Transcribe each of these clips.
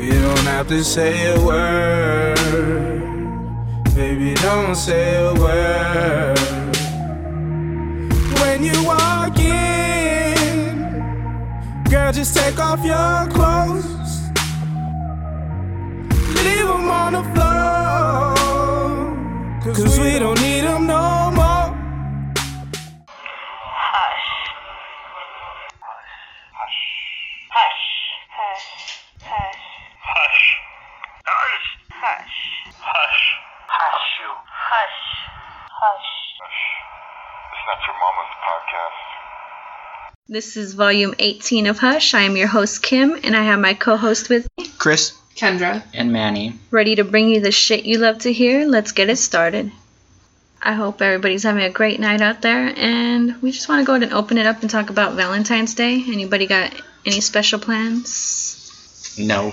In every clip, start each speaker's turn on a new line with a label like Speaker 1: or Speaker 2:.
Speaker 1: have to say a word. Baby, don't say a word. When you walk in, girl, just take off your clothes. Leave 'em on the floor. Cause, we don't need 'em no more.
Speaker 2: Hush. Hush. Hush. Hush. Hush. Hush. Hush. Hush. Hush. you. Hush. Hush.
Speaker 3: It's not your mama's podcast.
Speaker 4: This is volume 18 of Hush. I am your host, Kim, and I have my co host with me.
Speaker 5: Chris
Speaker 6: Kendra.
Speaker 5: and Manny.
Speaker 4: Ready to bring you the shit you love to hear? Let's get it started. I hope everybody's having a great night out there, and we just want to go ahead and open it up and talk about Valentine's Day. Anybody got any special plans?
Speaker 5: No.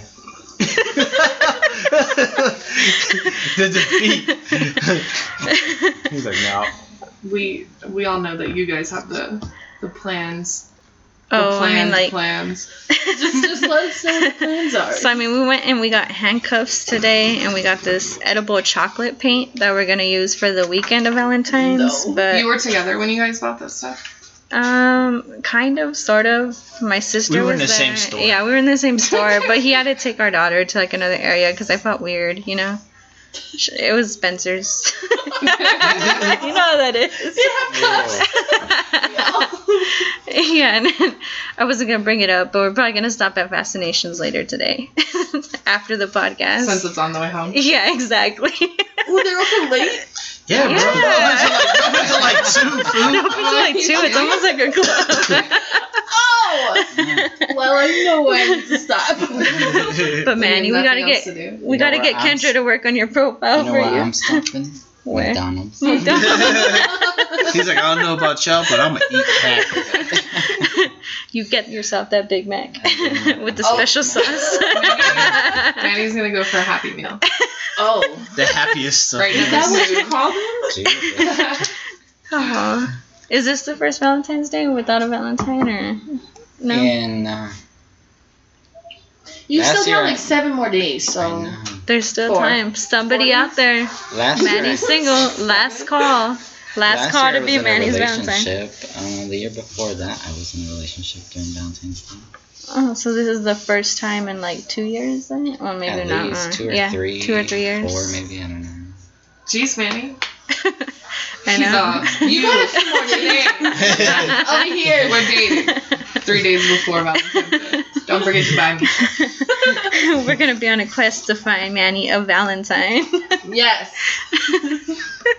Speaker 5: the defeat. He's like, no.
Speaker 6: We we all know that you guys have the the plans. The
Speaker 4: Oh, I
Speaker 6: plans,
Speaker 4: mean, like.
Speaker 6: plans. Just just let us know what the plans are.
Speaker 4: So I mean, we went and we got handcuffs today, and we got this edible chocolate paint that we're gonna use for the weekend of Valentine's. But
Speaker 6: you were together when you guys bought this stuff.
Speaker 4: Um, kind of, sort of. My sister
Speaker 5: We were in
Speaker 4: was
Speaker 5: the same
Speaker 4: there.
Speaker 5: store.
Speaker 4: Yeah, we were in the same store, but he had to take our daughter to like another area because I felt weird, you know. Sh- It was Spencer's. you know how that is. yeah, and then I wasn't gonna bring it up, but we're probably gonna stop at Fascinations later today, after the podcast.
Speaker 6: Since it's on the way home.
Speaker 4: yeah, exactly.
Speaker 6: Oh, they're open late.
Speaker 5: Yeah, bro. Those are like, those are like two
Speaker 4: It
Speaker 5: food.
Speaker 4: opens at, like two. It's almost like a club.
Speaker 6: Oh. well, I know I need to stop.
Speaker 4: But Manny, we gotta
Speaker 6: nothing
Speaker 4: get
Speaker 6: else to do.
Speaker 4: we
Speaker 5: You know
Speaker 4: gotta
Speaker 5: what,
Speaker 4: get
Speaker 5: I'm
Speaker 4: Kendra
Speaker 5: s-
Speaker 4: to work on your profile
Speaker 7: You know
Speaker 4: for
Speaker 7: what
Speaker 4: you.
Speaker 7: I'm stopping?
Speaker 4: Where?
Speaker 7: McDonald's.
Speaker 4: You don't.
Speaker 5: He's like, I don't know about y'all, but I'm gonna eat that.
Speaker 4: you get yourself that Big Mac
Speaker 7: I do.
Speaker 4: with the
Speaker 6: Oh.
Speaker 4: special sauce.
Speaker 6: Manny's gonna go for a happy meal.
Speaker 8: Oh,
Speaker 5: The happiest stuff.
Speaker 6: Right now.
Speaker 8: that was your problem?
Speaker 7: Jesus.
Speaker 4: Aw. Is this the first Valentine's Day without a Valentine or no?
Speaker 7: And uh,
Speaker 8: You
Speaker 7: Last
Speaker 8: still
Speaker 7: year
Speaker 8: got
Speaker 7: I-
Speaker 8: like seven more days,
Speaker 7: I
Speaker 8: so
Speaker 7: know.
Speaker 4: There's still
Speaker 8: Four.
Speaker 4: time. Somebody
Speaker 8: Four
Speaker 4: out there,
Speaker 7: last year, I-
Speaker 4: Manny's single. Last call. Last,
Speaker 7: last
Speaker 4: call
Speaker 7: year
Speaker 4: to
Speaker 7: I
Speaker 4: be
Speaker 7: was in a
Speaker 4: Manny's Valentine.
Speaker 7: relationship. Uh, the year before that, I was in a relationship during Valentine's Day.
Speaker 4: Oh, so this is the first time in like two years, then? Well, maybe
Speaker 7: At
Speaker 4: not.
Speaker 7: least
Speaker 4: uh,
Speaker 7: two or
Speaker 4: yeah,
Speaker 7: three.
Speaker 4: two or three years.
Speaker 7: Four, maybe I don't know.
Speaker 6: Jeez, Manny.
Speaker 4: I
Speaker 6: He's
Speaker 4: know.
Speaker 6: off. You got a few more days.
Speaker 8: over here.
Speaker 6: We're dating. Three days before Valentine's Day. Don't forget to buy me.
Speaker 4: We're gonna be on a quest to find Manny a Valentine.
Speaker 8: Yes.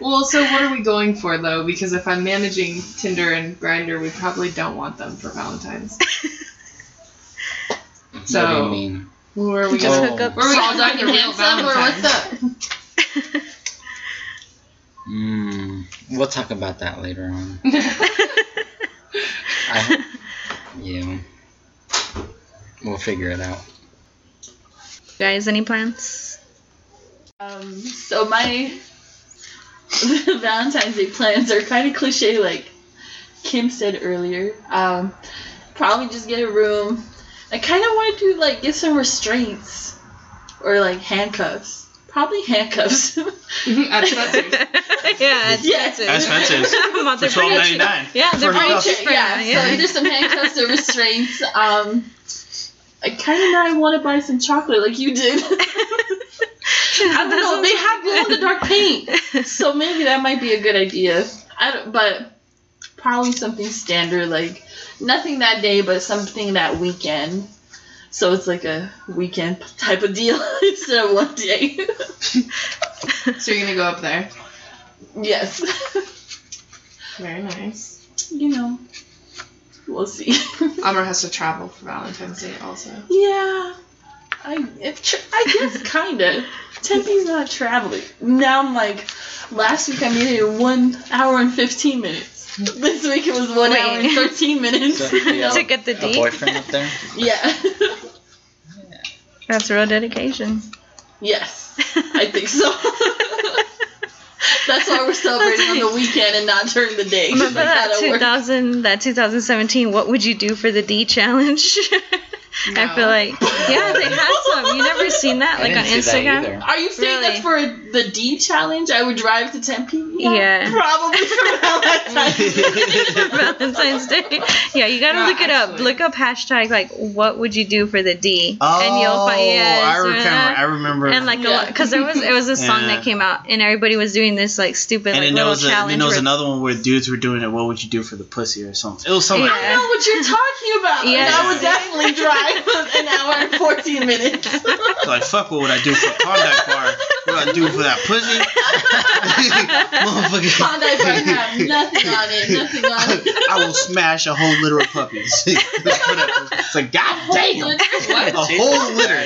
Speaker 6: Well, so what are we going for though? Because if I'm managing Tinder and Grinder, we probably don't want them for Valentine's. So-
Speaker 7: what do you mean?
Speaker 6: Where are we
Speaker 4: Just
Speaker 6: going?
Speaker 7: Oh.
Speaker 4: hook up.
Speaker 6: Where we all done the real
Speaker 8: Handsome or
Speaker 6: Valentine's?
Speaker 8: what's up?
Speaker 7: Mm, we'll talk about that later on. I, yeah. We'll figure it out.
Speaker 4: Guys, any plans?
Speaker 8: Um, so my Valentine's Day plans are kind of cliche, like Kim said earlier. Um, probably just get a room. I kind of want to like get some restraints or like handcuffs. Probably handcuffs.
Speaker 6: At Spencer's.
Speaker 4: yeah, it's
Speaker 8: Yeah.
Speaker 4: expensive.
Speaker 5: That's expensive.
Speaker 4: Well, they're
Speaker 5: For
Speaker 4: pretty cheap.
Speaker 5: $12.99.
Speaker 4: Yeah, they're
Speaker 5: For
Speaker 4: pretty
Speaker 5: us.
Speaker 4: cheap
Speaker 8: Okay,
Speaker 4: right
Speaker 8: yeah,
Speaker 4: now,
Speaker 8: so
Speaker 4: yeah.
Speaker 8: either some handcuffs or restraints. Um, I kind of know I want to buy some chocolate like you did. I don't know. They have glow in the dark paint. so maybe that might be a good idea. I don't, but probably something standard, like nothing that day, but something that weekend. So it's like a weekend type of deal instead of one day.
Speaker 6: So you're gonna go up there.
Speaker 8: yes,
Speaker 6: Very nice.
Speaker 8: you know, we'll see.
Speaker 6: Amr has to travel for Valentine's Day also.
Speaker 8: yeah, I if tr I guess kinda. Tempe's not traveling. Now I'm like, last week I made it in one hour and fifteen minutes. This week it was one hour and
Speaker 4: Wait.
Speaker 8: thirteen minutes.
Speaker 7: So, yeah,
Speaker 4: to get the
Speaker 7: a
Speaker 4: D.
Speaker 7: boyfriend up there?
Speaker 8: Yeah.
Speaker 4: That's real dedication.
Speaker 8: yes. I think so. That's why we're celebrating on the weekend and not during the day.
Speaker 4: Remember
Speaker 8: Like,
Speaker 4: that
Speaker 8: that'll work.
Speaker 4: 2000, that 2017. What would you do for the D challenge? I feel like yeah, they had some. You never seen that
Speaker 7: I
Speaker 4: like on
Speaker 7: didn't see that
Speaker 4: Instagram?
Speaker 7: either.
Speaker 8: Are you saying that's for the D challenge? I would drive to Tempe.
Speaker 4: Yeah.
Speaker 8: probably for Valentine's.
Speaker 4: Valentine's Day. Yeah, you gotta
Speaker 6: No,
Speaker 4: look it up.
Speaker 6: actually.
Speaker 4: Look up hashtag like what would you do for the D,
Speaker 5: Oh,
Speaker 4: and you'll find yeah,
Speaker 5: I
Speaker 4: remember
Speaker 5: remember.
Speaker 4: that?
Speaker 5: I remember.
Speaker 4: and like
Speaker 8: Yeah.
Speaker 4: because there was it was a song
Speaker 5: Yeah.
Speaker 4: that came out and everybody was doing this like stupid
Speaker 5: and
Speaker 4: like
Speaker 5: then there
Speaker 4: little
Speaker 5: was, a,
Speaker 4: challenge.
Speaker 5: then there was
Speaker 4: where-
Speaker 5: another one where dudes were doing it. What would you do for the pussy or something? It was something.
Speaker 8: I know what you're talking about. And I would definitely drive an hour and 14 minutes.
Speaker 5: Like, that. like fuck. What would I do for a Klondike bar? What would I do for that pussy? Motherfucker.
Speaker 8: Klondike bar have nothing on it. Nothing on it.
Speaker 5: I will smash a whole litter of puppies. it's like god damn.
Speaker 7: What?
Speaker 5: A whole litter.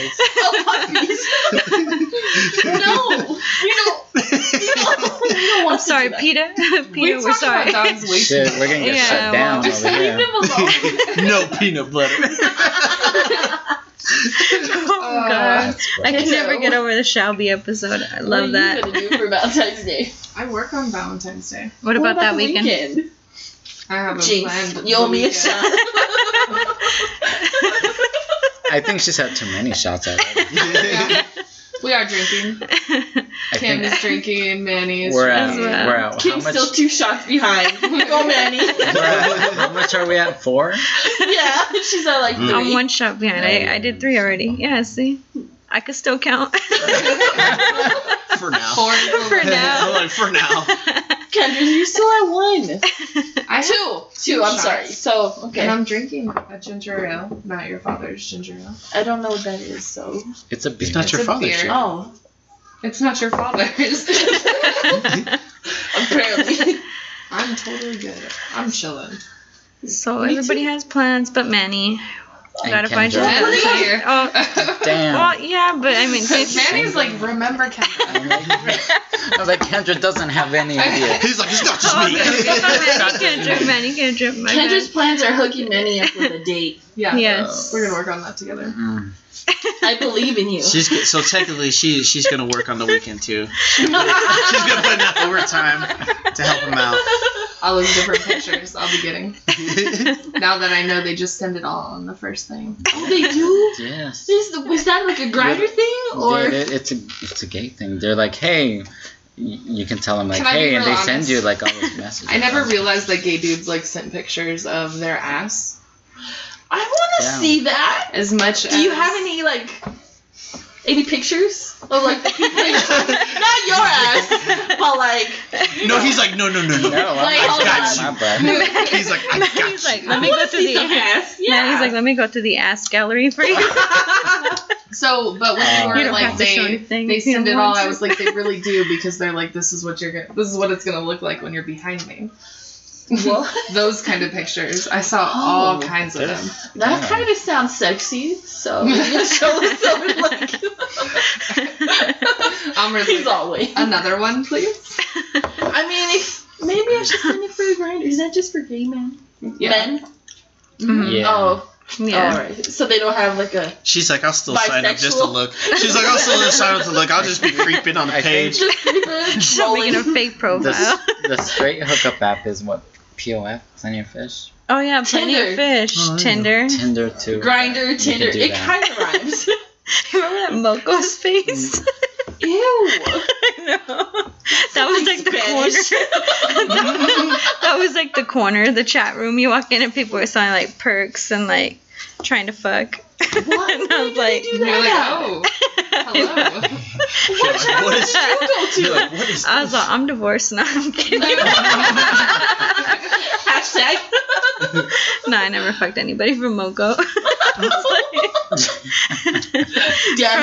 Speaker 8: Oh, puppies. no. We don't. We don't, we don't want
Speaker 4: I'm
Speaker 8: to
Speaker 4: sorry,
Speaker 8: do that.
Speaker 4: Peter. Peter,
Speaker 6: we
Speaker 4: we
Speaker 6: talk
Speaker 4: are sorry.
Speaker 6: about dogs way too
Speaker 7: Shit, we're gonna get
Speaker 4: Yeah,
Speaker 7: shut
Speaker 4: well,
Speaker 7: down
Speaker 4: just
Speaker 7: over
Speaker 8: Leave
Speaker 7: here.
Speaker 8: them alone.
Speaker 5: no peanut butter.
Speaker 8: Uh,
Speaker 4: oh god.
Speaker 7: That's
Speaker 4: I
Speaker 7: right.
Speaker 4: can never get over the Shelby episode. I
Speaker 8: What are
Speaker 4: love
Speaker 8: you
Speaker 4: that.
Speaker 8: gonna do for Valentine's Day?
Speaker 6: I work on Valentine's Day.
Speaker 4: What about, that
Speaker 8: the
Speaker 4: weekend?
Speaker 6: I have a
Speaker 8: Jinx,
Speaker 6: planned
Speaker 8: you owe me a
Speaker 6: weekend.
Speaker 8: shot.
Speaker 7: I think she's had too many shots already.
Speaker 6: We are drinking.
Speaker 7: I
Speaker 6: Cam
Speaker 7: think
Speaker 6: is drinking. Manny is
Speaker 7: we're at
Speaker 4: as
Speaker 6: drinking.
Speaker 4: well.
Speaker 7: we're at how
Speaker 8: Kim's
Speaker 7: much
Speaker 8: still two shots behind. Go, Manny.
Speaker 7: we're at- how much are we at? Four?
Speaker 8: yeah, she's at like three.
Speaker 4: I'm one shot behind. I, I did three already. Yeah, see? I could still count.
Speaker 5: for now.
Speaker 6: Four is over.
Speaker 4: For now.
Speaker 5: I'm like, for now.
Speaker 8: Kendra, you're still at one.
Speaker 6: I have
Speaker 8: Two. Two, I'm
Speaker 6: shots.
Speaker 8: sorry. So, okay.
Speaker 6: And I'm drinking a ginger ale, not your father's ginger ale.
Speaker 8: I don't know what that is, so.
Speaker 7: It's a beer.
Speaker 5: It's not your
Speaker 6: a
Speaker 5: father's
Speaker 6: beer.
Speaker 5: shit.
Speaker 8: Oh,
Speaker 6: It's not your father's.
Speaker 8: apparently.
Speaker 6: I'm totally good. I'm chilling.
Speaker 4: so
Speaker 8: Me
Speaker 4: everybody has plans but Manny.
Speaker 7: And
Speaker 4: Gotta find
Speaker 7: Kendra.
Speaker 4: your
Speaker 6: Kendra.
Speaker 4: plans.
Speaker 6: Here.
Speaker 4: Oh,
Speaker 7: Damn.
Speaker 4: well, yeah, but I mean,
Speaker 6: Manny's like, remember Kendra.
Speaker 7: I'm like, I was like, Kendra doesn't have any idea.
Speaker 5: He's like, it's not just
Speaker 4: Oh,
Speaker 5: me.
Speaker 4: okay. Manny can't drip, Manny can't drip. My
Speaker 8: Kendra's
Speaker 4: bad.
Speaker 8: plans are hooking Manny up with a date.
Speaker 6: Yeah.
Speaker 4: Yes.
Speaker 6: We're gonna work on that together.
Speaker 7: Mm.
Speaker 8: I believe in you.
Speaker 5: She's g- so technically she she's gonna work on the weekend too. She's gonna put enough overtime to help him out.
Speaker 6: All those different pictures I'll be getting. Now that I know they just send it all on the first thing.
Speaker 8: Oh, they do?
Speaker 7: Yes.
Speaker 8: Is, is that like a grinder thing? Or.
Speaker 7: Dude, it- it's a it's a gay thing. They're like, hey, y- you can tell them like,
Speaker 6: Can I be
Speaker 7: hey, and they
Speaker 6: real
Speaker 7: send
Speaker 6: honest?
Speaker 7: you like all these messages.
Speaker 6: I never realized that gay dudes like sent pictures of their ass
Speaker 8: I want to
Speaker 7: Yeah.
Speaker 8: see that.
Speaker 6: as much
Speaker 8: Do you have any like any pictures of like the people? in- not your ass, but like
Speaker 5: No, he's like, no, no, no,
Speaker 7: No,
Speaker 5: no.
Speaker 8: Wait,
Speaker 7: I'm
Speaker 8: hold
Speaker 7: not-
Speaker 5: on.
Speaker 7: my bad.
Speaker 5: He's like, I got
Speaker 4: He's like,
Speaker 5: you.
Speaker 4: let me go
Speaker 8: wanna
Speaker 4: to the.
Speaker 8: ass.
Speaker 4: Yeah, he's like, let me go to the ass gallery for you.
Speaker 6: So, but
Speaker 4: Um,
Speaker 6: when
Speaker 7: Uh,
Speaker 6: you were
Speaker 7: You don't
Speaker 6: like
Speaker 4: have to
Speaker 6: they
Speaker 4: show anything
Speaker 6: they
Speaker 4: if you
Speaker 6: send
Speaker 4: don't
Speaker 6: it all,
Speaker 4: want
Speaker 6: I
Speaker 4: to.
Speaker 6: was like they really do because they're like this is what you're gonna this is what it's gonna look like when you're behind me.
Speaker 8: What?
Speaker 6: Those kind of pictures. I saw all
Speaker 8: Oh.
Speaker 6: kinds of them.
Speaker 8: that
Speaker 7: Yeah.
Speaker 8: kind of sounds sexy. So you can show us something like
Speaker 6: Um, or it's
Speaker 8: he's
Speaker 6: like,
Speaker 8: always.
Speaker 6: another one, please.
Speaker 8: I mean, if maybe I should send it for the grinder. Is that just for gay men? Men?
Speaker 4: Mhm.
Speaker 5: Mm-hmm.
Speaker 7: Yeah.
Speaker 8: Oh, all
Speaker 4: Yeah.
Speaker 8: right. So they don't have like a
Speaker 5: She's like, I'll still sign up just to
Speaker 8: Bisexual.
Speaker 5: look. She's like, I'll still just sign up to look. I'll just be creeping on the
Speaker 7: I think-
Speaker 5: page.
Speaker 8: just
Speaker 4: She's making a fake
Speaker 7: The,
Speaker 4: profile.
Speaker 7: s- the straight hookup app is what POF, Plenty of Fish,
Speaker 4: Oh yeah, plenty of
Speaker 8: Tinder.
Speaker 4: fish.
Speaker 5: Oh, yeah.
Speaker 4: Tinder.
Speaker 7: Tinder too.
Speaker 8: grinder,
Speaker 7: You can
Speaker 8: Tinder.
Speaker 7: do
Speaker 8: It
Speaker 7: that.
Speaker 8: kind of rhymes.
Speaker 4: Remember that
Speaker 5: Mm.
Speaker 4: Moco's face?
Speaker 8: Ew.
Speaker 4: I know. That was like the
Speaker 8: Spanish.
Speaker 4: corner. that, that was like the corner, of the chat room. You walk in and people were selling like perks and like trying to fuck.
Speaker 8: What?
Speaker 4: and
Speaker 8: Why
Speaker 4: I
Speaker 8: do
Speaker 4: was
Speaker 8: they
Speaker 4: like,
Speaker 8: do
Speaker 6: And you're like,
Speaker 8: that?
Speaker 6: oh, hello.
Speaker 5: You're like, what is?
Speaker 8: You go
Speaker 5: You're
Speaker 8: to
Speaker 5: like, what is?
Speaker 4: I was like, I'm divorced. No, I'm kidding.
Speaker 8: hashtag.
Speaker 4: no, I never fucked anybody from Moco.
Speaker 8: Damn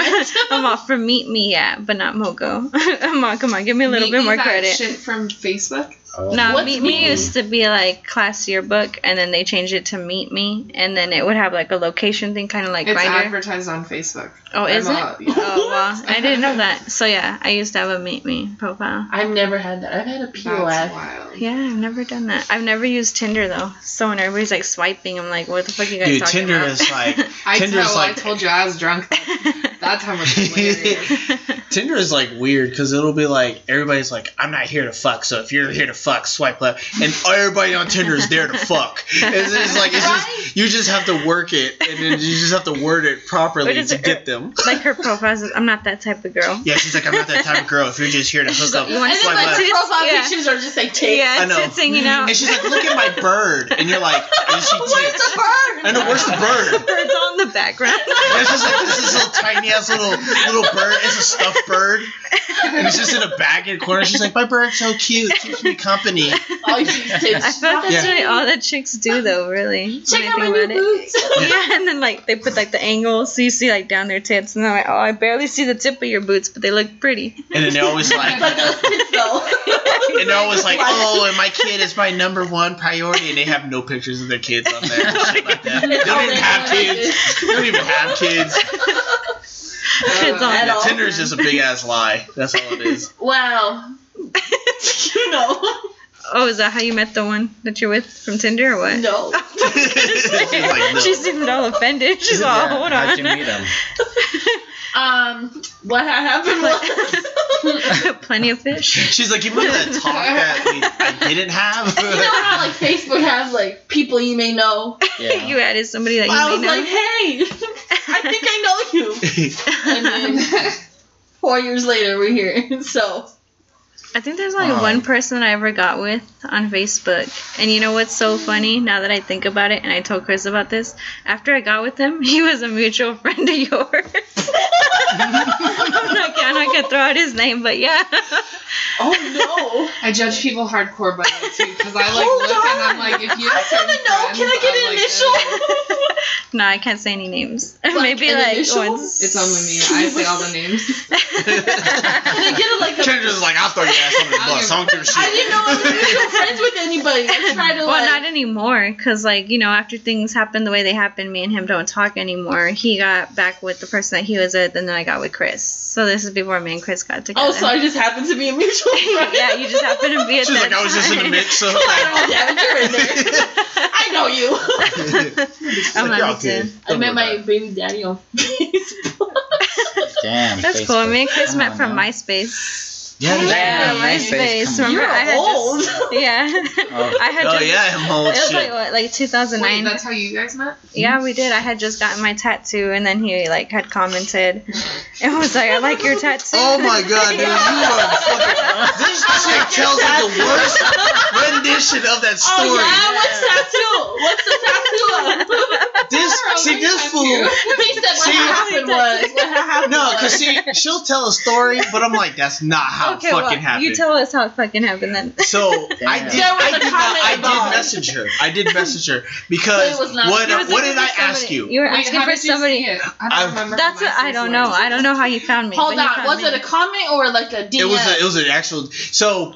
Speaker 8: it.
Speaker 4: I'm all for meet me, yeah, but not Moco. I'm all, come on, give me a little
Speaker 6: Meet
Speaker 4: bit
Speaker 6: me
Speaker 4: more
Speaker 6: that
Speaker 4: credit.
Speaker 6: Shit from Facebook.
Speaker 7: Oh,
Speaker 4: No,
Speaker 8: What's
Speaker 4: Meet Me
Speaker 8: Meet Me?
Speaker 4: used to be like classier book, and then they changed it to Meet Me, and then it would have like a location thing, kind of like
Speaker 6: It's
Speaker 4: Grinder.
Speaker 6: advertised on Facebook.
Speaker 4: Oh, is
Speaker 6: I'm
Speaker 4: it?
Speaker 6: all- yeah.
Speaker 4: Oh well, I didn't know that. So yeah, I used to have a Meet Me profile.
Speaker 8: I've never had that. I've had a
Speaker 6: That's
Speaker 8: POF.
Speaker 6: wild.
Speaker 4: Yeah, I've never done that. I've never used Tinder though. So when everybody's like swiping, I'm like, what the fuck you guys
Speaker 5: Dude,
Speaker 4: talking
Speaker 5: Tinder
Speaker 4: about?
Speaker 5: is like
Speaker 6: I,
Speaker 5: Tinder's
Speaker 6: tell, I
Speaker 5: like-
Speaker 6: told you I was drunk. That, that time was hilarious.
Speaker 5: Tinder is like weird because it'll be like everybody's like, I'm not here to fuck, so if you're here to fuck, swipe left, and everybody on Tinder is there to fuck. It's just like it's just you just have to work it, and then you just have to word it properly
Speaker 4: What
Speaker 5: to
Speaker 4: is it?
Speaker 5: get them.
Speaker 4: Like her profile says, I'm not that type of girl.
Speaker 5: Yeah, she's like, I'm not that type of girl. If you're just here to hook up,
Speaker 4: you want
Speaker 8: And then
Speaker 5: swipe
Speaker 8: my
Speaker 5: left.
Speaker 4: tits?
Speaker 8: profile
Speaker 4: Yeah.
Speaker 8: pictures are just like tits.
Speaker 4: Yeah,
Speaker 5: I know.
Speaker 4: tits hanging out.
Speaker 5: And she's like, look at my bird, and you're like, is she
Speaker 8: Where's
Speaker 5: tits?
Speaker 8: the bird?
Speaker 5: And where's the bird?
Speaker 4: Birds all in the background.
Speaker 5: And it's just like this is little tiny ass little little bird. It's a stuffed bird, and it's just in a bag in a corner. She's like, my bird's so cute, keeps me company.
Speaker 8: Oh, you use
Speaker 4: I
Speaker 8: tits.
Speaker 4: felt that's
Speaker 5: Yeah.
Speaker 4: really all that chicks do, though. Really,
Speaker 8: Check
Speaker 4: when I
Speaker 8: out my
Speaker 4: think
Speaker 8: new
Speaker 4: about it.
Speaker 8: boots.
Speaker 4: Yeah, and then like they put like the angle, so you see like down their tits, and they're like, oh, I barely see the tip of your boots, but they look pretty.
Speaker 5: And then they're always like,
Speaker 8: but those tits though.
Speaker 5: and they're always like, oh, and my kid is my number one priority, and they have no pictures of their kids on there. and shit like that. They don't even have kids. They don't even have kids.
Speaker 4: Kids on
Speaker 8: at
Speaker 5: Yeah,
Speaker 8: all.
Speaker 5: Tinder is just a big ass lie. That's all it is.
Speaker 8: Wow. You know.
Speaker 4: Oh, is that how you met the one that you're with from Tinder or what?
Speaker 8: No.
Speaker 5: She's like, no.
Speaker 4: She seemed all offended. She's all,
Speaker 7: Yeah,
Speaker 4: hold
Speaker 7: How'd you meet
Speaker 4: on.
Speaker 7: him?
Speaker 8: Um, what had happened was.
Speaker 4: Plenty of fish.
Speaker 5: She's like, you remember that talk that we, I didn't have?
Speaker 8: you know how like Facebook has like people you may know.
Speaker 7: Yeah.
Speaker 4: you added somebody that you
Speaker 8: I was
Speaker 4: may know.
Speaker 8: like, hey, I think I know you. And then four years later, we're here. So
Speaker 4: I think there's only
Speaker 7: Um,
Speaker 4: one person that I ever got with on Facebook. And you know what's so funny now that I think about it and I told Chris about this? After I got with him, he was a mutual friend of yours. I'm not, I'm not gonna throw out his name, but yeah.
Speaker 8: oh
Speaker 6: I judge people hardcore by that too, because I like
Speaker 8: Hold
Speaker 6: look and I'm like, if you
Speaker 8: no,
Speaker 6: have
Speaker 8: I
Speaker 6: certain
Speaker 8: want to know. Can I
Speaker 6: friends,
Speaker 8: get
Speaker 6: I'm
Speaker 8: an
Speaker 6: like,
Speaker 8: initial?
Speaker 4: no, I can't say any names.
Speaker 8: Like
Speaker 4: Maybe
Speaker 8: an
Speaker 4: like
Speaker 8: initial?
Speaker 4: once.
Speaker 6: It's only me. I say all the names.
Speaker 8: Can I get a, like a?
Speaker 5: Tinder's like, I'll throw your ass under the bus. I don't give a shit.
Speaker 8: I didn't know I was mutual friends with anybody. I tried to
Speaker 4: well,
Speaker 8: like.
Speaker 4: not anymore, because like you know, after things happen the way they happen, me and him don't talk anymore. He got back with the person that he was with, and then I got with Chris. So this is before me and Chris got together.
Speaker 8: oh, so I just happened to be a mutual friend.
Speaker 4: yeah, you just happen to be at
Speaker 5: She's
Speaker 4: that
Speaker 5: like, I was just in
Speaker 4: time.
Speaker 5: the mix of
Speaker 8: Collateral damage, you're in there. I know you.
Speaker 4: I'm
Speaker 5: like,
Speaker 4: not
Speaker 5: you're all
Speaker 4: into-
Speaker 5: good.
Speaker 8: I
Speaker 5: Don't
Speaker 8: met
Speaker 5: worry
Speaker 8: my
Speaker 5: about it.
Speaker 8: baby daddy on Facebook.
Speaker 7: Damn.
Speaker 4: That's
Speaker 7: Facebook.
Speaker 4: cool. Me and Chris
Speaker 7: Oh,
Speaker 4: met from
Speaker 7: no.
Speaker 4: MySpace.
Speaker 5: Yeah,
Speaker 4: Yeah,
Speaker 7: Yeah, MySpace,
Speaker 4: MySpace.
Speaker 7: come
Speaker 4: Remember,
Speaker 7: on.
Speaker 8: You're
Speaker 4: I had
Speaker 8: old.
Speaker 4: just yeah,
Speaker 7: Oh.
Speaker 4: I had
Speaker 5: Oh,
Speaker 4: just.
Speaker 5: yeah, I'm old
Speaker 4: It was like
Speaker 5: shit.
Speaker 4: what, like
Speaker 6: Wait,
Speaker 4: 2009.
Speaker 6: that's how you guys met?
Speaker 4: yeah, we did. I had just gotten my tattoo, and then he like had commented, and was like, "I like your tattoo."
Speaker 5: Oh my god, dude, you are fucking. This chick tells like the worst rendition of that
Speaker 8: Oh
Speaker 5: story.
Speaker 8: yeah, what's tattoo? What's the tattoo of?
Speaker 5: This
Speaker 8: Oh,
Speaker 5: see, this fool.
Speaker 8: he said what
Speaker 5: See?
Speaker 8: happened was. What happened
Speaker 5: No,
Speaker 8: was.
Speaker 5: cause see, she'll tell a story, but I'm like, that's not how
Speaker 4: okay,
Speaker 5: it fucking
Speaker 4: well,
Speaker 5: happened.
Speaker 4: you tell us how it fucking happened then.
Speaker 5: So I
Speaker 7: Damn.
Speaker 5: did.
Speaker 8: There was
Speaker 5: I
Speaker 8: a
Speaker 5: did, not,
Speaker 8: comment
Speaker 5: I
Speaker 8: about-
Speaker 5: did message her. I did message her
Speaker 8: But
Speaker 5: because
Speaker 8: it was not-
Speaker 5: what
Speaker 8: It was
Speaker 5: what
Speaker 4: It
Speaker 5: did
Speaker 4: was
Speaker 5: I
Speaker 4: for
Speaker 5: ask
Speaker 4: somebody-
Speaker 5: you?
Speaker 4: You were
Speaker 6: Wait,
Speaker 4: asking
Speaker 6: how
Speaker 4: for
Speaker 6: did you see
Speaker 4: somebody.
Speaker 6: it? I
Speaker 5: I've-
Speaker 6: don't remember.
Speaker 4: That's
Speaker 6: how
Speaker 4: what
Speaker 6: my
Speaker 4: I don't
Speaker 6: story
Speaker 4: know.
Speaker 6: was.
Speaker 4: I don't know how you found me.
Speaker 8: Hold
Speaker 4: but you
Speaker 8: on,
Speaker 4: found
Speaker 8: was
Speaker 4: me.
Speaker 8: it a comment or like a DM?
Speaker 5: It was a, it was an actual. So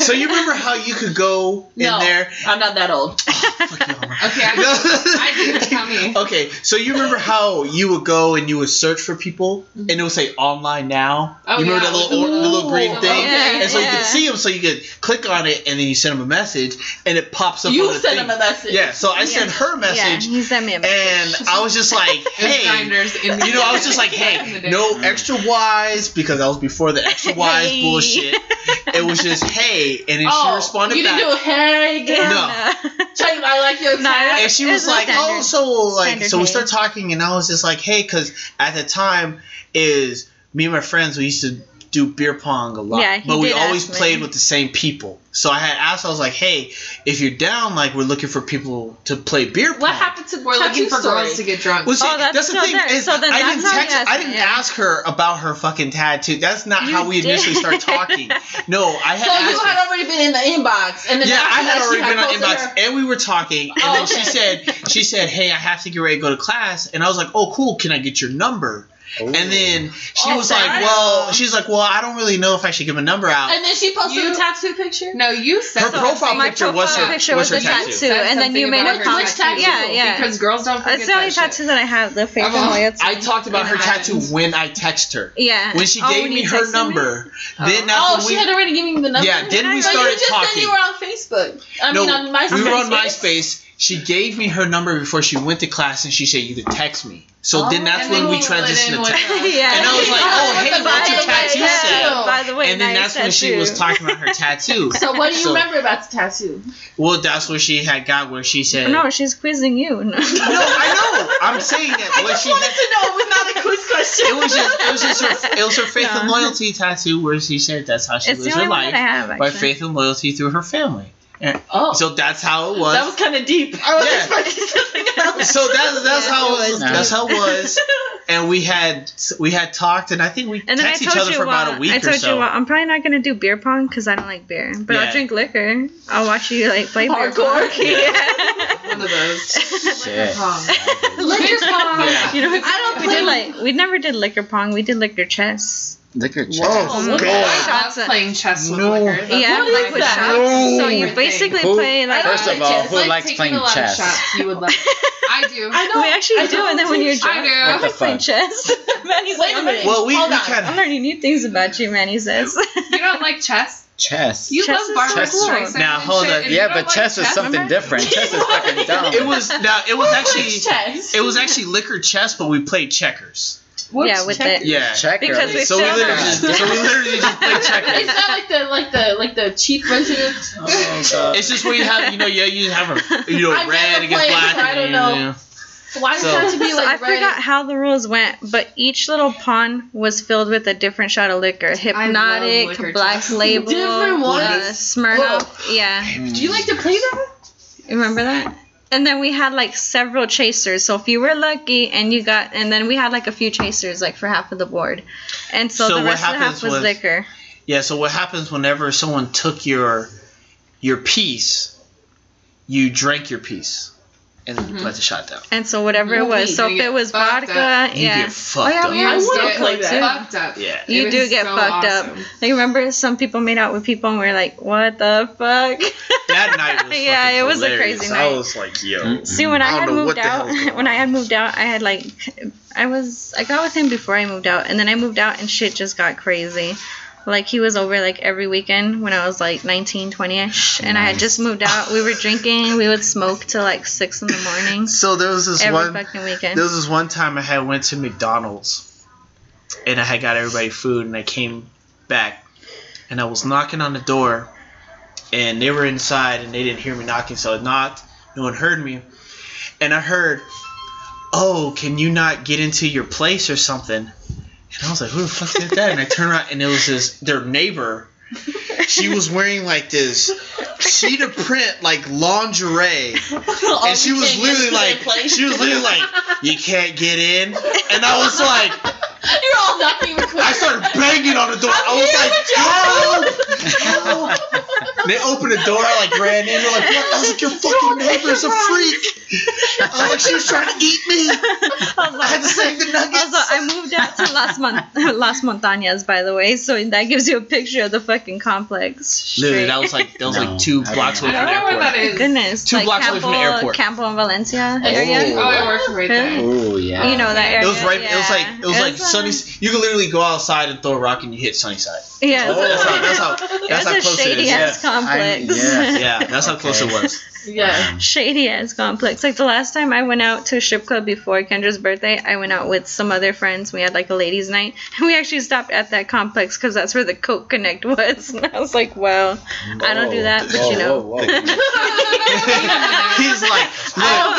Speaker 5: so you remember how you could go in
Speaker 8: No.
Speaker 5: there?
Speaker 8: I'm not that old.
Speaker 5: Fuck you, Homer.
Speaker 6: okay, I,
Speaker 5: No.
Speaker 6: I do. Tell me.
Speaker 5: Okay, so you remember how you would go and you would search for people, and it would say online now.
Speaker 6: Oh,
Speaker 5: you remember
Speaker 6: yeah, Oh,
Speaker 5: that
Speaker 6: it
Speaker 5: little,
Speaker 6: was
Speaker 5: or,
Speaker 6: a
Speaker 5: the little
Speaker 6: little-
Speaker 5: green thing,
Speaker 4: Yeah,
Speaker 5: and so you
Speaker 4: yeah.
Speaker 5: could see them. So you could click on it, and then you send them a message, and it pops up. on
Speaker 8: You
Speaker 5: the
Speaker 8: sent
Speaker 5: thing.
Speaker 8: him a message.
Speaker 5: Yeah, so I
Speaker 4: Yeah.
Speaker 5: sent her a message,
Speaker 4: Yeah, he sent me a message.
Speaker 5: and I was just like, hey.
Speaker 6: Grinders in the
Speaker 5: You know, I was just like,
Speaker 6: Back in the
Speaker 5: hey,
Speaker 6: day.
Speaker 5: no extra wise because that was before the extra wise
Speaker 4: Hey.
Speaker 5: bullshit. It was just hey, and then
Speaker 8: oh,
Speaker 5: she responded
Speaker 8: you
Speaker 5: back.
Speaker 8: didn't do a hey girl.
Speaker 5: No.
Speaker 8: Check, I like your
Speaker 4: No,
Speaker 8: tag.
Speaker 5: and she
Speaker 4: It
Speaker 5: was
Speaker 4: was
Speaker 5: like,
Speaker 4: standard-
Speaker 5: "Oh, so like,
Speaker 4: standard
Speaker 5: so we
Speaker 4: way.
Speaker 5: start talking, and I was just like, hey, because at the time is me and my friends we used to do beer pong a lot,
Speaker 4: Yeah, he
Speaker 5: but we
Speaker 4: did
Speaker 5: always
Speaker 4: ask me.
Speaker 5: played with the same people. So I had asked, I was like, hey, if you're down, like, we're looking for people to play beer pong.
Speaker 8: What happened to
Speaker 6: We're looking
Speaker 8: tattoo
Speaker 6: for
Speaker 8: story?
Speaker 6: girls to get drunk.
Speaker 5: Well, see,
Speaker 4: Oh, that's
Speaker 5: that's, the
Speaker 4: still
Speaker 5: thing
Speaker 4: there.
Speaker 5: is,
Speaker 4: So then that's
Speaker 5: I didn't
Speaker 4: how you
Speaker 5: text,
Speaker 4: asked
Speaker 5: I
Speaker 4: me,
Speaker 5: didn't
Speaker 4: yeah.
Speaker 5: ask her about her fucking tattoo. That's not
Speaker 4: You
Speaker 5: how we
Speaker 4: did.
Speaker 5: initially started talking. No, I had
Speaker 8: So
Speaker 5: asked
Speaker 8: you
Speaker 5: her.
Speaker 8: had already been in the inbox, and then
Speaker 5: Yeah,
Speaker 8: after
Speaker 5: I
Speaker 8: that,
Speaker 5: had
Speaker 8: she
Speaker 5: already been on
Speaker 8: posted
Speaker 5: inbox,
Speaker 8: her-
Speaker 5: and we were talking, and
Speaker 8: Oh,
Speaker 5: then
Speaker 8: okay.
Speaker 5: she said, she said, "Hey, I have to get ready to go to class," and I was like, "Oh, cool. Can I get your number?" And then she
Speaker 8: Oh,
Speaker 5: was like,
Speaker 8: sorry.
Speaker 5: "Well, she's like, well, I don't really know if I should give a number out."
Speaker 8: And then she posted
Speaker 6: You-
Speaker 8: a tattoo picture.
Speaker 6: no, you said
Speaker 5: Her
Speaker 6: something.
Speaker 5: profile
Speaker 4: My
Speaker 5: picture was
Speaker 4: profile
Speaker 5: her,
Speaker 4: picture
Speaker 5: was her
Speaker 4: was a
Speaker 5: tattoo.
Speaker 4: tattoo. and then you made
Speaker 8: about
Speaker 4: her
Speaker 8: her
Speaker 4: comment.
Speaker 8: tattoo.
Speaker 4: Yeah, yeah.
Speaker 6: Because girls don't forget
Speaker 4: That's the only
Speaker 6: that
Speaker 4: tattoo
Speaker 6: shit.
Speaker 4: that I have. The fake
Speaker 6: Oh,
Speaker 4: one. That's
Speaker 5: I talked about her
Speaker 6: It
Speaker 5: tattoo
Speaker 6: happens.
Speaker 5: when I text her.
Speaker 4: yeah.
Speaker 5: When she
Speaker 4: Oh,
Speaker 5: gave
Speaker 4: when
Speaker 5: me
Speaker 4: you
Speaker 5: her
Speaker 4: texted
Speaker 5: number, then
Speaker 8: Oh,
Speaker 5: after
Speaker 8: she
Speaker 5: we
Speaker 8: had already given you the number.
Speaker 5: yeah, then we
Speaker 8: So
Speaker 5: started
Speaker 8: you just said
Speaker 5: talking.
Speaker 8: you were on Facebook. I
Speaker 5: no,
Speaker 8: mean, on MySpace.
Speaker 5: we were on MySpace. She gave me her number before she went to class, and she said, "You can text me." So then that's
Speaker 6: And
Speaker 5: when
Speaker 6: then
Speaker 5: we
Speaker 6: we'll
Speaker 5: transitioned to
Speaker 6: put in
Speaker 5: text.
Speaker 6: what-
Speaker 4: yeah.
Speaker 5: And I was like, "Oh, hey, what's your
Speaker 4: By the way,
Speaker 5: tattoo
Speaker 4: yeah,
Speaker 5: say?"
Speaker 4: By the way,
Speaker 5: And then
Speaker 4: nice
Speaker 5: that's when she was
Speaker 4: tattoo.
Speaker 5: talking about her tattoo.
Speaker 8: So what do you
Speaker 5: So-
Speaker 8: remember about the tattoo?
Speaker 5: Well, that's where she had got where she said,
Speaker 4: No, she's quizzing you. No.
Speaker 5: No, I know. I'm saying that. What she had,
Speaker 8: to know. It was not a quiz question.
Speaker 5: it was just it was just her, it was her faith and
Speaker 4: No.
Speaker 5: loyalty tattoo where she said that's how she
Speaker 4: it's the
Speaker 5: lives
Speaker 4: only
Speaker 5: her
Speaker 4: one that I
Speaker 5: life
Speaker 4: have. Actually.
Speaker 5: by faith and loyalty through her family.
Speaker 8: Oh,
Speaker 5: So that's how it was.
Speaker 8: that was kind of deep. I was
Speaker 5: Yeah.
Speaker 8: expecting something else.
Speaker 5: so that's that's
Speaker 4: Yeah,
Speaker 5: how it
Speaker 4: it
Speaker 5: was.
Speaker 4: was
Speaker 5: That's
Speaker 7: deep.
Speaker 5: how it was. And we had we had talked, and I think we
Speaker 4: And then I
Speaker 5: texted each
Speaker 4: told
Speaker 5: other
Speaker 4: you,
Speaker 5: for
Speaker 4: well,
Speaker 5: about a week
Speaker 4: I told
Speaker 5: or so.
Speaker 4: you, well, I'm probably not gonna do beer pong because I don't like beer, but
Speaker 5: Yeah.
Speaker 4: I'll drink liquor. I'll watch you like play beer pong.
Speaker 8: Hardcore.
Speaker 4: Yeah.
Speaker 6: One of those.
Speaker 7: Shit.
Speaker 6: Huh.
Speaker 8: Liquor pong.
Speaker 5: Yeah.
Speaker 4: You know,
Speaker 8: I don't
Speaker 4: we did
Speaker 8: play-
Speaker 4: like we never did liquor pong. We did liquor chess.
Speaker 7: Liquor chest.
Speaker 5: Whoa,
Speaker 8: Oh,
Speaker 5: God.
Speaker 6: I
Speaker 4: Shots
Speaker 6: love
Speaker 4: at-
Speaker 6: playing chess with
Speaker 5: No.
Speaker 6: liquor. That's
Speaker 4: yeah,
Speaker 8: what
Speaker 6: my
Speaker 8: is
Speaker 4: like with
Speaker 8: that?
Speaker 4: shots. So
Speaker 5: No.
Speaker 4: you basically
Speaker 7: Who-
Speaker 4: play like.
Speaker 7: First
Speaker 6: like
Speaker 7: of all,
Speaker 6: chess.
Speaker 7: who
Speaker 6: Like
Speaker 7: likes
Speaker 6: taking
Speaker 7: playing
Speaker 6: a lot of
Speaker 7: chess?
Speaker 6: shots, you would like. I do.
Speaker 8: I know.
Speaker 4: we actually
Speaker 8: I
Speaker 4: do, and then when you're
Speaker 8: don't
Speaker 4: drunk,
Speaker 6: I
Speaker 7: What the
Speaker 4: we play
Speaker 7: fuck?
Speaker 4: chess. Manny's
Speaker 8: Wait
Speaker 4: like,
Speaker 8: a
Speaker 4: I'm learning,
Speaker 8: minute.
Speaker 5: Well, we,
Speaker 8: Hold
Speaker 5: we
Speaker 8: on.
Speaker 5: kind
Speaker 4: I'm
Speaker 5: of
Speaker 4: learning new things about you, Manny says.
Speaker 6: do. You don't like chess?
Speaker 7: Chess.
Speaker 6: You
Speaker 4: Chess is
Speaker 6: love Barbara
Speaker 7: so cool.
Speaker 6: Streisand.
Speaker 5: Now,
Speaker 6: and
Speaker 5: hold
Speaker 6: shit,
Speaker 5: up.
Speaker 6: and you
Speaker 7: Yeah,
Speaker 6: don't
Speaker 7: but
Speaker 6: like
Speaker 7: chess is something
Speaker 4: remember?
Speaker 7: different. Chess is fucking dumb.
Speaker 5: It was now. It was actually
Speaker 8: chess.
Speaker 5: it was actually liquor chess, but we played checkers.
Speaker 6: What's
Speaker 4: yeah, with
Speaker 6: check-
Speaker 4: the
Speaker 5: Yeah.
Speaker 7: checkers.
Speaker 4: Because we
Speaker 5: so we
Speaker 4: found
Speaker 5: literally
Speaker 4: out.
Speaker 5: just, so we literally just played checkers.
Speaker 8: It's not like the like the like the cheap version of
Speaker 7: Oh, God.
Speaker 5: It's just where you have, you know, yeah, you have a, you know,
Speaker 8: I've
Speaker 5: red
Speaker 8: never
Speaker 5: against
Speaker 8: played,
Speaker 5: black.
Speaker 8: so I don't
Speaker 5: and,
Speaker 8: know.
Speaker 5: you know.
Speaker 8: why does
Speaker 5: So-
Speaker 8: it have to be
Speaker 4: So
Speaker 8: like
Speaker 4: I
Speaker 8: red?
Speaker 4: forgot how the rules went, but each little pawn was filled with a different shot of liquor. Hypnotic,
Speaker 6: liquor
Speaker 4: Black
Speaker 6: just-
Speaker 4: Label,
Speaker 8: Different
Speaker 4: Uh,
Speaker 8: ones?
Speaker 4: Smirnoff. Yeah,
Speaker 8: Do you like to play that?
Speaker 4: You remember that? And then we had like several chasers. So if you were lucky and you got, and then we had like a few chasers, like for half of the board, and so,
Speaker 5: So
Speaker 4: the
Speaker 5: what
Speaker 4: rest of the half
Speaker 5: happens
Speaker 4: was
Speaker 5: was-
Speaker 4: liquor.
Speaker 5: Yeah. So what happens whenever someone took your, your piece, you drank your piece, and then you let the shot down.
Speaker 4: And so whatever it
Speaker 6: Ooh-wee,
Speaker 4: was, so
Speaker 6: you
Speaker 4: if it
Speaker 6: get
Speaker 4: was
Speaker 6: fucked
Speaker 4: vodka,
Speaker 6: up.
Speaker 5: You
Speaker 4: yeah.
Speaker 5: get
Speaker 4: oh
Speaker 5: fucked
Speaker 4: yeah,
Speaker 5: up.
Speaker 4: we were
Speaker 8: I
Speaker 4: still
Speaker 8: get
Speaker 4: played
Speaker 8: fucked
Speaker 4: too.
Speaker 8: up.
Speaker 6: Fucked up.
Speaker 5: Yeah.
Speaker 4: You
Speaker 6: It
Speaker 4: do
Speaker 6: was
Speaker 4: get
Speaker 6: so
Speaker 4: fucked up.
Speaker 6: awesome.
Speaker 4: Like remember, some people made out with people and we are like, "What the fuck?"
Speaker 5: That night was
Speaker 4: yeah,
Speaker 5: fucking
Speaker 4: it was a
Speaker 5: hilarious.
Speaker 4: crazy
Speaker 5: I
Speaker 4: night.
Speaker 5: was like, yo.
Speaker 4: See, when I,
Speaker 5: I don't
Speaker 4: had
Speaker 5: know what
Speaker 4: moved
Speaker 5: the hell
Speaker 4: out,
Speaker 5: was going
Speaker 4: when I
Speaker 5: on.
Speaker 4: had moved out, I had like, I was, I got with him before I moved out, and then I moved out and shit just got crazy. Like he was over like every weekend when I was like 19, 20ish, and I had just moved out. We were drinking, we would smoke till like six in the morning
Speaker 5: So there was this
Speaker 4: every
Speaker 5: one.
Speaker 4: fucking weekend.
Speaker 5: There was this one time I had went to McDonald's, and I had got everybody food, and I came back, and I was knocking on the door, and they were inside, and they didn't hear me knocking, so I knocked. No one heard me, and I heard, "Oh, can you not get into your place or something?" And I was like, "Who the fuck did that?" And I turned around, and it was this their neighbor. She was wearing like this sheet of print, like lingerie and she was literally like, she was literally like, you can't get in. And I was like,
Speaker 8: You're all knocking the
Speaker 5: I started banging on the door. i was like, help, help. They opened the door. I like ran in. They're like, what? I was like, your fucking neighbor's a freak. I was like, she was trying to eat me.
Speaker 4: I was
Speaker 5: I
Speaker 4: like-
Speaker 5: had to save the nuggets.
Speaker 4: Also, I moved out to Las, Mon- Las Montañas, by the way, so that gives you a picture of the fucking complex. Straight-
Speaker 5: Literally, that was like that was
Speaker 7: No,
Speaker 5: like two
Speaker 7: I don't
Speaker 5: blocks
Speaker 7: know.
Speaker 5: away
Speaker 6: I
Speaker 5: from the
Speaker 6: don't know where that
Speaker 5: airport.
Speaker 6: is.
Speaker 4: Goodness,
Speaker 5: Two
Speaker 4: like
Speaker 5: blocks away
Speaker 4: Campo,
Speaker 5: from the airport.
Speaker 4: Campo and Valencia area.
Speaker 6: Oh, I worked right there.
Speaker 7: Oh yeah.
Speaker 4: You know that area.
Speaker 5: It was right. It was like
Speaker 4: yeah.
Speaker 5: it was like sunny.
Speaker 4: uh,
Speaker 5: You could literally go outside and throw a rock and you hit Sunnyside.
Speaker 4: Yeah,
Speaker 7: Oh,
Speaker 5: That's how.
Speaker 4: it
Speaker 5: That's
Speaker 4: was
Speaker 5: how. That's how
Speaker 4: a
Speaker 5: close it
Speaker 4: shady
Speaker 5: is. Yeah.
Speaker 4: ass complex.
Speaker 7: I- yeah.
Speaker 5: Yeah, that's how close it
Speaker 7: Okay.
Speaker 5: was.
Speaker 8: Yeah.
Speaker 4: Shady ass complex. Like the last time I went out to a strip club before Kendra's birthday, I went out with some other friends. We had like a ladies' night, and we actually stopped at that complex because that's where the Coke Connect was. And I was like, well, I don't do that, but you know.
Speaker 5: He's like, look, I don't-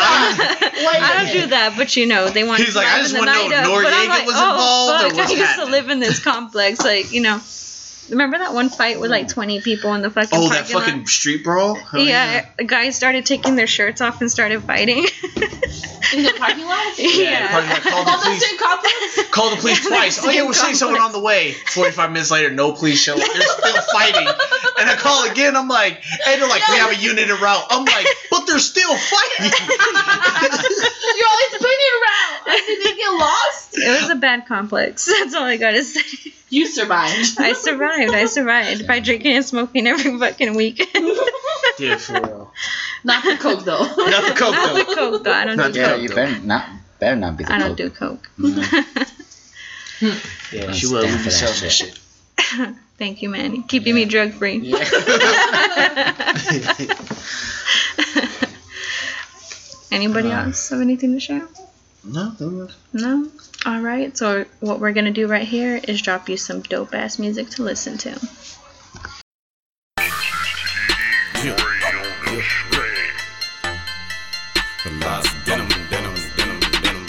Speaker 4: Oh, I don't do that, but you know, they want
Speaker 5: He's like, I just
Speaker 4: want
Speaker 5: wanna know if Noriega was involved or
Speaker 4: "Oh, I
Speaker 5: what's
Speaker 4: used to
Speaker 5: happening."
Speaker 4: live in this complex, like you know. Remember that one fight with like 20 people in the fucking
Speaker 5: oh, that
Speaker 4: parking lot?
Speaker 5: fucking street brawl. Oh,
Speaker 4: yeah, the guys started taking their shirts off and started fighting.
Speaker 8: In the parking lot?
Speaker 5: Yeah, probably like, call
Speaker 8: All those
Speaker 5: the police.
Speaker 8: same complex?
Speaker 5: Call the police twice. Oh yeah, we're seeing someone on the way. Forty-five minutes later, no police show up. They're still fighting. And I call again. I'm like, and they're like, we have a unit en route. I'm like, but they're still fighting.
Speaker 8: You're always spinning around. Did they get lost?
Speaker 4: It was a bad complex. That's all I gotta say.
Speaker 8: You survived.
Speaker 4: I survived. I survived by drinking and smoking every fucking weekend.
Speaker 5: Dude, for real.
Speaker 8: Not the coke though.
Speaker 5: Not the coke
Speaker 4: Not
Speaker 5: though.
Speaker 4: the coke though. I don't
Speaker 5: Not
Speaker 4: do
Speaker 5: the
Speaker 7: Yeah,
Speaker 4: coke.
Speaker 7: you better not better not be the
Speaker 4: I don't
Speaker 7: coke.
Speaker 4: do coke.
Speaker 5: Yeah,
Speaker 7: Don't
Speaker 5: she will.
Speaker 7: stand
Speaker 5: We be
Speaker 7: for that
Speaker 5: selling that shit.
Speaker 4: Thank you, man. Keeping me drug free.
Speaker 7: Yeah.
Speaker 4: Anybody
Speaker 5: Uh,
Speaker 7: No.
Speaker 4: else have anything to share?
Speaker 5: No, no,
Speaker 4: No? Alright, so what we're gonna do right here is drop you some dope ass music to listen to.
Speaker 1: The last denim, denim, denim, denim.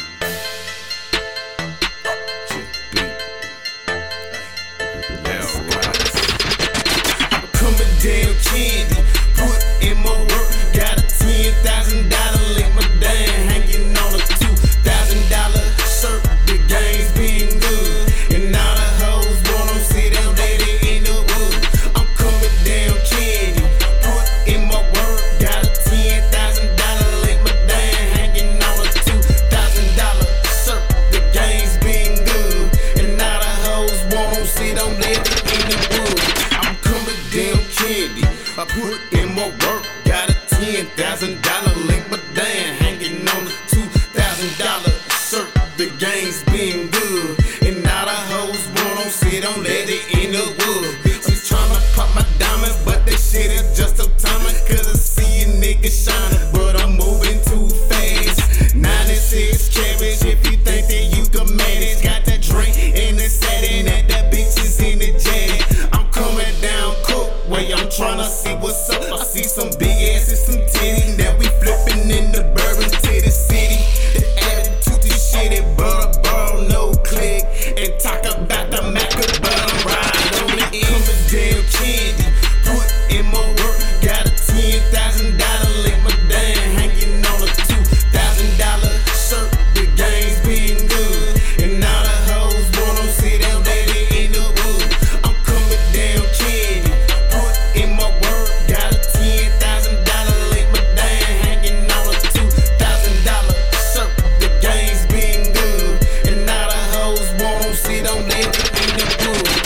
Speaker 1: Come a damn candy, put in my work. Got a ten thousand dollar lick my dime, hanging on a two thousand dollar shirt. The game's been good, and all the hoes want 'em sit down, daddy in the woods. I'm coming down candy, put in my work. Got a ten thousand dollar lick my dime, hanging on a two thousand dollar shirt. The game's been good, and all the hoes want 'em sit down, daddy in the woods. I'm coming down candy. I put in my work, got a ten thousand dollar link, but damn, hanging on the two thousand dollar shirt. The game's been good, and now the hoes want on sit on let it in the wood. Bitches tryna pop my diamonds, but that shit is just a timer. Cause I see a nigga shining, but I'm moving too fast. 96 carriage, if you think that you can manage, got that drink in the setting at that bitches in the jet. I'm coming down cook way. I'm tryna see what's up. I see some big asses, some titties. Now we flipping in the bourbon to the city. The attitude to shit it, but a ball, no click. And talk about the Maca, but I'm riding on the end. Coming down candy, put in my work. Got a ten thousand dollar lick, my dime hanging on a two thousand dollar shirt. The game's been good, and now the hoes want 'em sit down, daddy in the woods. I'm coming down candy, put in my work. Got a ten thousand dollar lick, my dime hanging on a two thousand dollar shirt. The game's been good, and now the hoes want 'em sit down, daddy in the woods.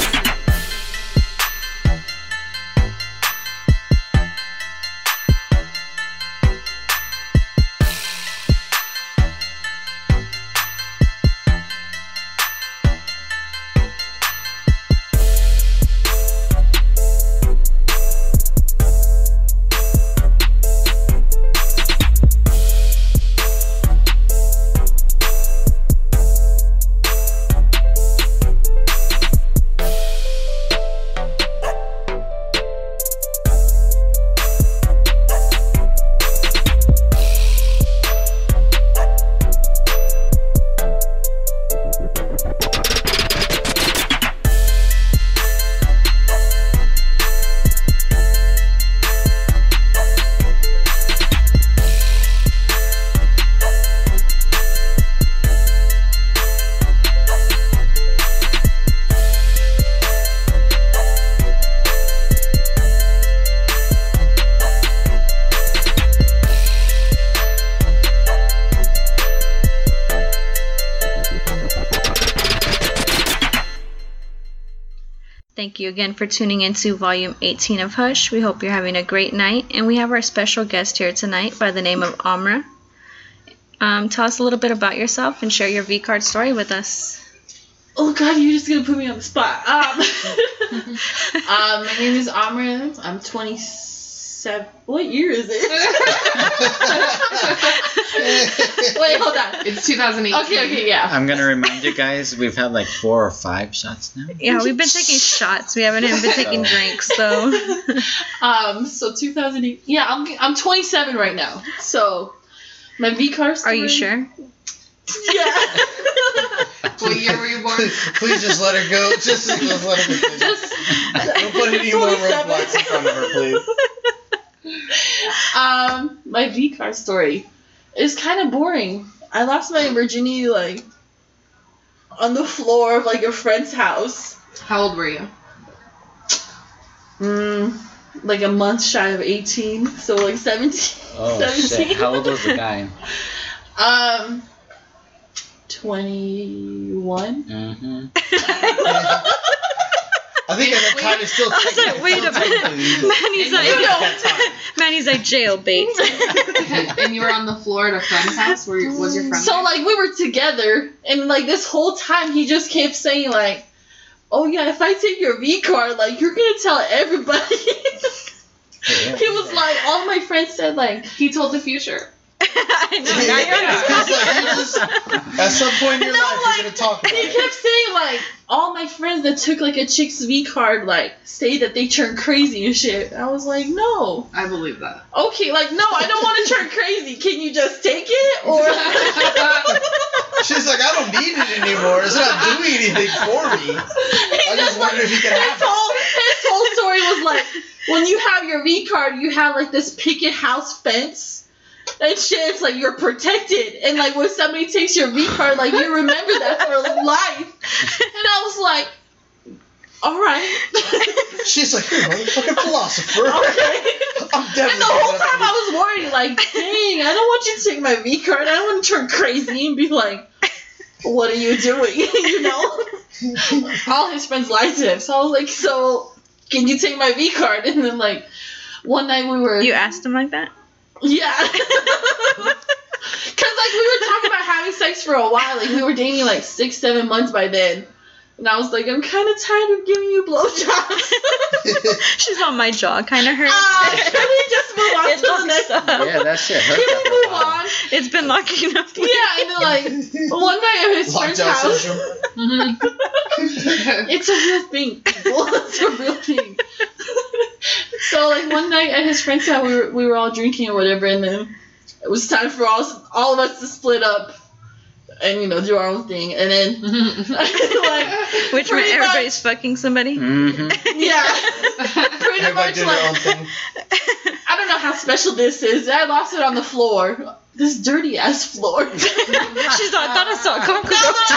Speaker 4: Thank you again for tuning into volume 18 of Hush. We hope you're having a great night, and we have our special guest here tonight by the name of Amra. Um, tell us a little bit about yourself and share your V card story with us.
Speaker 8: Oh god, you're just gonna put me on the spot. Um, um, my name is Amra. I'm 27. What year is it? Wait, hold on.
Speaker 6: It's 2008.
Speaker 8: Okay, okay, yeah.
Speaker 7: I'm gonna remind you guys we've had like four or five shots now.
Speaker 4: Yeah, we've been taking shots. We haven't even been taking drinks, so
Speaker 8: Um, so 2008. Yeah, I'm I'm 27 right now. So my V car.
Speaker 4: are
Speaker 8: story-
Speaker 4: you sure?
Speaker 8: Yeah.
Speaker 6: What year were you born?
Speaker 9: Please, please just let her go. Just, just let her go.
Speaker 8: Just
Speaker 9: Don't put any more
Speaker 8: 27.
Speaker 9: roadblocks in front of her, please.
Speaker 8: um, my V car story is kind of boring. I lost my virginity like on the floor of like a friend's house.
Speaker 6: How old were you?
Speaker 8: Mm, like a month shy of 18, so like 17.
Speaker 7: Oh shit!
Speaker 8: 17.
Speaker 7: How old was the guy?
Speaker 8: Um, 21.
Speaker 7: Mm-hmm.
Speaker 9: I think at the time it's still
Speaker 4: I was
Speaker 9: technically-
Speaker 4: like, wait a
Speaker 9: still technically legal.
Speaker 4: minute. Manny's
Speaker 8: You
Speaker 4: like,
Speaker 8: know,
Speaker 4: Manny's like jail bait.
Speaker 6: and you were on the floor at a friend's house. Were you, was your friend?
Speaker 8: so like we were together, and like this whole time he just kept saying like, "Oh yeah, if I take your V card, like you're gonna tell everybody." he was like, all my friends said like,
Speaker 6: there? he told the future.
Speaker 4: I know, now you're on the spot.
Speaker 9: It's like, you just- at some point in your
Speaker 8: No,
Speaker 9: life,
Speaker 8: like-
Speaker 9: you're gonna talk about
Speaker 8: And he
Speaker 9: it.
Speaker 8: kept saying like all my friends that took like a chick's V card like say that they turn crazy and shit. I was like, no,
Speaker 6: I believe that.
Speaker 8: okay, like no, I don't want to turn crazy. Can you just take it or?
Speaker 9: She's like, I don't need it anymore. It's not doing anything for me. I just wondered if you could
Speaker 8: his
Speaker 9: have it.
Speaker 8: whole his whole story was like when you have your V card, you have like this picket house fence. And shit, it's like you're protected. And like when somebody takes your V card, like you remember that for life. And I was like, all right.
Speaker 9: She's like, you're a motherfucking philosopher.
Speaker 8: okay.
Speaker 9: I'm definitely.
Speaker 8: And the whole time I was worried, like, dang, I don't want you to take my V card. I don't want to turn crazy and be like, what are you doing? you know? All his friends lied to him. So I was like, so can you take my V card? And then, like, one night we were.
Speaker 4: You asked him like that?
Speaker 8: Yeah. Because, like, we were talking about having sex for a while. Like, we were dating, like, six, seven months by then. And I was like, I'm kind of tired of giving you blowjobs.
Speaker 4: She's on my jaw, kind of hurts.
Speaker 8: Ah, can we just move on
Speaker 4: It
Speaker 8: to the
Speaker 4: locks
Speaker 8: next
Speaker 4: up.
Speaker 7: Yeah, that shit hurts.
Speaker 8: Can
Speaker 7: after a
Speaker 8: we move
Speaker 7: while.
Speaker 8: on?
Speaker 4: It's been locking up.
Speaker 8: Yeah, and then like one night at his friend's
Speaker 9: Lockdown
Speaker 8: house. Mm-hmm.
Speaker 9: syndrome.
Speaker 8: It's a real thing. people. it's a real thing. so like one night at his friend's house, we were, we were all drinking or whatever, and then it was time for all all of us to split up and you know do our own thing, and then like
Speaker 4: Which meant
Speaker 8: Pretty much.
Speaker 4: everybody's fucking somebody.
Speaker 9: Mm.
Speaker 7: Mm-hmm.
Speaker 8: yeah, pretty
Speaker 9: Everybody
Speaker 8: much
Speaker 9: did
Speaker 8: like
Speaker 9: their own thing.
Speaker 8: I don't know how special this is. I lost it on the floor. This dirty ass floor.
Speaker 4: She's like, I thought I saw a cockroach.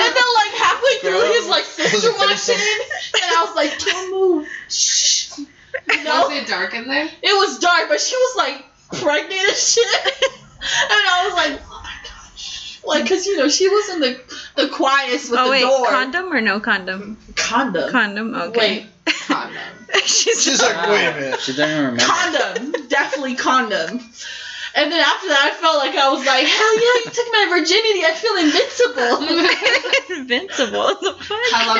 Speaker 8: and then like halfway through
Speaker 9: Girl,
Speaker 8: his like
Speaker 9: was
Speaker 8: sister
Speaker 9: a
Speaker 8: walked
Speaker 9: threesome.
Speaker 8: in and I was like, Don't move. Shh. No.
Speaker 6: Was it dark in there?
Speaker 8: It was dark, but she was like pregnant and shit. and I was like, Oh my gosh. Like, cause you know, she was in the the quietest with
Speaker 4: Oh
Speaker 8: the
Speaker 4: wait,
Speaker 8: door.
Speaker 4: condom or no condom?
Speaker 8: condom.
Speaker 4: Condom. Okay.
Speaker 6: Condom.
Speaker 4: She's
Speaker 9: She's like, wait a minute.
Speaker 7: She doesn't even remember.
Speaker 8: condom. Definitely condom. And then after that, I felt like I was like, hell yeah, you took my virginity. I feel invincible.
Speaker 4: invincible. What the fuck?
Speaker 6: How long?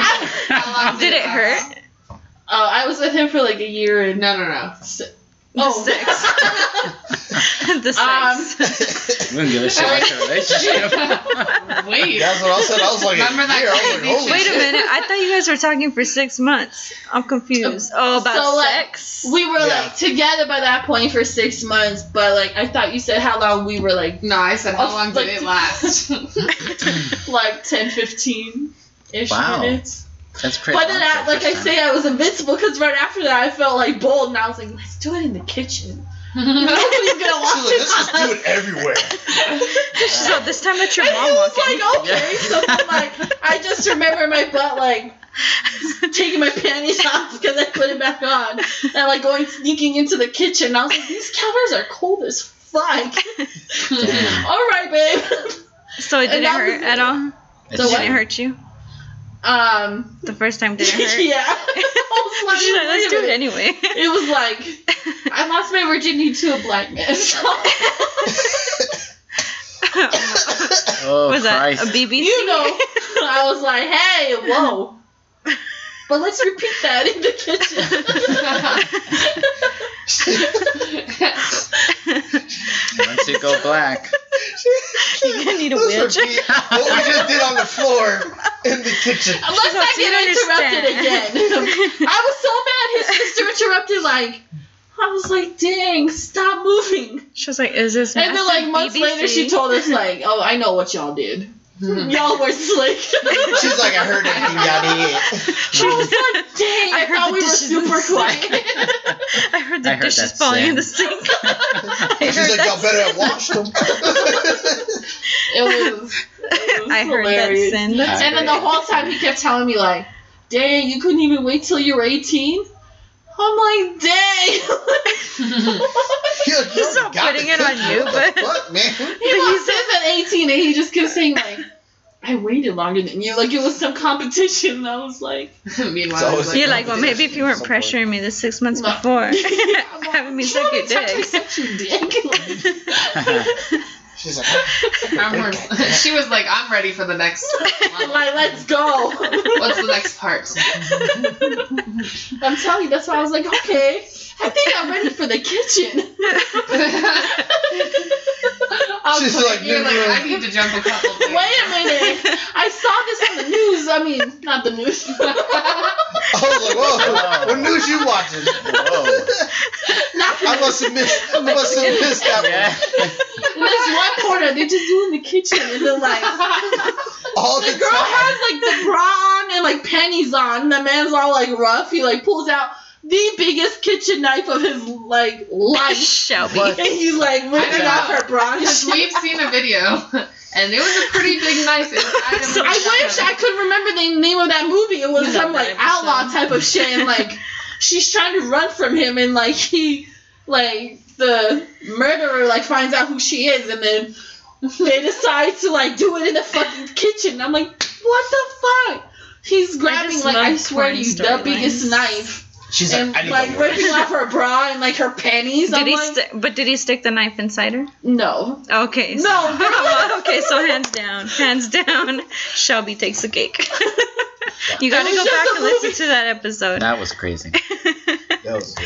Speaker 6: How long
Speaker 4: Did it
Speaker 6: last?
Speaker 4: hurt?
Speaker 8: Uh, I was with him for like a year and
Speaker 6: No, no, no.
Speaker 8: oh,
Speaker 4: The sex. the sex.
Speaker 7: We don't give a shit about your
Speaker 8: Um,
Speaker 7: relationship.
Speaker 6: Wait.
Speaker 9: That's what I said. I was like,
Speaker 6: Remember that
Speaker 9: yeah, I was
Speaker 6: crazy
Speaker 9: like, holy
Speaker 4: Wait a
Speaker 9: shit.
Speaker 4: minute. I thought you guys were talking for six months. I'm confused. Oh, about
Speaker 8: Um, So, like,
Speaker 4: sex.
Speaker 8: We were
Speaker 9: Yeah.
Speaker 8: like together by that point for six months, but like I thought you said how long we were like
Speaker 6: No, I said, how
Speaker 8: Oh,
Speaker 6: long
Speaker 8: like-
Speaker 6: did it last?
Speaker 8: like 10, 15 ish
Speaker 7: Wow.
Speaker 8: minutes.
Speaker 7: That's pretty.
Speaker 8: But then,
Speaker 7: long
Speaker 8: I,
Speaker 7: for a
Speaker 8: like I
Speaker 7: first
Speaker 8: say, I was invincible because right after that, I felt like bold and I was like, let's do it in the kitchen. Nobody's gonna
Speaker 9: She's
Speaker 8: watch
Speaker 9: like, let's just
Speaker 8: us.
Speaker 9: do it everywhere.
Speaker 4: so this time it's your
Speaker 8: And
Speaker 4: mom
Speaker 8: it was
Speaker 4: walking.
Speaker 8: like okay, so then, like I just remember my butt like taking my panties off because I put it back on, and like going sneaking into the kitchen. And I was like, these counters are cold as fuck.
Speaker 7: time.
Speaker 8: All right, babe.
Speaker 4: so it
Speaker 8: And
Speaker 4: didn't
Speaker 8: that was
Speaker 4: hurt
Speaker 8: it.
Speaker 4: at all.
Speaker 7: It's
Speaker 8: So
Speaker 4: Didn't
Speaker 8: what?
Speaker 4: it hurt
Speaker 7: just-
Speaker 4: you?
Speaker 8: Um,
Speaker 4: The first time
Speaker 8: yeah.
Speaker 4: didn't hurt.
Speaker 8: I was
Speaker 4: She's
Speaker 8: like,
Speaker 4: like, let's
Speaker 8: wait
Speaker 4: do
Speaker 8: a
Speaker 4: it
Speaker 8: minute."
Speaker 4: anyway.
Speaker 8: It was like I lost my virginity to a black man.
Speaker 7: Oh,
Speaker 4: was that
Speaker 7: Christ.
Speaker 4: a BBC?
Speaker 8: you know, I was like, hey, whoa. But let's repeat that in the kitchen.
Speaker 7: Once you go black,
Speaker 4: You're gonna need a
Speaker 9: Let's
Speaker 4: wheelchair.
Speaker 9: repeat what we just did on the floor in the kitchen.
Speaker 8: Unless
Speaker 4: So
Speaker 8: I
Speaker 4: do you
Speaker 8: get interrupted
Speaker 4: understand?
Speaker 8: again. I was so mad his sister interrupted, like, I was like, dang, stop moving.
Speaker 4: She was like, "Is this?"
Speaker 8: And then, like,
Speaker 4: massive
Speaker 8: months
Speaker 4: BBC?
Speaker 8: later, she told us, like, oh, I know what y'all did.
Speaker 4: Mm-hmm.
Speaker 8: y'all were slick.
Speaker 9: She's like, I heard everything y'all did.
Speaker 4: She was like, I
Speaker 8: dang, I,
Speaker 4: heard
Speaker 8: thought
Speaker 4: the
Speaker 8: we were
Speaker 4: dishes in the
Speaker 8: super
Speaker 4: sink.
Speaker 8: quiet.
Speaker 4: "I heard the
Speaker 7: I heard
Speaker 4: dishes
Speaker 7: that
Speaker 4: falling in the
Speaker 7: sound.
Speaker 4: sink." I
Speaker 9: She's
Speaker 4: heard
Speaker 9: like, y'all
Speaker 4: that.
Speaker 9: better have washed them.
Speaker 8: It was. It was
Speaker 4: I heard
Speaker 8: hilarious.
Speaker 4: that sin. That's
Speaker 8: And then the
Speaker 4: great.
Speaker 8: whole time he kept telling me like, "Dang, you couldn't even wait till you were 18." I'm like, "Dang."
Speaker 9: You're,
Speaker 4: He's not putting it on you, but-
Speaker 9: What, man?
Speaker 8: he was says at 18 and he just kept saying like, "I waited longer than you." Like it was some competition. And I was like,
Speaker 9: It's
Speaker 6: Meanwhile, I
Speaker 9: always like-
Speaker 6: was like,
Speaker 4: You're like, well, maybe if you weren't
Speaker 9: Somewhere.
Speaker 4: pressuring me the six months
Speaker 8: No.
Speaker 4: before,
Speaker 8: I'm like,
Speaker 4: having me
Speaker 8: "You
Speaker 4: suck your
Speaker 8: want me to
Speaker 4: dick.
Speaker 8: suck your dick?" Like,
Speaker 9: She's like, "Huh?"
Speaker 6: I'm re- she was like, I'm ready for the next.
Speaker 8: I'm like, let's go.
Speaker 6: What's the next part?
Speaker 8: I'm telling you, that's why I was like, okay, I think I'm ready for the kitchen.
Speaker 6: real
Speaker 9: She's
Speaker 6: quick.
Speaker 9: like,
Speaker 6: You're like,
Speaker 9: "Mm-mm."
Speaker 6: I need to jump a couple things.
Speaker 8: Wait a minute. I saw this on the news. I mean, not the news. not
Speaker 9: I was like, whoa,
Speaker 7: Wow.
Speaker 9: what news you watching?
Speaker 7: Whoa.
Speaker 8: the
Speaker 9: I must have missed, I must have missed that
Speaker 7: Yeah.
Speaker 9: one.
Speaker 8: And There's one corner they just do in the kitchen, and they're like,
Speaker 9: All
Speaker 8: the
Speaker 9: the
Speaker 8: girl
Speaker 9: time.
Speaker 8: has like the bra on and like panties on, and the man's all like rough. He like pulls out the biggest kitchen knife of his like life,
Speaker 4: Shelby.
Speaker 8: and he's like ripping
Speaker 6: know.
Speaker 8: off her bra. and
Speaker 6: Because
Speaker 8: shit.
Speaker 6: we've seen a video, and it was a pretty big knife inside of
Speaker 4: So
Speaker 8: I wish I could remember the name of that movie. It was
Speaker 4: You know
Speaker 8: some
Speaker 4: that
Speaker 8: like
Speaker 4: episode.
Speaker 8: outlaw type of shit, and like she's trying to run from him, and like he, like the murderer, like finds out who she is, and then they decide to like do it in the fucking kitchen. I'm like, what the fuck? He's grabbing
Speaker 4: just
Speaker 8: like I
Speaker 4: love
Speaker 8: swear to
Speaker 4: porn
Speaker 8: you, the
Speaker 4: storylines.
Speaker 8: biggest knife,
Speaker 5: She's
Speaker 8: and
Speaker 5: like, I need
Speaker 8: like
Speaker 5: to work.
Speaker 8: ripping off her bra and like her panties. I'm
Speaker 4: Did he
Speaker 8: like,
Speaker 4: st- but did he stick the knife inside her?
Speaker 8: no,
Speaker 4: Okay. so-
Speaker 8: No, bro.
Speaker 4: okay, so hands down, hands down, Shelby takes the cake. you gotta
Speaker 8: It was
Speaker 4: go
Speaker 8: just
Speaker 4: back
Speaker 8: a
Speaker 4: and listen
Speaker 8: movie.
Speaker 4: to that episode.
Speaker 7: That was crazy.
Speaker 9: That was-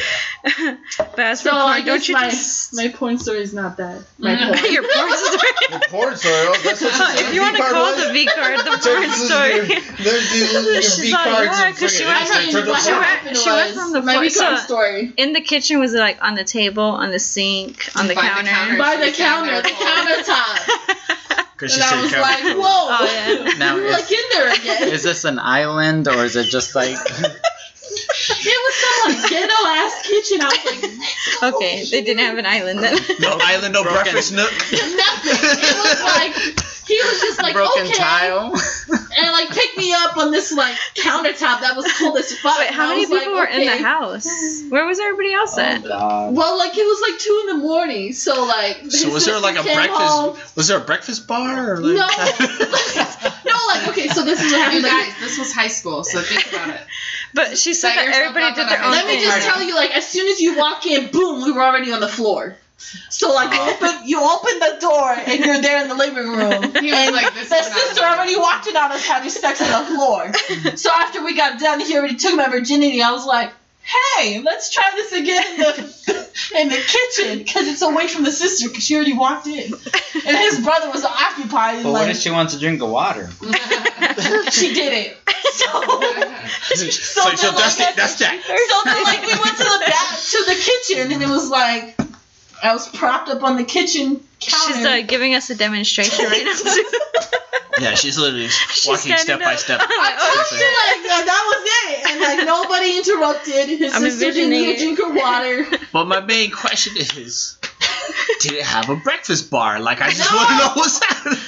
Speaker 4: but as for
Speaker 8: so I
Speaker 4: porn, don't
Speaker 8: guess
Speaker 4: you
Speaker 8: my
Speaker 4: just
Speaker 8: my porn story is not that. My
Speaker 6: Mm.
Speaker 8: porn.
Speaker 4: your porn story?
Speaker 9: The porn story. Oh, that's what she said.
Speaker 4: if you want to
Speaker 9: V-card
Speaker 4: call
Speaker 9: was?
Speaker 4: the V card the
Speaker 9: So
Speaker 4: porn
Speaker 9: you lose your-
Speaker 4: story.
Speaker 9: There's the, your
Speaker 4: She's
Speaker 9: V
Speaker 4: like,
Speaker 9: cards
Speaker 4: yeah,
Speaker 9: and
Speaker 4: 'cause she
Speaker 9: friggin'
Speaker 4: went-
Speaker 8: I don't
Speaker 9: Einstein
Speaker 8: even
Speaker 9: turned
Speaker 8: know what
Speaker 9: upside down.
Speaker 8: happened
Speaker 4: she went
Speaker 8: was
Speaker 4: from the
Speaker 8: my
Speaker 4: fo-
Speaker 8: recon
Speaker 4: so-
Speaker 8: story.
Speaker 4: In the kitchen was it like on the table, on the sink, on the
Speaker 6: By the
Speaker 4: counter?
Speaker 6: counter.
Speaker 8: By the
Speaker 6: She was
Speaker 8: counter, the
Speaker 6: down there.
Speaker 8: countertop. And
Speaker 5: 'Cause she's
Speaker 8: I
Speaker 5: sitting
Speaker 8: was like,
Speaker 5: covered.
Speaker 8: whoa.
Speaker 4: Oh, yeah.
Speaker 7: Now
Speaker 8: we were
Speaker 7: it's-
Speaker 8: like in there again.
Speaker 7: Is this an island or is it just like
Speaker 8: it was some like ghetto ass kitchen. I was like,
Speaker 4: okay, they didn't have an island then.
Speaker 5: no island, no
Speaker 7: Broken.
Speaker 5: breakfast nook.
Speaker 8: nothing. It was like, he was just like,
Speaker 7: broken
Speaker 8: okay.
Speaker 7: tile?
Speaker 8: And like, pick me up on this like countertop that was cold as fuck.
Speaker 4: Wait,
Speaker 8: And
Speaker 4: how
Speaker 8: I
Speaker 4: many
Speaker 8: was
Speaker 4: people
Speaker 8: like,
Speaker 4: were in
Speaker 8: okay.
Speaker 4: the house? Where was everybody else at?
Speaker 6: Um,
Speaker 7: God.
Speaker 8: Well, like, it was like 2 in the morning, so like. his
Speaker 5: So was there
Speaker 8: sister
Speaker 5: like a
Speaker 8: came
Speaker 5: breakfast?
Speaker 8: home.
Speaker 5: Was there a breakfast bar? Or like,
Speaker 8: No. no, like, okay, so this is what
Speaker 6: You
Speaker 8: happened. Like,
Speaker 6: guys, this was high school, so think about it.
Speaker 4: But she said
Speaker 6: Set
Speaker 4: that
Speaker 6: yourself
Speaker 4: everybody
Speaker 6: up
Speaker 4: did
Speaker 6: on
Speaker 4: their
Speaker 6: a
Speaker 4: own
Speaker 8: Let me
Speaker 4: thing.
Speaker 8: just tell you, like, as soon as you walk in, boom, we were already on the floor. So like,
Speaker 6: Oh.
Speaker 8: you open you open the door and you're there in the living room.
Speaker 6: He was like, this
Speaker 8: The
Speaker 6: is not
Speaker 8: sister
Speaker 6: me.
Speaker 8: already watching on us having sex on the floor. so after we got done, he already took my virginity. I was like, hey, let's try this again in the, in the kitchen because it's away from the sister because she already walked in. And his brother was occupied. And,
Speaker 7: But what
Speaker 8: like,
Speaker 7: if she wants a drink of water?
Speaker 8: she didn't. So.
Speaker 5: It's like, so
Speaker 8: then, like,
Speaker 5: that's it. That's that.
Speaker 8: So then, like, we went to the back to the kitchen, and it was like I was propped up on the kitchen counter.
Speaker 4: She's uh, giving us a demonstration right now.
Speaker 5: Yeah, she's literally
Speaker 4: She's
Speaker 5: walking step
Speaker 4: standing
Speaker 5: by
Speaker 4: up.
Speaker 5: step.
Speaker 4: I'm
Speaker 8: I
Speaker 4: like, oh,
Speaker 8: told you like that, that was it, and like nobody interrupted. His
Speaker 4: I'm
Speaker 8: sister didn't need a
Speaker 4: envisioning
Speaker 8: drink of water.
Speaker 5: But my main question is, did it have a breakfast bar? Like, I just
Speaker 8: No.
Speaker 5: want to know what's happening.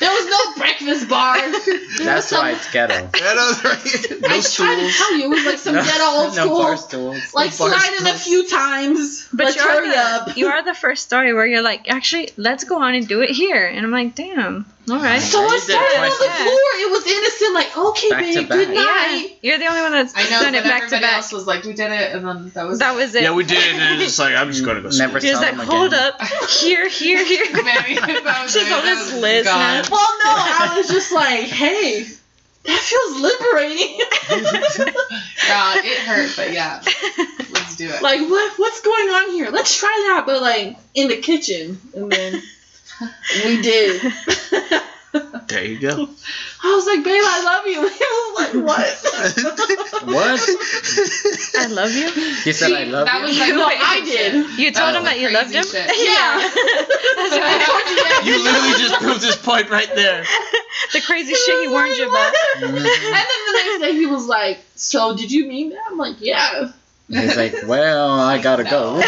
Speaker 8: There was no breakfast bar. There was
Speaker 7: That's
Speaker 8: some,
Speaker 7: why it's ghetto.
Speaker 5: That was right. No
Speaker 8: I tried to
Speaker 5: stools.
Speaker 8: tell you, it was like some
Speaker 7: no,
Speaker 8: dead old
Speaker 7: no bar
Speaker 8: school.
Speaker 7: stools.
Speaker 8: Like
Speaker 5: no bar
Speaker 8: sliding a
Speaker 5: stools.
Speaker 8: few times, but
Speaker 4: But
Speaker 8: let's
Speaker 4: you are,
Speaker 8: hurry
Speaker 4: the,
Speaker 8: up.
Speaker 4: you are the first story where you're like, actually, let's go on and do it here. And I'm like, damn, all right.
Speaker 8: so
Speaker 7: You
Speaker 8: I
Speaker 7: did
Speaker 8: started on
Speaker 7: twice
Speaker 8: the
Speaker 4: that.
Speaker 8: floor. It was innocent, like okay,
Speaker 7: Back to
Speaker 8: babe,
Speaker 7: back.
Speaker 8: good
Speaker 7: Yeah.
Speaker 8: night.
Speaker 4: You're the only one that's
Speaker 6: I know,
Speaker 4: done it
Speaker 6: but
Speaker 4: back to
Speaker 6: everybody
Speaker 4: back.
Speaker 6: else was like, we did it, and then that was
Speaker 4: That was it.
Speaker 5: Yeah, we did, and then it's like I'm just gonna go.
Speaker 7: Never
Speaker 4: You're just
Speaker 7: saw
Speaker 4: like,
Speaker 7: them again.
Speaker 4: hold up, here, here, here.
Speaker 6: Maybe that was
Speaker 4: She's
Speaker 6: it.
Speaker 4: all
Speaker 6: That
Speaker 4: this
Speaker 6: was
Speaker 4: Liz
Speaker 6: gone.
Speaker 4: now.
Speaker 8: Well, no, I was just like, hey, that feels liberating.
Speaker 6: Yeah, it hurt, but yeah, let's do it.
Speaker 8: like, what what's going on here? Let's try that, but like in the kitchen, and then we did.
Speaker 5: Sweet. There you go.
Speaker 8: I was like, babe, I love you. He was like, what?
Speaker 7: What?
Speaker 4: I love you.
Speaker 7: He said I love
Speaker 6: that
Speaker 7: you.
Speaker 6: was like,
Speaker 8: no, I did.
Speaker 4: You
Speaker 6: That
Speaker 4: told
Speaker 6: was
Speaker 4: him that you
Speaker 6: crazy
Speaker 4: loved him?
Speaker 6: shit.
Speaker 8: Yeah.
Speaker 4: That's what I told you.
Speaker 5: You literally just proved his point right there.
Speaker 4: The crazy shit he warned you about.
Speaker 8: and then the next day he was like, so did you mean that? I'm like, yeah.
Speaker 7: He's like, well, I gotta go.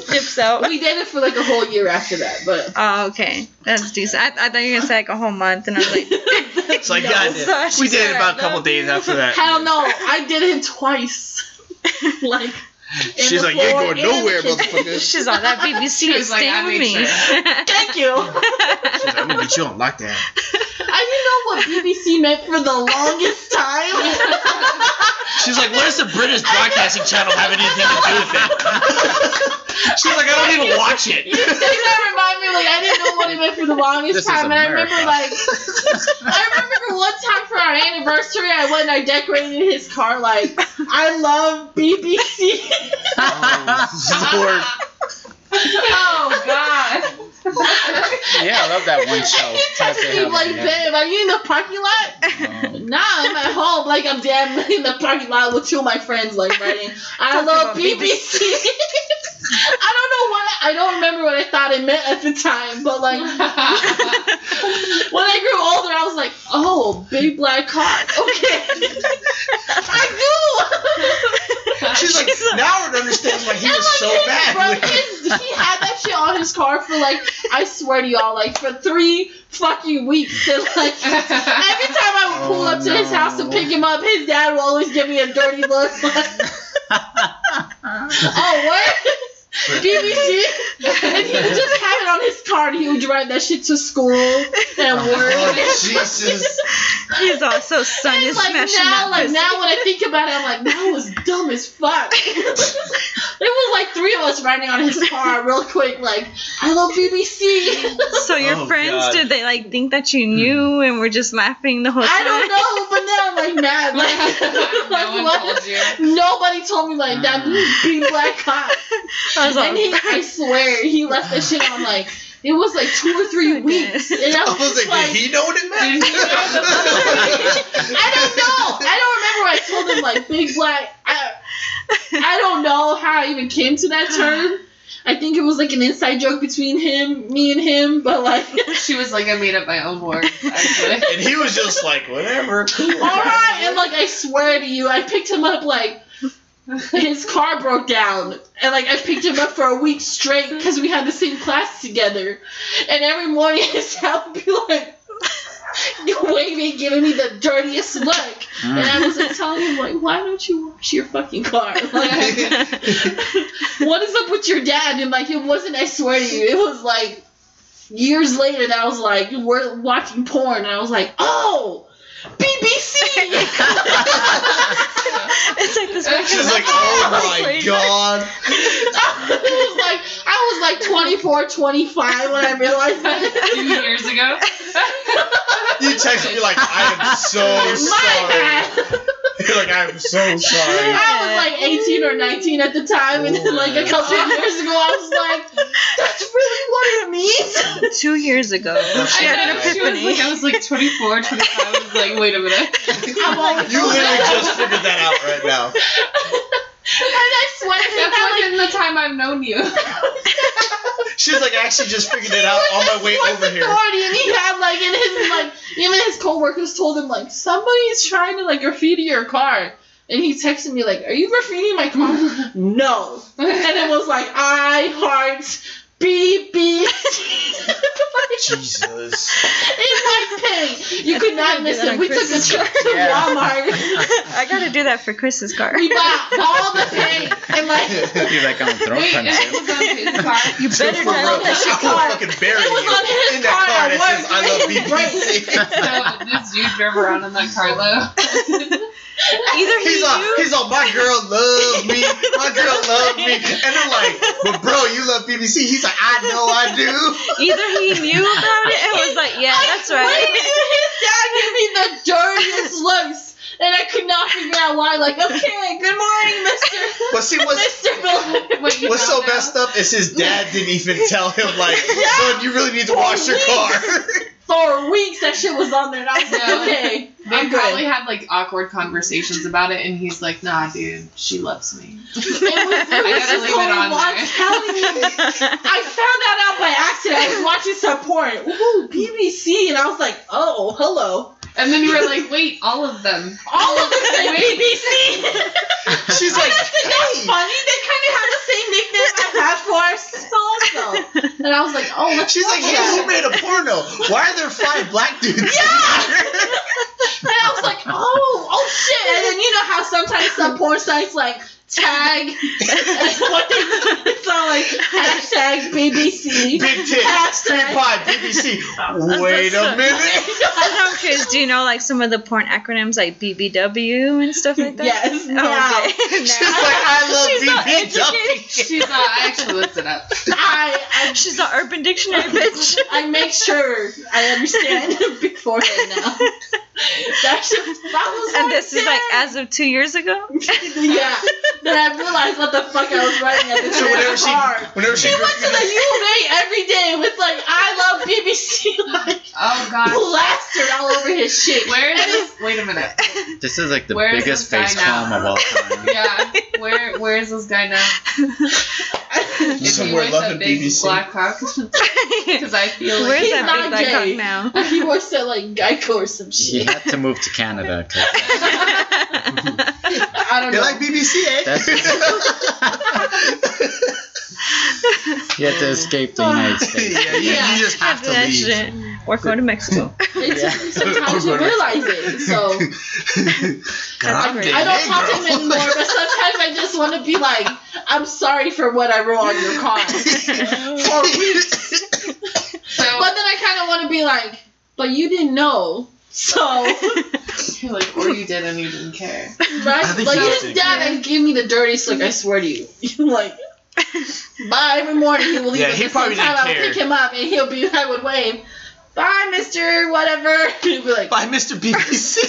Speaker 4: Dips out.
Speaker 8: We dated for like a whole year after that, but.
Speaker 4: Oh, okay. That's decent. I, I thought you were gonna say like a whole month, and I was like,
Speaker 5: It's like,
Speaker 8: No.
Speaker 5: God,
Speaker 4: so she
Speaker 5: we did
Speaker 4: said,
Speaker 5: it about
Speaker 4: "I
Speaker 5: a couple
Speaker 4: love
Speaker 5: days
Speaker 4: you."
Speaker 5: after that.
Speaker 8: Hell no, I did him twice. like, in
Speaker 5: She's
Speaker 8: the
Speaker 5: like, you ain't
Speaker 8: floor,
Speaker 5: going
Speaker 8: in the
Speaker 5: nowhere,
Speaker 8: kitchen.
Speaker 9: motherfucker.
Speaker 4: She's on that BBC.
Speaker 6: She was like,
Speaker 4: stay
Speaker 6: "I
Speaker 4: with
Speaker 6: made
Speaker 4: me.
Speaker 8: Thank you.
Speaker 5: She's like, I'm gonna get you on lockdown.
Speaker 8: I didn't know what BBC meant for the longest time.
Speaker 5: She's like, what does the British Broadcasting Channel have anything to do with it? She's like, I don't even watch
Speaker 8: You say
Speaker 5: it.
Speaker 8: that remind me, like, I didn't know what it meant for the longest
Speaker 7: This is
Speaker 8: time. And I
Speaker 7: America.
Speaker 8: remember, like, I remember one time for our anniversary, I went and I decorated his car, like, I love BBC.
Speaker 5: Oh, Lord.
Speaker 6: Oh God!
Speaker 7: Yeah, I love that one show.
Speaker 8: He
Speaker 7: Tested
Speaker 8: texted me
Speaker 7: Helen,
Speaker 8: like,
Speaker 7: yeah.
Speaker 8: babe, are you in the parking lot?
Speaker 7: Um,
Speaker 8: Nah, I'm at home. Like I'm damn in the parking lot with two of my friends. Like writing, I
Speaker 4: Talking
Speaker 8: love
Speaker 4: about
Speaker 8: BBC. I don't know what I, don't remember what I thought it meant at the time, but like when I grew older, I was like, oh, big black cock. Okay, I do.
Speaker 5: She's like, now it understands why he
Speaker 8: And,
Speaker 5: was so
Speaker 8: his-
Speaker 5: bad.
Speaker 8: Bro, his, he had that shit on his car for like, I swear to y'all, like for three fucking weeks. And, like every time I would pull
Speaker 7: Oh,
Speaker 8: up to his
Speaker 7: no.
Speaker 8: house to pick him up, his dad would always give me a dirty look. Like, oh what? BBC. And he would just have it on his car, and he would drive that shit to school and work.
Speaker 5: Oh, Jesus.
Speaker 4: He's also son is
Speaker 8: like
Speaker 4: smashing
Speaker 8: now,
Speaker 4: that
Speaker 8: like
Speaker 4: pussy.
Speaker 8: now when I think about it, I'm like, that was dumb as fuck. it was like three of us riding on his car real quick, like, I love BBC.
Speaker 4: So your
Speaker 10: Oh,
Speaker 4: friends
Speaker 10: God.
Speaker 4: did they like think that
Speaker 5: Hmm.
Speaker 4: you knew and were just laughing the whole time?
Speaker 8: I don't know, but now I'm like mad. Like,
Speaker 6: no one
Speaker 8: like what?
Speaker 6: told you.
Speaker 8: Nobody told me like that big black cop.
Speaker 4: Mm. I was
Speaker 8: And he,
Speaker 4: like,
Speaker 8: I swear, he left that shit on like it was like two or three
Speaker 4: So
Speaker 8: weeks. And I
Speaker 5: I
Speaker 8: was,
Speaker 5: was
Speaker 8: just
Speaker 5: like,
Speaker 8: like,
Speaker 5: did he know what it meant?
Speaker 6: Did he know
Speaker 8: I don't know. I don't remember. I told him like big black. I, I don't know how I even came to that term. I think it was like an inside joke between him, me, and him. But like,
Speaker 6: She was like, I made up my own words. Actually.
Speaker 5: and he was just like, whatever, cool.
Speaker 8: all right, and like I swear to you, I picked him up like his car broke down, and like I picked him up for a week straight because we had the same class together, and every morning his dad would be like. Waving, giving me the dirtiest look, and I was like telling him like, "Why don't you wash your fucking car?" Like, what is up with your dad? And like, it wasn't, I swear to you, it was like years later that I was like, we're watching porn, and I was like, oh, BBC!
Speaker 4: it's like this. fucking
Speaker 5: She's like, oh my
Speaker 4: Honestly.
Speaker 5: god.
Speaker 8: it was like, I was like 24, 25 when I realized that.
Speaker 6: Two years ago.
Speaker 5: You texted me like, I am so
Speaker 8: My
Speaker 5: Oh, sorry.
Speaker 8: bad.
Speaker 5: You're like, I am so sorry.
Speaker 8: I was like 18 or 19 at the time, and then like a couple of years ago, I was like, that's really what it means?
Speaker 4: Two years ago, she
Speaker 6: I,
Speaker 4: had an
Speaker 6: know, she was
Speaker 4: epiphany.
Speaker 6: like, I was like 24, 25. I was like, wait a minute.
Speaker 8: I'm always
Speaker 5: You literally just figured that out right now.
Speaker 8: And I swear to God,
Speaker 6: That's
Speaker 8: like,
Speaker 6: like in the time I've known you.
Speaker 5: She's like, I actually just figured it out on my way
Speaker 8: What's
Speaker 5: over here.
Speaker 8: authority? And he had like in his like even his coworkers told him like somebody's trying to like graffiti your car. And he texted me like, "Are you graffitiing my car?" no. And it was like, "I heart beep beep."
Speaker 5: Jesus.
Speaker 8: it's like pink. You could not miss it. We took a
Speaker 4: Christmas
Speaker 8: trip to Walmart.
Speaker 4: I gotta do that for Chris's car.
Speaker 8: we bought all the paint and like.
Speaker 7: You're like, I'm throwing
Speaker 6: wait, and it
Speaker 7: punches.
Speaker 6: was on his car.
Speaker 4: You better
Speaker 5: For real,
Speaker 4: drive that shit
Speaker 5: I will
Speaker 4: car.
Speaker 5: fucking bury
Speaker 8: It was
Speaker 5: you
Speaker 8: on his
Speaker 5: in that
Speaker 8: car
Speaker 5: car
Speaker 8: at
Speaker 5: that says, I love
Speaker 8: work.
Speaker 5: BBC.
Speaker 6: So this dude drove around in that car though.
Speaker 4: Either he
Speaker 5: He's all,
Speaker 4: knew.
Speaker 5: he's all, my girl love me, my girl love me, and I'm like, but bro, you love BBC. He's like, I know I do.
Speaker 4: Either he knew about it and was like, yeah, that's
Speaker 8: Wait,
Speaker 4: right.
Speaker 8: his dad gave me the dirtiest looks, and I could not figure out why. Like, okay, good morning, Mister
Speaker 5: But see, what's
Speaker 8: Mister Miller.
Speaker 6: What you
Speaker 5: what's so
Speaker 6: found out.
Speaker 5: messed up is his dad didn't even tell him like, son, you really need to wash your car.
Speaker 8: For weeks, that shit was on there, and I was
Speaker 6: Yeah.
Speaker 8: like, okay,
Speaker 6: They
Speaker 8: I'm
Speaker 6: probably
Speaker 8: good.
Speaker 6: had like awkward conversations about it, and he's like, "Nah, dude, she loves me."
Speaker 8: It was, it was
Speaker 6: gotta leave
Speaker 8: just
Speaker 6: it on
Speaker 8: horrible. I'm
Speaker 6: there.
Speaker 8: telling you, I found that out by accident. I was watching some porn, ooh, BBC, and I was like, oh, hello.
Speaker 6: And then you were like, "Wait, all of them."
Speaker 8: All of them say BBC.
Speaker 5: She's like,
Speaker 8: That's
Speaker 5: hey.
Speaker 8: funny. They kind of have the same nickname I had for so and so. And I was like, oh, let's
Speaker 5: She's like,
Speaker 8: watch
Speaker 5: hey,
Speaker 8: that.
Speaker 5: who made a porno? Why are there five black dudes? Yeah.
Speaker 8: And I was like, oh, oh shit. And then you know how sometimes some porn sites like tag what they it's all like hashtag BBC.
Speaker 5: Big tits,
Speaker 8: Hashtag.
Speaker 5: three pie, BBC. Wait a minute.
Speaker 4: I don't know, Chris. Do you know like some of the porn acronyms like BBW and stuff like that?
Speaker 8: Yes,
Speaker 4: Oh,
Speaker 8: now.
Speaker 4: okay.
Speaker 5: She's like, I love
Speaker 4: She's not
Speaker 5: BBW.
Speaker 4: educated.
Speaker 6: She's uh, I actually looked it up.
Speaker 8: I, I
Speaker 4: She's an Urban Dictionary bitch.
Speaker 8: I make sure I understand before then now. That shit that was
Speaker 4: and
Speaker 8: right
Speaker 4: this is like
Speaker 8: there.
Speaker 4: as of two years ago.
Speaker 8: Yeah. Then I realized what the fuck I was writing at the
Speaker 5: So whenever she,
Speaker 8: car.
Speaker 5: whenever she,
Speaker 8: She went to the U of A every day with like I love BBC
Speaker 6: gosh.
Speaker 8: Plastered all over his shit.
Speaker 6: Oh, Where is this? Wait a minute.
Speaker 7: This is like the
Speaker 6: Where is
Speaker 7: biggest
Speaker 6: this
Speaker 7: face
Speaker 6: guy
Speaker 7: palm
Speaker 6: now?
Speaker 7: of all time.
Speaker 6: Yeah. Where Where is this guy now? If he
Speaker 9: Somewhere
Speaker 6: wears
Speaker 9: loving
Speaker 6: a big
Speaker 9: BBC.
Speaker 6: black cock, because I feel like
Speaker 4: Where's
Speaker 8: He's
Speaker 4: that
Speaker 8: not
Speaker 4: big black
Speaker 8: gay.
Speaker 4: cock now?
Speaker 8: he works at like Geico or some
Speaker 7: She
Speaker 8: shit.
Speaker 7: had to move to Canada. 'cause
Speaker 6: I don't
Speaker 9: You
Speaker 6: know.
Speaker 9: like BBC, eh?
Speaker 7: He had to escape the United States.
Speaker 9: yeah, you,
Speaker 8: Yeah.
Speaker 9: you just have
Speaker 4: After
Speaker 9: to
Speaker 4: that
Speaker 9: leave.
Speaker 4: shit, or go to Mexico.
Speaker 8: It took me some time to
Speaker 9: Over.
Speaker 8: realize it. So
Speaker 9: God
Speaker 4: great.
Speaker 9: damn,
Speaker 8: I don't
Speaker 9: hey,
Speaker 8: talk to
Speaker 9: girl.
Speaker 8: him anymore, but sometimes I just want to be like, I'm sorry for what I wrote on your car. For weeks.
Speaker 6: so,
Speaker 8: But then I kind of want to be like, but you didn't know. So,
Speaker 6: you're like, or you did and you didn't care.
Speaker 8: right?
Speaker 5: think
Speaker 8: Like,
Speaker 5: you
Speaker 8: his
Speaker 5: did.
Speaker 8: dad and gave me the dirtiest look, I swear to you. like, bye. Every morning he will leave
Speaker 5: Yeah,
Speaker 8: at
Speaker 5: he
Speaker 8: the same
Speaker 5: probably
Speaker 8: time.
Speaker 5: didn't
Speaker 8: I would
Speaker 5: care.
Speaker 8: pick him up and he'll be, I would wave, bye, mister, whatever. He'd be like,
Speaker 5: By Mr. BBC.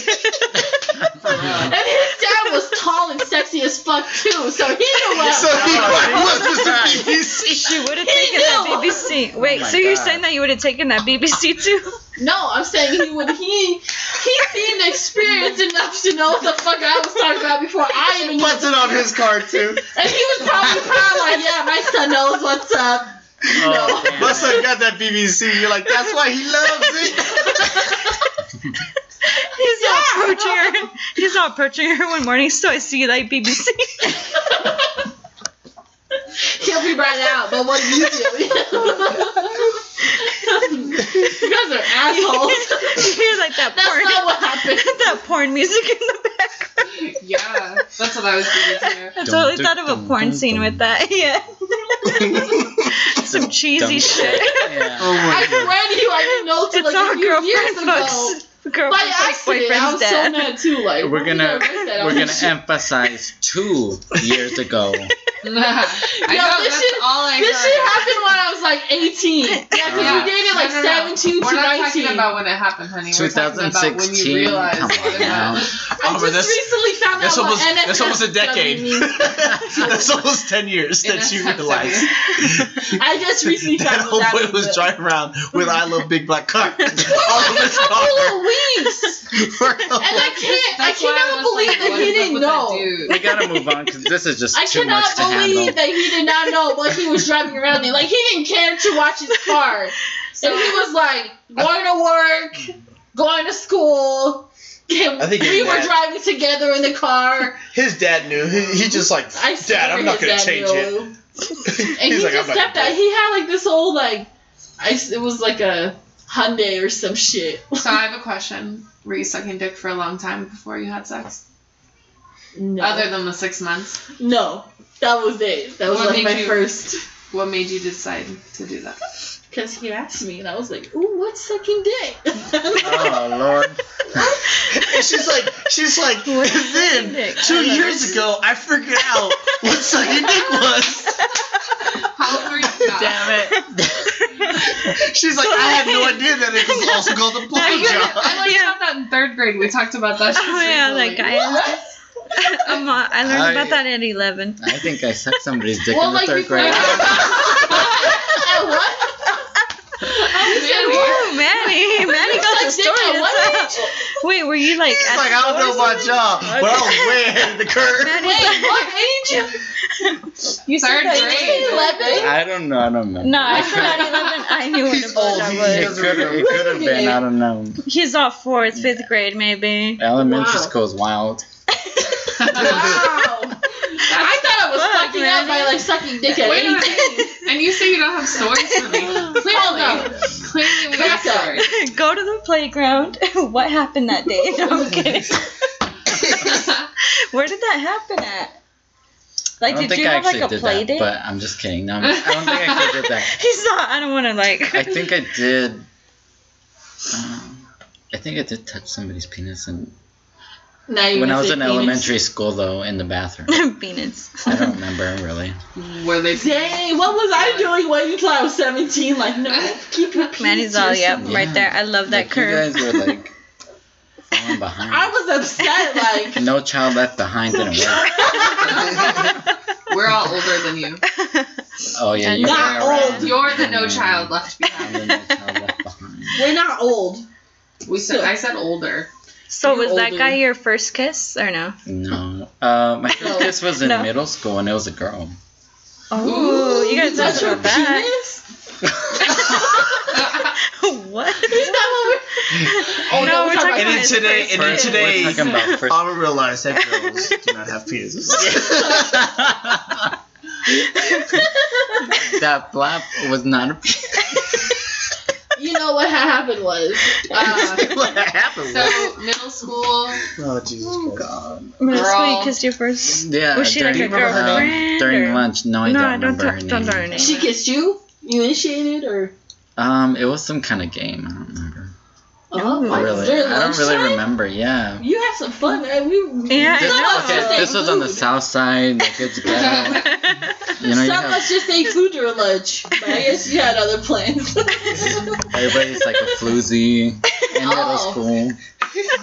Speaker 6: For real.
Speaker 8: and his dad was tall and sexy as fuck, too. So he knew what
Speaker 9: So he was Mr.
Speaker 7: Right.
Speaker 9: BBC.
Speaker 4: She would have
Speaker 8: He
Speaker 4: taken that
Speaker 8: knew.
Speaker 4: BBC. Wait,
Speaker 7: Oh my
Speaker 4: so you're
Speaker 7: God.
Speaker 4: saying that you would have taken that BBC too?
Speaker 8: No, I'm saying he would. He he seemed experienced enough to know what the fuck I was talking about before I even.
Speaker 9: Puts it on his card too.
Speaker 8: And he was probably proud, like, yeah, my son knows what's up.
Speaker 7: Oh, damn.
Speaker 9: My son got that BBC. You're like, that's why he loves it.
Speaker 4: He's
Speaker 8: Yeah.
Speaker 4: not approaching her. He's not approaching her one morning. So I see like BBC.
Speaker 8: He'll be right out. But what do you do? you guys are assholes.
Speaker 4: you hear like that
Speaker 8: Oh. That's
Speaker 4: porn,
Speaker 8: not what happened.
Speaker 4: that porn music in the background.
Speaker 6: Yeah, that's what I was thinking too.
Speaker 4: I
Speaker 7: Dum,
Speaker 4: totally
Speaker 7: dum,
Speaker 4: thought of a
Speaker 7: dum,
Speaker 4: porn
Speaker 7: dum,
Speaker 4: scene
Speaker 7: dum.
Speaker 4: with that. Yeah, some cheesy
Speaker 7: Dum.
Speaker 4: shit.
Speaker 7: Yeah.
Speaker 9: Oh
Speaker 8: I
Speaker 9: my god.
Speaker 8: read you. I didn't know till
Speaker 4: It's
Speaker 8: like
Speaker 4: all
Speaker 8: a few years
Speaker 4: girlfriend
Speaker 8: ago.
Speaker 4: fucks.
Speaker 8: By
Speaker 4: Girlfriend fucks
Speaker 8: accident, I
Speaker 4: boyfriend's
Speaker 8: was so
Speaker 4: dad.
Speaker 8: mad too. Like
Speaker 7: We're gonna
Speaker 8: I read that, I
Speaker 7: we're
Speaker 8: was
Speaker 7: gonna
Speaker 8: like,
Speaker 7: emphasize two years ago.
Speaker 6: I
Speaker 8: Yo,
Speaker 6: know
Speaker 8: this
Speaker 6: that's
Speaker 8: shit-
Speaker 6: all I
Speaker 8: This
Speaker 6: heard.
Speaker 8: shit happened when I was like 18. Yeah, because
Speaker 7: Yeah.
Speaker 8: you dated like
Speaker 6: No, no, no.
Speaker 8: 17
Speaker 6: We're
Speaker 8: to
Speaker 6: not
Speaker 8: 19.
Speaker 6: talking about when it happened, honey. We're talking about when
Speaker 7: 2016.
Speaker 6: you realized.
Speaker 7: Come
Speaker 6: what
Speaker 7: on
Speaker 6: it
Speaker 7: now.
Speaker 6: was.
Speaker 8: I
Speaker 5: Oliver,
Speaker 8: just
Speaker 5: that's-
Speaker 8: recently found
Speaker 5: that's
Speaker 8: out
Speaker 5: almost-
Speaker 8: what NFS
Speaker 5: that's almost a decade.
Speaker 8: means.
Speaker 5: That's almost 10 years
Speaker 6: In
Speaker 5: that
Speaker 6: a
Speaker 5: you
Speaker 6: sense,
Speaker 5: realized
Speaker 8: I just recently
Speaker 5: that
Speaker 8: found out
Speaker 5: old
Speaker 8: that
Speaker 5: boy was
Speaker 8: means.
Speaker 5: driving around with I Love Big Black Cock all of his
Speaker 8: A
Speaker 5: car.
Speaker 8: couple of weeks,
Speaker 5: For a
Speaker 8: and I can't, I
Speaker 6: That's why
Speaker 8: cannot
Speaker 6: was
Speaker 8: believe
Speaker 6: like,
Speaker 8: that
Speaker 6: what is
Speaker 8: he
Speaker 6: up
Speaker 8: didn't
Speaker 6: with that
Speaker 8: know.
Speaker 6: dude?
Speaker 7: We gotta move on because this is just
Speaker 8: I
Speaker 7: too much
Speaker 8: cannot
Speaker 7: to handle.
Speaker 8: believe that he did not know what he was driving around in. Like he didn't care to watch his car, and he was like going to work, going to school. And
Speaker 5: I think
Speaker 8: we
Speaker 5: his
Speaker 8: were
Speaker 5: dad-
Speaker 8: driving together in the car.
Speaker 5: His dad knew. He, he just like,
Speaker 8: I
Speaker 5: Dad, I'm not
Speaker 8: going
Speaker 5: gonna
Speaker 8: to
Speaker 5: change it.
Speaker 8: And he just kept that. He had like this whole like, I s it was like a Hyundai or some shit.
Speaker 6: So I have a question. Were you sucking dick for a long time before you had sex?
Speaker 8: No,
Speaker 6: Other than the six months,
Speaker 8: no, that was it. That was
Speaker 6: What
Speaker 8: like
Speaker 6: made
Speaker 8: my
Speaker 6: you-
Speaker 8: first.
Speaker 6: what made you decide to do that?
Speaker 8: Because he asked me, and I was like, "Ooh, what's sucking dick?"
Speaker 7: Oh lord.
Speaker 9: And she's like, she's like,
Speaker 4: What is
Speaker 9: and then
Speaker 4: dick? I
Speaker 9: two
Speaker 4: love
Speaker 9: years ago, I figured out what sucking dick was.
Speaker 6: How old were you?
Speaker 5: damn it.
Speaker 9: She's like, I had no idea that it was also called a blowjob.
Speaker 6: I learned
Speaker 4: Yeah.
Speaker 6: about that in third grade. We talked about that. shit
Speaker 4: Oh yeah,
Speaker 6: recently.
Speaker 4: that guy. I'm on- I learned
Speaker 7: I-
Speaker 4: about that at 11.
Speaker 7: I think I sucked somebody's dick
Speaker 8: well,
Speaker 7: in the
Speaker 8: like
Speaker 7: third
Speaker 8: before.
Speaker 7: grade.
Speaker 8: At what?
Speaker 6: Oh, man,
Speaker 4: Ooh, Manny, Manny got the
Speaker 8: Like, dick
Speaker 4: story.
Speaker 8: at
Speaker 4: It's
Speaker 8: what
Speaker 4: up. Wait, were you like?
Speaker 9: She's
Speaker 4: at
Speaker 9: like, I don't know
Speaker 4: school or
Speaker 9: my job, but I was way ahead of the curve.
Speaker 4: Manny's
Speaker 8: Wait,
Speaker 4: like-
Speaker 8: what age?
Speaker 4: you said
Speaker 6: Third
Speaker 4: that you
Speaker 8: Did you say
Speaker 6: grade.
Speaker 8: eleven?
Speaker 7: I don't know. I don't know.
Speaker 4: No, I forgot eleven. I knew what
Speaker 9: He's
Speaker 4: a blowjob
Speaker 9: old. He
Speaker 4: was.
Speaker 7: It
Speaker 9: doesn't
Speaker 7: could
Speaker 9: remember.
Speaker 7: it could have been. I don't know.
Speaker 4: He's off fourth, fifth grade, maybe.
Speaker 7: Elementary
Speaker 8: Wow.
Speaker 7: school's wild.
Speaker 8: Wow. I thought I was
Speaker 4: Fuck,
Speaker 8: fucking up by
Speaker 4: Manny.
Speaker 8: like sucking dick at
Speaker 6: Wait a
Speaker 8: eighteen.
Speaker 6: minute. And you say you don't have stories for me.
Speaker 8: Hold up.
Speaker 6: Clearly, we have
Speaker 8: Back up.
Speaker 6: stories.
Speaker 4: Go to the playground. what happened that day? No, I'm kidding. Where did that happen at? Like,
Speaker 7: I don't
Speaker 4: did
Speaker 7: think
Speaker 4: you
Speaker 7: I
Speaker 4: have
Speaker 7: actually
Speaker 4: like a
Speaker 7: did
Speaker 4: play
Speaker 7: that,
Speaker 4: date?
Speaker 7: but I'm just kidding. No, I'm, I don't think I actually did that.
Speaker 4: He's not. I don't want to like.
Speaker 7: I think I did. Um, I think I did touch somebody's penis, and
Speaker 8: Now you
Speaker 7: when I
Speaker 8: wanna
Speaker 7: was
Speaker 8: say
Speaker 7: in
Speaker 8: penis.
Speaker 7: elementary school, though, in the bathroom.
Speaker 4: penis.
Speaker 7: I don't remember really.
Speaker 6: Were they?
Speaker 8: Dang, what was I doing waiting till I was 17? Like, no, keep your penis
Speaker 4: Manny's
Speaker 8: to
Speaker 4: all yep,
Speaker 8: yourself.
Speaker 4: right there. I love that
Speaker 7: Like,
Speaker 4: curve.
Speaker 7: You guys were like falling behind.
Speaker 8: I was upset, like,
Speaker 7: No child left behind didn't work.
Speaker 6: We're all older than you.
Speaker 7: Oh yeah, you
Speaker 8: Not
Speaker 7: were around.
Speaker 8: old.
Speaker 6: You're the no child left
Speaker 7: I'm
Speaker 6: behind.
Speaker 7: the no child left behind.
Speaker 8: we're not old.
Speaker 6: We said
Speaker 8: So-
Speaker 6: I said older.
Speaker 4: So was that
Speaker 8: older.
Speaker 4: guy your first kiss or no?
Speaker 7: No. Uh, my first
Speaker 8: No.
Speaker 7: kiss was in
Speaker 4: No.
Speaker 7: middle school and it was a girl.
Speaker 4: Oh, you gotta
Speaker 8: that's
Speaker 4: talk
Speaker 8: your
Speaker 4: about that.
Speaker 8: penis?
Speaker 4: what?
Speaker 8: Is that
Speaker 4: Oh,
Speaker 6: no,
Speaker 4: no,
Speaker 6: we're
Speaker 4: we're
Speaker 6: talking
Speaker 4: talking about
Speaker 6: about-
Speaker 5: And then
Speaker 4: his
Speaker 5: today-
Speaker 4: first
Speaker 5: and then
Speaker 4: kiss.
Speaker 5: today-
Speaker 7: We're talking about first.
Speaker 5: All realized that girls do not have penises.
Speaker 7: that flap was not a
Speaker 8: what- you know what happened was?
Speaker 6: Uh,
Speaker 7: what happened.
Speaker 6: so middle school.
Speaker 5: Oh Jesus Christ!
Speaker 4: Middle school, you
Speaker 6: Girl.
Speaker 4: kissed your first.
Speaker 7: yeah,
Speaker 4: Was she like
Speaker 7: during,
Speaker 4: a girlfriend,
Speaker 7: um, during
Speaker 4: or-
Speaker 7: lunch? No, I
Speaker 4: no,
Speaker 7: don't
Speaker 4: don't
Speaker 7: remember
Speaker 4: talk.
Speaker 7: her
Speaker 4: Don't
Speaker 7: name.
Speaker 4: know her name.
Speaker 8: She kissed you? You initiated or?
Speaker 7: Um, it was some kind of game. I don't remember.
Speaker 8: Oh, my
Speaker 7: really,
Speaker 8: during
Speaker 7: I don't really
Speaker 8: lunchtime?
Speaker 7: remember. Yeah.
Speaker 8: You had some fun, man. We
Speaker 4: Yeah, I
Speaker 7: This,
Speaker 4: know.
Speaker 7: okay, this was on the south side. Like it's bad. You know, you
Speaker 8: Some
Speaker 7: have,
Speaker 8: of us just ate food during lunch. But I guess you had other plans. but
Speaker 7: everybody's like a floozy in middle
Speaker 8: Oh.
Speaker 7: school.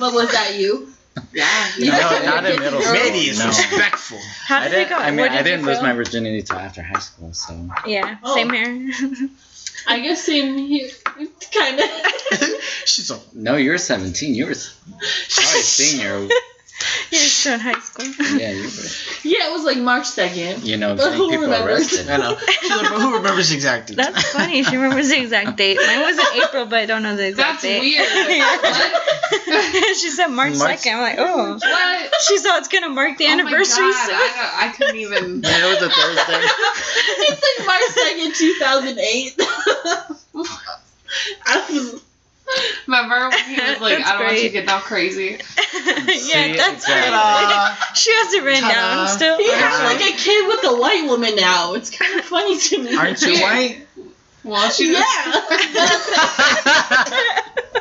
Speaker 8: was that you?
Speaker 6: Yeah.
Speaker 8: You
Speaker 7: No,
Speaker 8: just
Speaker 7: not in
Speaker 8: kissed
Speaker 7: middle
Speaker 8: a girl.
Speaker 7: school.
Speaker 5: Manny is
Speaker 7: No.
Speaker 5: respectful.
Speaker 4: How
Speaker 7: I
Speaker 4: did it
Speaker 7: didn't.
Speaker 4: go?
Speaker 7: I mean,
Speaker 4: What
Speaker 7: I
Speaker 4: did you
Speaker 7: didn't lose
Speaker 4: feel?
Speaker 7: my virginity till after high school. So
Speaker 4: Yeah,
Speaker 8: Oh.
Speaker 4: same here.
Speaker 8: I guess same here. Kind of.
Speaker 5: She's a
Speaker 7: no, you were 17. You were s- probably a senior.
Speaker 4: You're still in high school.
Speaker 7: yeah, you were.
Speaker 8: Yeah, it was like March 2nd.
Speaker 7: You know,
Speaker 8: But
Speaker 7: getting
Speaker 8: who
Speaker 7: people
Speaker 8: remembers?
Speaker 7: arrested.
Speaker 5: I know. She's like, but who remembers exactly?
Speaker 4: That's funny. She remembers the exact date. Mine was in April, but I don't know the exact
Speaker 6: That's
Speaker 4: date.
Speaker 6: weird. What?
Speaker 4: she said March
Speaker 7: March-
Speaker 4: second. I'm like, oh.
Speaker 6: What?
Speaker 4: She thought it's gonna mark the anniversary.
Speaker 6: Oh my God, I, don't- I couldn't even.
Speaker 7: Yeah, it was a Thursday.
Speaker 8: It's like March 2nd, 2008. I was.
Speaker 6: Remember when he was like,
Speaker 4: That's
Speaker 6: "I don't want you
Speaker 4: great.
Speaker 6: getting all crazy."
Speaker 4: yeah,
Speaker 7: See,
Speaker 4: that's
Speaker 7: exactly.
Speaker 4: right. She has it written
Speaker 5: Ta-da.
Speaker 4: down still.
Speaker 8: He acts like a kid with a white woman now. It's kind of funny to me.
Speaker 7: Aren't you white?
Speaker 6: Well, she
Speaker 8: Yeah.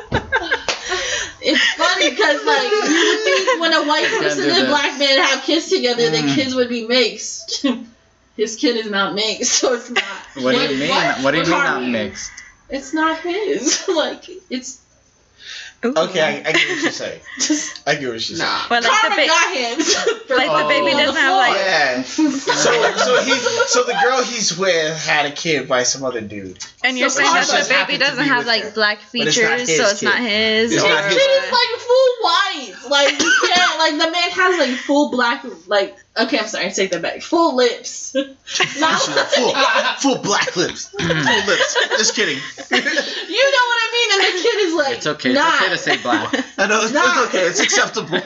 Speaker 6: was.
Speaker 8: it's funny because, like, you would think when a white
Speaker 7: Can't
Speaker 8: person
Speaker 7: do
Speaker 8: and
Speaker 7: that.
Speaker 8: black man have kids together,
Speaker 7: Mm.
Speaker 8: the kids would be mixed. His kid is not mixed, so it's not.
Speaker 7: What do you mean? What, do you mean not
Speaker 8: Harmony.
Speaker 7: mixed?
Speaker 8: It's not his. like, it's
Speaker 5: Okay, I, I get what you're saying.
Speaker 8: just.
Speaker 5: I get what she's saying.
Speaker 6: Nah.
Speaker 4: Well, like the,
Speaker 8: Karma
Speaker 4: ba-
Speaker 8: got him.
Speaker 4: like the baby
Speaker 5: Oh.
Speaker 4: doesn't have like
Speaker 5: Yeah. So,
Speaker 7: uh,
Speaker 5: so he, so the girl he's with had a kid by some other dude.
Speaker 4: And you're
Speaker 8: So
Speaker 4: saying that
Speaker 8: Karma
Speaker 4: the
Speaker 5: just
Speaker 4: baby
Speaker 5: happened to
Speaker 4: doesn't
Speaker 5: be
Speaker 4: have
Speaker 5: with
Speaker 4: like
Speaker 5: her.
Speaker 4: black
Speaker 5: But it's
Speaker 4: features,
Speaker 5: not his
Speaker 4: so it's
Speaker 5: kid.
Speaker 4: not his.
Speaker 5: It's
Speaker 8: His
Speaker 5: not
Speaker 8: kid is like full white. Like you can't. Like the man has like full black. Like okay, I'm sorry. I take that back. Full lips. Not,
Speaker 5: She's like, full, full black lips, full lips. Just kidding.
Speaker 8: you know what I mean. And the kid is like.
Speaker 7: It's okay.
Speaker 8: Nah.
Speaker 7: It's okay to say black.
Speaker 5: I know it's, it's okay. It's acceptable.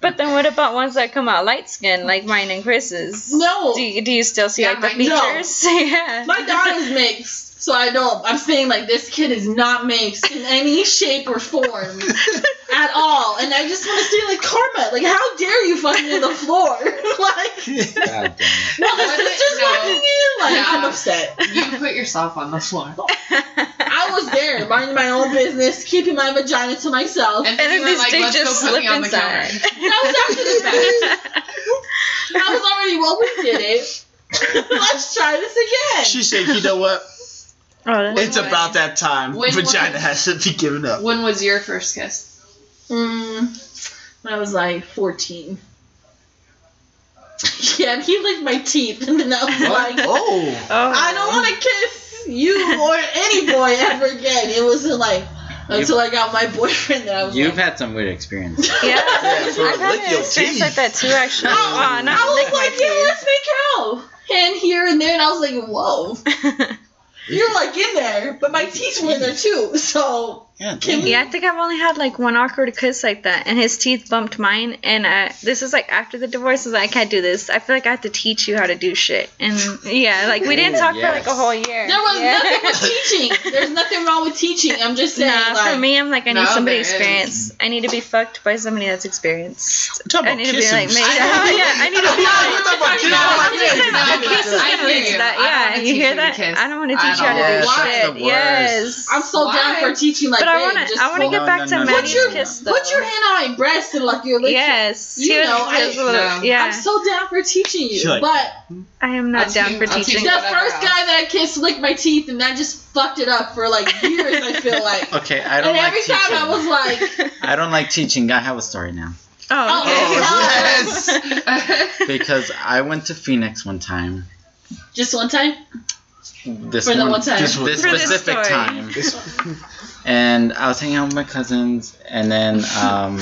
Speaker 4: but then what about ones that come out light skinned like mine and Chris's?
Speaker 8: No,
Speaker 4: Do you, do you still see
Speaker 6: Yeah,
Speaker 4: like the
Speaker 6: mine-
Speaker 8: no.
Speaker 4: features? yeah.
Speaker 8: my daughter's mixed, so I don't. I'm saying like this kid is not mixed in any shape or form at all. And I just want to say like karma. Like how dare you fuck me in the floor? like
Speaker 7: God damn it.
Speaker 8: no, the sister's
Speaker 6: No.
Speaker 8: walking in. Like I'm
Speaker 6: No.
Speaker 8: upset.
Speaker 6: You put yourself on the floor.
Speaker 8: I was there, minding my own business, keeping my vagina to myself.
Speaker 4: and
Speaker 6: And then
Speaker 4: then
Speaker 6: you were
Speaker 4: this
Speaker 6: like,
Speaker 4: dick
Speaker 6: "Let's
Speaker 4: just
Speaker 6: go put
Speaker 4: slip
Speaker 6: me on the
Speaker 4: inside.
Speaker 6: counter."
Speaker 8: That was after the fact. I was already, well, we did it. Let's try this again.
Speaker 5: She said, you know what?
Speaker 4: oh, that's
Speaker 5: It's about that time.
Speaker 6: When
Speaker 5: Vagina
Speaker 6: was-
Speaker 5: has to be given up.
Speaker 6: When was your first kiss?
Speaker 8: Mm, when I was like 14. Yeah, he licked my teeth, and then I was like,
Speaker 5: Oh,
Speaker 4: oh.
Speaker 8: I don't want to kiss you or any boy ever again. It wasn't like until I got my boyfriend that I was
Speaker 7: You've
Speaker 8: like,
Speaker 7: had some weird experiences.
Speaker 4: Yeah.
Speaker 5: Yeah, for
Speaker 4: I've had
Speaker 5: lick your
Speaker 4: an experience
Speaker 5: teeth.
Speaker 4: like that too, actually.
Speaker 8: oh,
Speaker 4: Oh,
Speaker 8: I
Speaker 4: not lick my
Speaker 8: was like, yeah,
Speaker 4: teeth.
Speaker 8: let's make out. And here and there, and I was like, whoa. You're like in there, but my teeth were in there too. So
Speaker 7: Yeah.
Speaker 8: Can
Speaker 4: Yeah, I think I've only had like one awkward kiss like that, and his teeth bumped mine. And uh, this is like after the divorce, I was like, I can't do this. I feel like I have to teach you how to do shit. And yeah, like we didn't
Speaker 7: Ooh,
Speaker 4: talk for
Speaker 7: yes.
Speaker 4: like a whole year.
Speaker 8: there was
Speaker 4: yeah.
Speaker 8: nothing with teaching. There's nothing wrong with teaching. I'm just saying,
Speaker 4: Nah,
Speaker 8: like,
Speaker 4: for me, I'm like, I need
Speaker 6: No,
Speaker 4: somebody
Speaker 6: there is.
Speaker 4: experienced. I need to be fucked by somebody that's experienced.
Speaker 5: We're talking
Speaker 4: I
Speaker 5: about
Speaker 4: need to be
Speaker 5: kissing.
Speaker 4: like, made oh, yeah, I need to be
Speaker 5: We're talking about kissing.
Speaker 4: I'm just saying, a kiss
Speaker 6: No, no,
Speaker 4: is
Speaker 6: I
Speaker 4: gonna
Speaker 6: hear
Speaker 4: lead to
Speaker 6: you.
Speaker 4: that.
Speaker 6: I
Speaker 4: Yeah,
Speaker 6: don't
Speaker 4: you hear
Speaker 6: wanna teach you to
Speaker 4: that?
Speaker 6: kiss.
Speaker 4: I don't want to
Speaker 6: I
Speaker 4: teach you how to
Speaker 7: don't.
Speaker 4: do
Speaker 7: Yes, that's
Speaker 4: shit.
Speaker 7: the worst.
Speaker 4: Yes.
Speaker 8: I'm so
Speaker 6: Why?
Speaker 8: down for teaching. Like,
Speaker 4: but I
Speaker 8: babe,
Speaker 4: want to.
Speaker 8: just
Speaker 4: I want to
Speaker 7: No,
Speaker 4: get
Speaker 7: no,
Speaker 4: back
Speaker 7: no,
Speaker 4: to
Speaker 7: no,
Speaker 4: Manny's
Speaker 7: no, no.
Speaker 4: kiss though.
Speaker 8: put your hand on my breast and like you're like,
Speaker 4: Yes.
Speaker 8: You
Speaker 4: He was-
Speaker 8: know,
Speaker 4: he was
Speaker 8: I-
Speaker 4: a little-
Speaker 6: no.
Speaker 4: yeah.
Speaker 8: I'm so down for teaching you.
Speaker 5: She's like,
Speaker 8: but
Speaker 4: I am not
Speaker 6: I'll
Speaker 4: down
Speaker 6: teach-
Speaker 4: for
Speaker 6: I'll teach
Speaker 4: teaching.
Speaker 8: the
Speaker 6: whatever
Speaker 8: first
Speaker 6: else.
Speaker 8: guy that I kissed licked my teeth, and that just fucked it up for like years. I feel like.
Speaker 7: Okay, I don't
Speaker 8: And
Speaker 7: like
Speaker 8: every
Speaker 7: teaching.
Speaker 8: time I was like,
Speaker 7: I don't like teaching. I have a story now.
Speaker 4: Oh,
Speaker 5: yes.
Speaker 7: Because I went to Phoenix one time.
Speaker 8: just one time.
Speaker 7: This
Speaker 8: For the
Speaker 7: one,
Speaker 8: one time.
Speaker 7: This,
Speaker 5: For
Speaker 7: this
Speaker 5: this
Speaker 7: specific
Speaker 4: story.
Speaker 7: time. and I was hanging out with my cousins, and then um,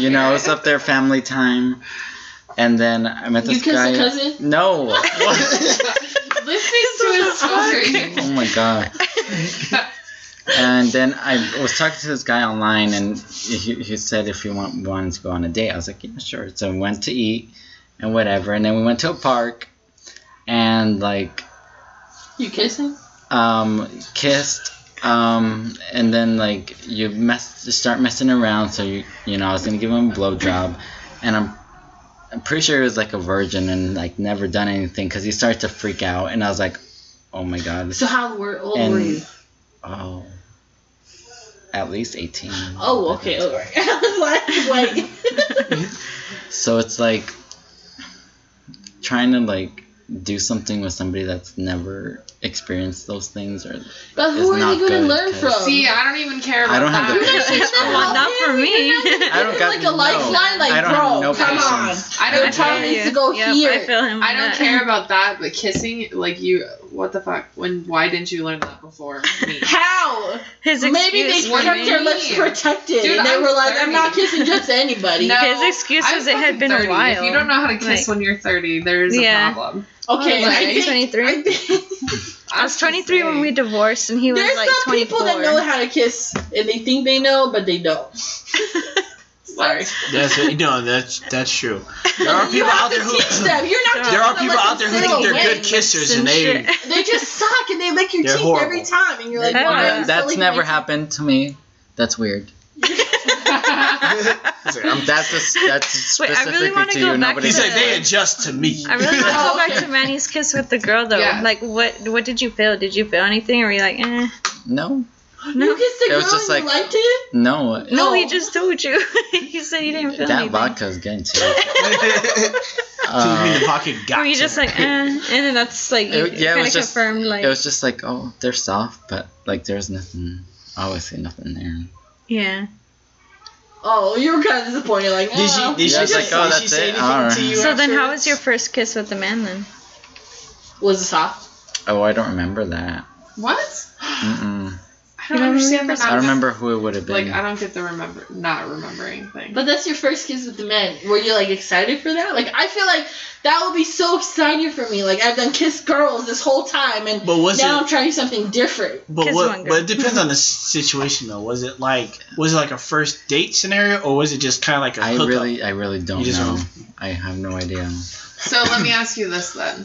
Speaker 7: you know, it's up there family time. And then I met
Speaker 8: You
Speaker 7: this
Speaker 8: kissed
Speaker 7: guy.
Speaker 8: a cousin?
Speaker 7: No. What?
Speaker 6: Listening to his story.
Speaker 7: oh my god. And then I was talking to this guy online, and he, he said if you want wanted to go on a date, I was like, yeah, sure. So we went to eat and whatever, and then we went to a park, and like
Speaker 8: You kissing?
Speaker 7: um, kissed, um, and then like you mess, you start messing around. So you, you know, I was gonna give him a blowjob, and I'm, I'm pretty sure he was like a virgin and like never done anything because he started to freak out, and I was like, oh my god, this
Speaker 8: So how were, old
Speaker 7: And-
Speaker 8: were you?
Speaker 7: oh, at least eighteen.
Speaker 8: Oh, okay, alright. I was like, wait.
Speaker 7: So it's like trying to like do something with somebody that's never experienced those things or
Speaker 8: But
Speaker 7: It's
Speaker 8: who are you
Speaker 7: not
Speaker 8: gonna
Speaker 7: good,
Speaker 8: learn
Speaker 7: 'cause-
Speaker 8: from?
Speaker 6: See, I don't even care about
Speaker 7: I don't have
Speaker 6: that.
Speaker 7: the patience.
Speaker 8: You're
Speaker 7: for it.
Speaker 8: not
Speaker 4: not for me.
Speaker 7: I don't got
Speaker 8: like a lifeline, like,
Speaker 7: I don't
Speaker 8: bro,
Speaker 7: have no
Speaker 8: come on.
Speaker 7: patience.
Speaker 6: I
Speaker 4: I
Speaker 6: don't
Speaker 4: feel
Speaker 6: care.
Speaker 8: needs
Speaker 4: you.
Speaker 8: to go
Speaker 4: Yep,
Speaker 8: here.
Speaker 4: I feel him.
Speaker 6: I
Speaker 4: on
Speaker 6: don't
Speaker 4: that.
Speaker 6: care about that, but kissing, like you, what the fuck? When? Why didn't you learn that before? Me.
Speaker 8: How?
Speaker 4: His excuse
Speaker 8: Maybe they
Speaker 4: for
Speaker 8: kept
Speaker 4: me-
Speaker 8: their lips
Speaker 6: me.
Speaker 8: protected.
Speaker 6: Dude,
Speaker 8: and they
Speaker 6: I'm
Speaker 8: were like, I'm not
Speaker 6: 30.
Speaker 8: kissing just anybody.
Speaker 6: No.
Speaker 4: His excuse
Speaker 6: I'm
Speaker 4: was it had
Speaker 6: fucking
Speaker 4: been
Speaker 6: 30.
Speaker 4: a while.
Speaker 6: If you don't know how to
Speaker 4: Like-
Speaker 6: kiss when you're 30, there is
Speaker 4: Yeah.
Speaker 6: a problem.
Speaker 8: Okay,
Speaker 6: Like,
Speaker 8: I think-
Speaker 4: 23?
Speaker 8: I think-
Speaker 4: I was 23 when we divorced, and he was
Speaker 8: There's
Speaker 4: like
Speaker 8: some
Speaker 4: 24.
Speaker 8: people that know how to kiss and they think they know, but they don't. Sorry.
Speaker 5: That's no, that's that's true. There are
Speaker 8: you
Speaker 5: people
Speaker 8: have
Speaker 5: out
Speaker 8: to
Speaker 5: there who
Speaker 8: teach them. You're not.
Speaker 4: Uh,
Speaker 8: just
Speaker 5: there are
Speaker 8: gonna
Speaker 5: people
Speaker 8: let
Speaker 5: out there
Speaker 8: them
Speaker 5: who
Speaker 8: sit
Speaker 5: think they're
Speaker 8: away.
Speaker 5: good kissers and they
Speaker 8: They just suck and they lick your
Speaker 5: They're
Speaker 8: cheek
Speaker 5: horrible.
Speaker 8: every time, and you're like,
Speaker 4: Yeah.
Speaker 8: why? are you
Speaker 4: That's
Speaker 8: still
Speaker 7: That's
Speaker 8: licking
Speaker 7: never
Speaker 8: my cheek?
Speaker 7: happened to me. That's weird. Um, that's just, that's
Speaker 4: Wait, I really
Speaker 7: specifically
Speaker 4: wanna
Speaker 7: to
Speaker 4: go
Speaker 7: you.
Speaker 4: back
Speaker 7: Nobody.
Speaker 5: he's
Speaker 4: to
Speaker 5: like they adjust to me.
Speaker 4: I really want to
Speaker 8: Oh,
Speaker 4: go back
Speaker 8: okay.
Speaker 4: to Manny's kiss with the girl though.
Speaker 6: Yeah.
Speaker 4: Like, what what did you feel? Did you feel anything? Or were you like, eh?
Speaker 7: no,
Speaker 8: You kissed a
Speaker 7: It
Speaker 8: girl
Speaker 7: was just
Speaker 8: and
Speaker 7: like-
Speaker 8: you liked it.
Speaker 7: no.
Speaker 4: No,
Speaker 8: Oh.
Speaker 4: he just told you. he said he didn't feel
Speaker 7: That
Speaker 4: anything.
Speaker 7: vodka is getting to you.
Speaker 5: I mean, the
Speaker 7: Um,
Speaker 5: pocket got
Speaker 4: Were you
Speaker 5: to
Speaker 4: just
Speaker 5: me.
Speaker 4: like, eh? And then that's like, you
Speaker 7: It- yeah, it
Speaker 4: kind of
Speaker 7: was just-
Speaker 4: confirmed, like,
Speaker 7: it was just like, oh, they're soft, but like there's nothing. Obviously, nothing there.
Speaker 4: yeah.
Speaker 8: Oh, you were kind of disappointed. Like,
Speaker 5: Did she?
Speaker 8: oh.
Speaker 5: Did she,
Speaker 7: Yeah, it's like,
Speaker 5: say,
Speaker 7: oh,
Speaker 5: did she
Speaker 7: that's
Speaker 5: say
Speaker 7: it?
Speaker 5: anything
Speaker 7: Alright.
Speaker 5: to you?
Speaker 4: So then, how
Speaker 5: afterwards?
Speaker 4: was your first kiss with the man then?
Speaker 8: was it soft?
Speaker 7: Oh, I don't remember that.
Speaker 6: What?
Speaker 7: Mm-mm.
Speaker 6: I
Speaker 4: You
Speaker 6: don't
Speaker 4: don't
Speaker 6: understand that.
Speaker 7: I remember who it would have
Speaker 6: Like
Speaker 7: been.
Speaker 6: I don't get the remember not remembering thing.
Speaker 8: But that's your first kiss with the man. Were you like excited for that? Like, I feel like that would be so exciting for me. Like, I've done kiss girls this whole time, and
Speaker 5: But was
Speaker 8: now
Speaker 5: it?
Speaker 8: I'm trying something different.
Speaker 5: But
Speaker 4: Kiss
Speaker 5: what?
Speaker 4: one
Speaker 5: But
Speaker 4: girl.
Speaker 5: it depends on the situation though. Was it like? Was it like a first date scenario, or was it just kind of like a
Speaker 7: I
Speaker 5: hookup?
Speaker 7: really, I really don't
Speaker 5: You just
Speaker 7: know. I have no idea.
Speaker 6: So let me ask you this then: